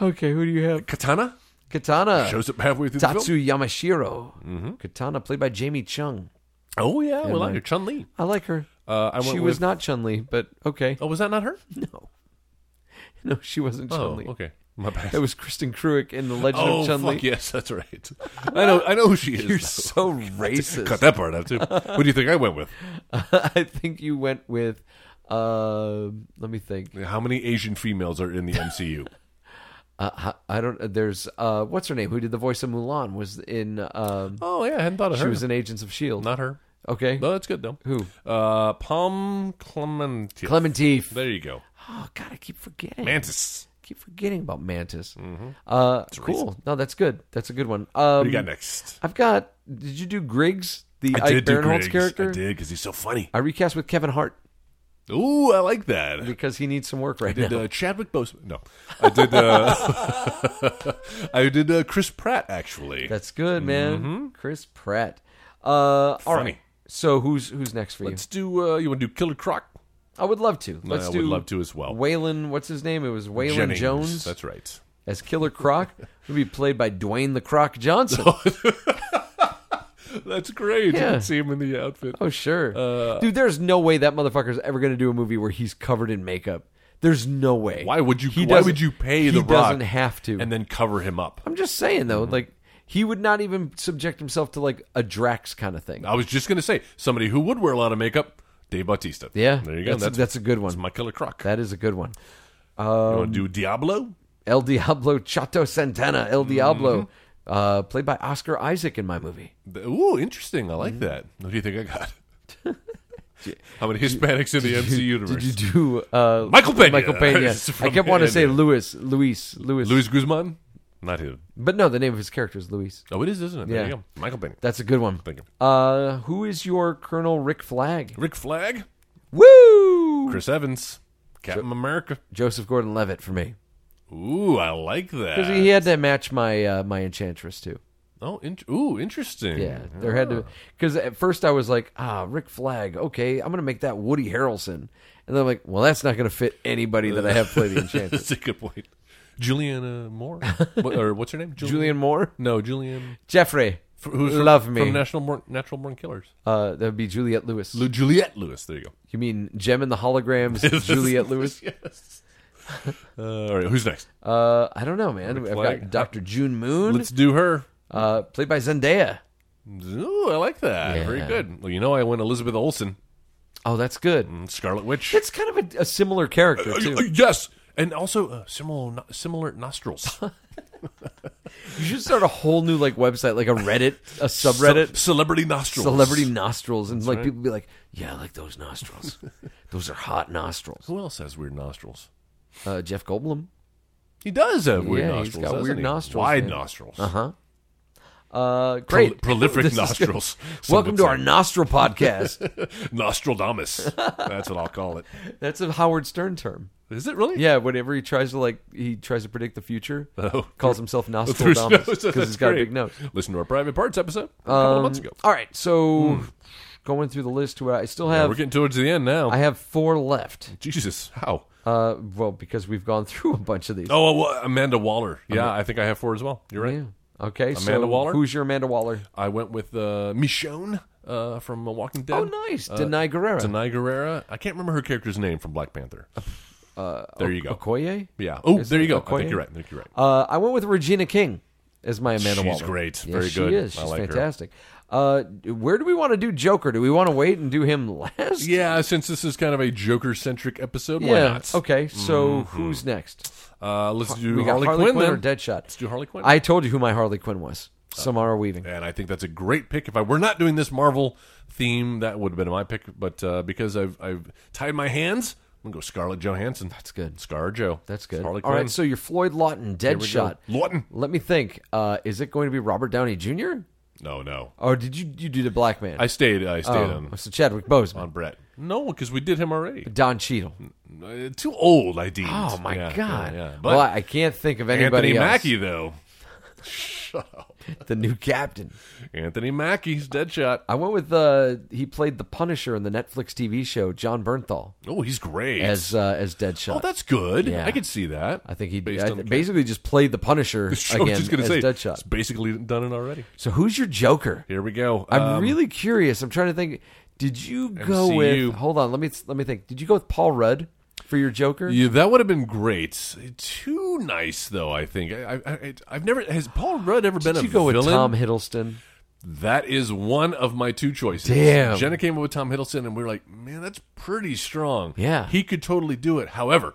S4: Okay, who do you have?
S3: Katana
S4: Katana.
S3: shows Mm-hmm. up halfway through the film.
S4: Tatsu Yamashiro. Katana, played by Jamie Chung.
S3: Oh yeah, we
S4: I-
S3: like her. Chun Li.
S4: I like her.
S3: Uh, I went
S4: she
S3: with,
S4: was not Chun Li, but okay.
S3: Oh, was that not her?
S4: No, [LAUGHS] no, she wasn't Chun
S3: Oh,
S4: Li.
S3: okay. My bad.
S4: That was Kristen Cruick in the Legend
S3: [LAUGHS] oh,
S4: of Chun Li.
S3: fuck yes, that's right. [LAUGHS] I know. I know who she is.
S4: You're
S3: though.
S4: so racist.
S3: [LAUGHS] Cut that part out too. What do you think I went with?
S4: [LAUGHS] I think you went with. Uh, let me think.
S3: How many Asian females are in the MCU?
S4: Uh, h- I don't. There's uh, what's her name? Who did the voice of Mulan? Was in. Um,
S3: [LAUGHS] oh yeah, I hadn't thought of
S4: she
S3: her.
S4: was in Agents of Shield.
S3: not her.
S4: E okay.
S3: No, that's good though.
S4: Who?
S3: Uh, Palm Clemente.
S4: Clementine.
S3: There you go.
S4: Oh God, I keep
S3: [GASPS]
S4: forgetting.
S3: Mantis. Mm-hmm.
S4: keep forgetting about Mantis. Uh, cool. No, that's good. That's a good one. Um,
S3: What do you got next?
S4: I've got. Did you do Griggs, the
S3: I
S4: Ike
S3: did do
S4: Barinholtz
S3: Griggs.
S4: character?
S3: I did because he's so funny.
S4: I recast with Kevin Hart
S3: Ooh, I like that.
S4: because he needs some work
S3: [LAUGHS]
S4: right
S3: did
S4: now.
S3: uh, Chadwick Boseman? No, I did. Uh, [LAUGHS] I did uh, Chris Pratt actually.
S4: That's good, man. Chris Pratt. Uh, all
S3: Mm-hmm. Funny.
S4: right. So who's who's next for
S3: Let's do. Uh, you want to do Killer Croc?
S4: you? I would love to. Let's
S3: I
S4: do.
S3: would love to as well.
S4: Waylon, what's his name? It was Waylon
S3: Jennings.
S4: Jones
S3: That's right.
S4: as Killer Croc. Would be played by Dwayne the Croc Johnson.
S3: [LAUGHS] [LAUGHS] That's great.
S4: Yeah.
S3: You can see him in the outfit.
S4: Oh sure,
S3: Uh,
S4: dude. There's no way that motherfucker's ever gonna do a movie where he's covered in makeup. There's no way.
S3: Why would you?
S4: He
S3: why
S4: doesn't-
S3: would you pay
S4: he
S3: the Rock?
S4: doesn't have to.
S3: and then Mm-hmm. cover him up.
S4: I'm just saying though, like he would not even subject himself to like a Drax kind of thing.
S3: I was just going to say somebody who would wear a lot of makeup, Dave Bautista.
S4: Yeah,
S3: there you go.
S4: That's, that's, a good one.
S3: that's my Killer Croc.
S4: That is a good one.
S3: you want to do Diablo?
S4: El Diablo Chato Santana,
S3: Mm-hmm.
S4: El Diablo, uh, played by Oscar Isaac in my movie.
S3: The- Ooh, interesting. I like
S4: Mm-hmm.
S3: that. What do you think I
S4: [LAUGHS]
S3: got? How many Hispanics in the MC universe?
S4: Did you do uh,
S3: Michael Peña. [LAUGHS]
S4: Michael Pena.
S3: It's
S4: I
S3: from
S4: kept wanting to say
S3: Pena.
S4: Luis, Luis, Luis,
S3: Luis Guzman? Not him.
S4: But no, the name of his character is Luis.
S3: Oh, it is, isn't it? There
S4: Yeah.
S3: you go. Michael Pena.
S4: That's a good one.
S3: Thank you.
S4: Uh, who is your Colonel Rick Flag?
S3: Rick Flag,
S4: Woo!
S3: Chris Evans, Captain America.
S4: Joseph Gordon-Levitt for me
S3: Ooh, I like that.
S4: because he had to match my uh, my Enchantress too.
S3: oh, in- ooh, interesting.
S4: Yeah, there had to because at first I was like, ah, Rick Flag. Okay, I'm gonna make that Woody Harrelson, and then I'm like, well, that's not gonna fit anybody that I have played the
S3: [LAUGHS] [LAUGHS]
S4: Enchantress.
S3: That's a good point. Juliana Moore, what, or what's her name? Jul-
S4: Julian Moore,
S3: No, Julian.
S4: Jeffrey,
S3: f- Who's from-
S4: love me.
S3: from National Born, Natural Born Killers?
S4: uh, that would be Juliet Lewis.
S3: Lu- Juliette Lewis. There you go. [LAUGHS]
S4: you mean Gem and the Holograms? Juliet Lewis.
S3: yes. Uh, all right, who's next?
S4: Uh, I don't know, man. I've got
S3: Flag.
S4: Doctor June Moon,
S3: Let's do her.
S4: uh, played by Zendaya.
S3: Ooh, I like that. Very
S4: Yeah.
S3: good. Well, you know, I went Elizabeth Olsen,
S4: Oh, that's good.
S3: Scarlet Witch.
S4: That's kind of a, a similar character
S3: Uh,
S4: too.
S3: uh, yes, and also uh, similar similar
S4: [LAUGHS]
S3: nostrils.
S4: You should start a whole new like website, like a Reddit,
S3: [LAUGHS]
S4: a subreddit.
S3: Ce- celebrity nostrils.
S4: celebrity nostrils, and like people be like, "Yeah, I like
S3: [LAUGHS]
S4: those nostrils. those are hot nostrils."
S3: Who else has weird nostrils?
S4: Uh, Jeff Goldblum.
S3: He does have weird
S4: Yeah, he's
S3: nostrils.
S4: got
S3: doesn't
S4: weird
S3: he?
S4: nostrils,
S3: Wide
S4: man.
S3: nostrils.
S4: Uh huh.
S3: Pro-
S4: Uh, great.
S3: Uh-huh.
S4: [LAUGHS]
S3: prolific
S4: This is good.
S3: nostrils. some
S4: [LAUGHS] Welcome
S3: would
S4: to
S3: say.
S4: our nostril
S3: [LAUGHS]
S4: podcast.
S3: Nostradamus. That's what I'll call it.
S4: That's a Howard Stern term.
S3: Is it really?
S4: Yeah, whenever he tries to like, he tries to predict the future.
S3: Oh.
S4: Calls himself
S3: Through [LAUGHS] nose.
S4: Nostradamus because
S3: That's
S4: he's got
S3: great.
S4: a big nose. Um,
S3: Listen to our private parts episode a couple months ago.
S4: All right, so
S3: Hmm.
S4: going through the list, where I still have,
S3: We're getting towards the end now.
S4: I have four left.
S3: Jesus, how?
S4: Uh, well, because we've gone [LAUGHS] through a bunch of these.
S3: Oh, well, Amanda Waller. Yeah, I think I have four as well. You're right.
S4: Yeah. Okay, so
S3: Amanda Waller?
S4: who's your Amanda Waller?
S3: I went with uh, Michonne uh, from uh, Walking Dead.
S4: Oh, nice. Denai Guerrero.
S3: Denai Guerrera. I can't remember her character's name from Black Panther.
S4: Uh,
S3: there you go.
S4: Okoye?
S3: Yeah. Oh,
S4: Is
S3: there you
S4: it
S3: go. I
S4: Okoye?
S3: think you're right. I think you're right.
S4: Uh, I went with Regina King as my Amanda
S3: She's
S4: Waller.
S3: great.
S4: Yeah,
S3: Very
S4: she
S3: good.
S4: is.
S3: I
S4: She's
S3: like her.
S4: fantastic. Uh, where do we want to do Joker? Do we want to wait and do him last?
S3: yeah, since this is kind of a Joker-centric episode, why
S4: Yeah.
S3: not?
S4: Okay. So who's next?
S3: Uh, let's do
S4: we got
S3: Harley,
S4: Harley Quinn,
S3: Quinn
S4: or
S3: then.
S4: Deadshot.
S3: Let's do Harley Quinn.
S4: I told you who my Harley Quinn was. Samara Weaving.
S3: And I think that's a great pick. If I were not doing this Marvel theme, that would have been my pick. But uh, because I've, I've tied my hands, I'm going to go Scarlett Johansson. That's
S4: good.
S3: Scar Joe.
S4: That's good.
S3: Harley
S4: All
S3: Quinn.
S4: right, so your Floyd Lawton dead
S3: we go.
S4: shot.
S3: Lawton.
S4: Let me think. Uh, is it going to be Robert Downey Jr.
S3: no, no.
S4: or did you you do the black man?
S3: I stayed. I stayed
S4: Oh,
S3: on,
S4: so Chadwick Boseman,
S3: on Brett. No, because we did him already.
S4: Don Cheadle.
S3: Uh, too old, I deemed.
S4: Oh my
S3: Yeah,
S4: god!
S3: Yeah, yeah. But
S4: Well, I can't think of anybody
S3: Anthony
S4: else.
S3: Mackie, though.
S4: the new captain.
S3: Anthony Mackie's Deadshot.
S4: I went with uh he played the Punisher in the Netflix TV show John Bernthal
S3: Oh, he's great.
S4: as uh, as Deadshot.
S3: oh, that's good.
S4: Yeah.
S3: I could see that.
S4: I think he
S3: Based
S4: I
S3: on the-
S4: basically just played
S3: [LAUGHS]
S4: the Punisher
S3: I was
S4: again
S3: just gonna
S4: as
S3: say, It's
S4: Deadshot.
S3: basically done it already.
S4: So who's your Joker?
S3: Here we go.
S4: I'm
S3: Um,
S4: really curious. I'm trying to think. Did you go
S3: MCU.
S4: with? Hold on. Let me let me think. Did you go with Paul Rudd for your Joker?
S3: Yeah, that would have been great. Too nice, though. I think I, I, I, I've never has Paul Rudd ever been
S4: Did
S3: a
S4: you go
S3: villain?
S4: with Tom Hiddleston?
S3: That is one of my two choices.
S4: Damn.
S3: Jenna came up with Tom Hiddleston, and we were like, man, that's pretty strong.
S4: Yeah.
S3: He could totally do it. However,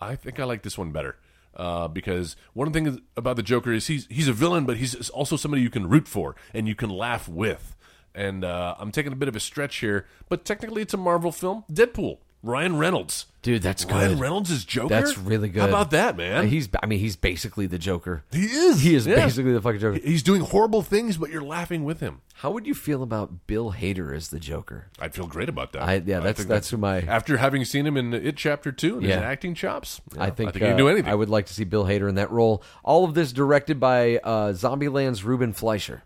S3: I think I like this one better. Uh, because one thing is- about the Joker is he's he's a villain, but he's also somebody you can root for and you can laugh with. And uh, I'm taking a bit of a stretch here, but technically it's a Marvel film. Deadpool, Ryan Reynolds,
S4: Dude, that's good.
S3: Ryan Reynolds is Joker.
S4: That's really good. Uh,
S3: How about that, man?
S4: He's I mean he's basically the Joker.
S3: he is.
S4: He is
S3: yeah.
S4: basically the fucking Joker.
S3: He's doing horrible things, but you're laughing with him.
S4: How would you feel about Bill Hader as the Joker?
S3: I'd feel great about that.
S4: I- yeah,
S3: I
S4: that's-
S3: think
S4: that's who my-
S3: after having seen him in It Chapter Two and his
S4: Yeah.
S3: acting chops. yeah,
S4: I think,
S3: I he can
S4: uh,
S3: do anything.
S4: I would like to see Bill Hader in that role. All of this directed by uh, Zombieland's Ruben Fleischer.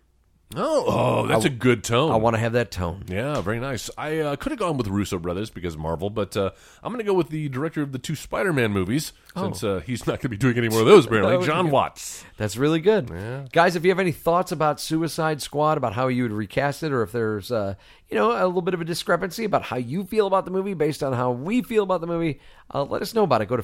S3: oh, oh, that's a good tone.
S4: I want to have that tone.
S3: yeah, very nice. I uh, could have gone with Russo brothers because Marvel, but uh, I'm going to go with the director of the two Spider-Man movies since uh, he's not going to be doing any more of
S4: [LAUGHS]
S3: those apparently.
S4: Oh. would
S3: John
S4: be-
S3: Watts.
S4: That's really good, guys. If you have any thoughts about Suicide Squad, about how you would recast it, or if there's uh, you know a little bit of a discrepancy about how you feel about the movie based on how we feel about the movie, uh, let us know about it. Go to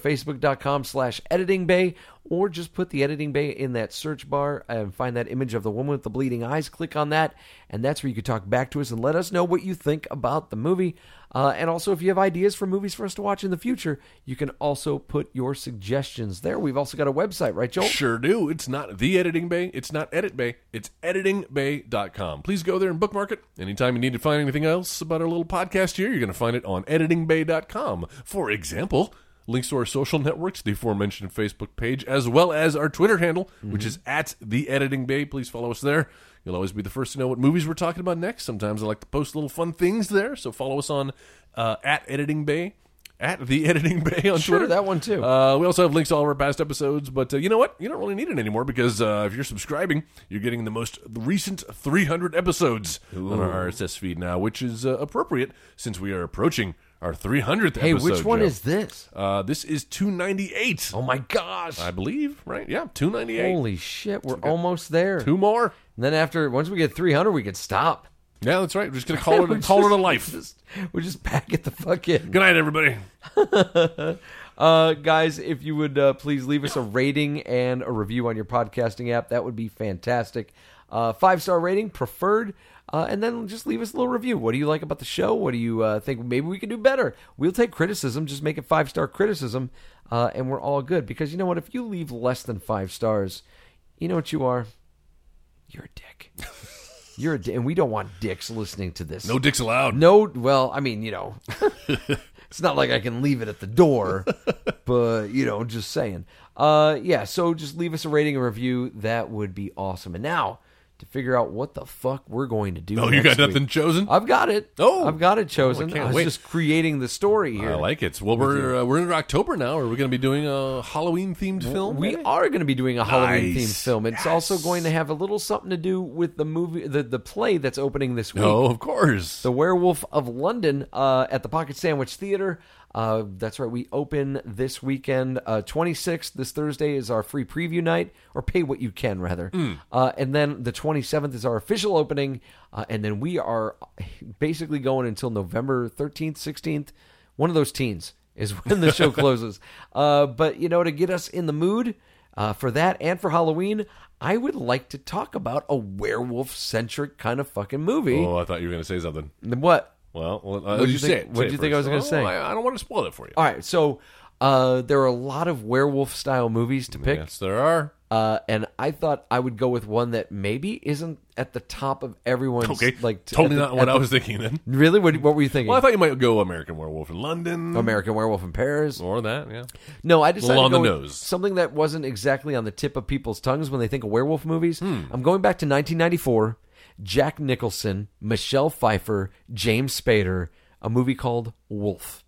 S4: facebook.com/slash editing bay, or just put the editing bay in that search bar and find that image of the woman with the bleeding eyes. Click on that, and that's where you can talk back to us and let us know what you think about the movie. Uh, and also, if you have ideas for movies for us to watch in the future, you can also put your suggestions there. We've also got a website, right, Joel?
S3: Sure do. It's not the Editing Bay. It's not Edit Bay. It's editingbay.com. Please go there and bookmark it. Anytime you need to find anything else about our little podcast here, you're going to find it on editingbay.com. For example, links to our social networks, the aforementioned Facebook page, as well as our Twitter handle, which is
S4: Mm-hmm.
S3: at the Editing Bay. Please follow us there. You'll always be the first to know what movies we're talking about next. Sometimes I like to post little fun things there, so follow us on uh, at Editing Bay. At the editing bay on
S4: Sure,
S3: Twitter,
S4: that one too.
S3: uh, we also have links to all of our past episodes, but uh, you know what? You don't really need it anymore because uh, if you're subscribing, you're getting the most recent 300 episodes on our RSS feed now, which is uh, appropriate since we are approaching our 300th
S4: Hey,
S3: episode.
S4: which one
S3: Joe.
S4: is this?
S3: Uh, this is 298,
S4: Oh my gosh!
S3: I believe, right? Yeah, 298.
S4: Holy shit, we're almost there.
S3: Two more.
S4: And then after, once we get 300, we can stop. [LAUGHS]
S3: Yeah, that's right. We're just going to call it,
S4: We're
S3: a call it a
S4: just-
S3: life.
S4: Just, we're just back at the fucking.
S3: Good night, everybody.
S4: Uh, guys, if you would uh, please leave us a rating and a review on your podcasting app, that would be fantastic. Uh, Five star rating preferred. Uh, and then just leave us a little review. What do you like about the show? What do you uh, think? Maybe we can do better. We'll take criticism. Just make it five star criticism, uh, and we're all good. Because you know what? If you leave less than five stars, you know what you are? You're a dick. You're a dick. And we don't want dicks listening to this.
S3: No dicks allowed.
S4: No, well, I mean,
S3: [LAUGHS]
S4: you know, it's not like I can leave it at the door, but you know, just saying. Uh, yeah, so just leave us a rating and review. That would be awesome. And now to figure out what the fuck we're going to do.
S3: Oh, you
S4: next
S3: got nothing
S4: week.
S3: chosen?
S4: I've got it.
S3: Oh.
S4: I've got it chosen.
S3: Oh, I
S4: I,
S3: can't
S4: was
S3: wait.
S4: just creating the story here.
S3: I like it. Well, we're uh, we're in October now. Are we going to be doing a Halloween themed film?
S4: we
S3: maybe?
S4: are going to be doing a Halloween
S3: Nice.
S4: themed film. It's also going to have a little something to do with the movie, the, the play that's
S3: [LAUGHS]
S4: opening this week.
S3: Oh, of course.
S4: The Werewolf of London uh, at the Pocket Sandwich Theater. Uh, that's right. We open this weekend, uh, 26th. This Thursday is our free preview night, or pay what you can, rather. Uh, and then the 27th is our official opening. Uh, and then we are basically going until November 13th, 16th. One of those teens is [LAUGHS] when the show closes. Uh, but, you know, to get us in the mood, uh, for that and for Halloween, I would like to talk about a werewolf centric kind of fucking movie.
S3: Oh, I thought you were going to say something.
S4: Then What?
S3: Well, uh,
S4: What'd
S3: you
S4: you
S3: say
S4: think-
S3: it.
S4: what'd
S3: Say
S4: you
S3: it
S4: think I
S3: first.
S4: was
S3: Oh,
S4: gonna say?
S3: I, I don't want to spoil it for you.
S4: All right, so Uh, there are a lot of werewolf style movies to pick,
S3: Yes, there are.
S4: uh, and I thought I would go with one that maybe isn't at the top of everyone's.
S3: Okay,
S4: like t-
S3: totally
S4: at the-
S3: not what
S4: at
S3: I
S4: the-
S3: was thinking then.
S4: Really, what, what were you thinking?
S3: Well, I thought you might go American Werewolf in London,
S4: American Werewolf in Paris.
S3: or that. Yeah,
S4: No, I decided
S3: Little on
S4: to go
S3: the
S4: with
S3: nose.
S4: something that wasn't exactly on the tip of people's tongues when they think of werewolf movies.
S3: Hmm.
S4: I'm going back to 1994. Jack Nicholson, Michelle Pfeiffer, James Spader, a movie called Wolf.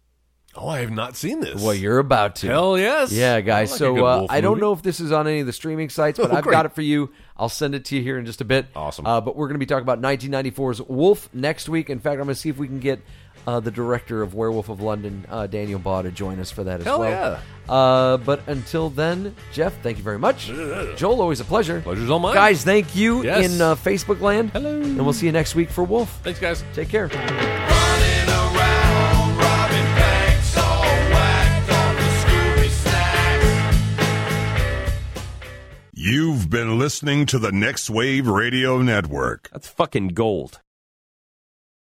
S3: Oh, I have not seen this.
S4: Well, you're about to.
S3: Hell yes.
S4: Yeah, guys.
S3: I like a good
S4: so uh,
S3: wolf
S4: I don't
S3: movie. Oh,
S4: know if this is on any of the streaming sites, but I've
S3: great.
S4: got it for you. I'll send it to you here in just a bit.
S3: Awesome.
S4: Uh, but we're going to be talking about 1994's Wolf next week. In fact, I'm going to see if we can get uh, the director of Werewolf of London, uh, Daniel Baugh, to join us for that as
S3: Hell
S4: well. Yeah. Uh, but until then, Jeff, thank you very much. Joel, always a pleasure.
S3: Pleasure's all mine.
S4: Guys, thank you
S3: Yes.
S4: in uh, Facebook land.
S3: Hello.
S4: And we'll see you next week for Wolf.
S3: Thanks, guys.
S4: Take care.
S5: Running around, robbing banks, all whacked on the Scooby Snacks.
S1: You've been listening to the Next Wave Radio Network.
S6: That's fucking gold.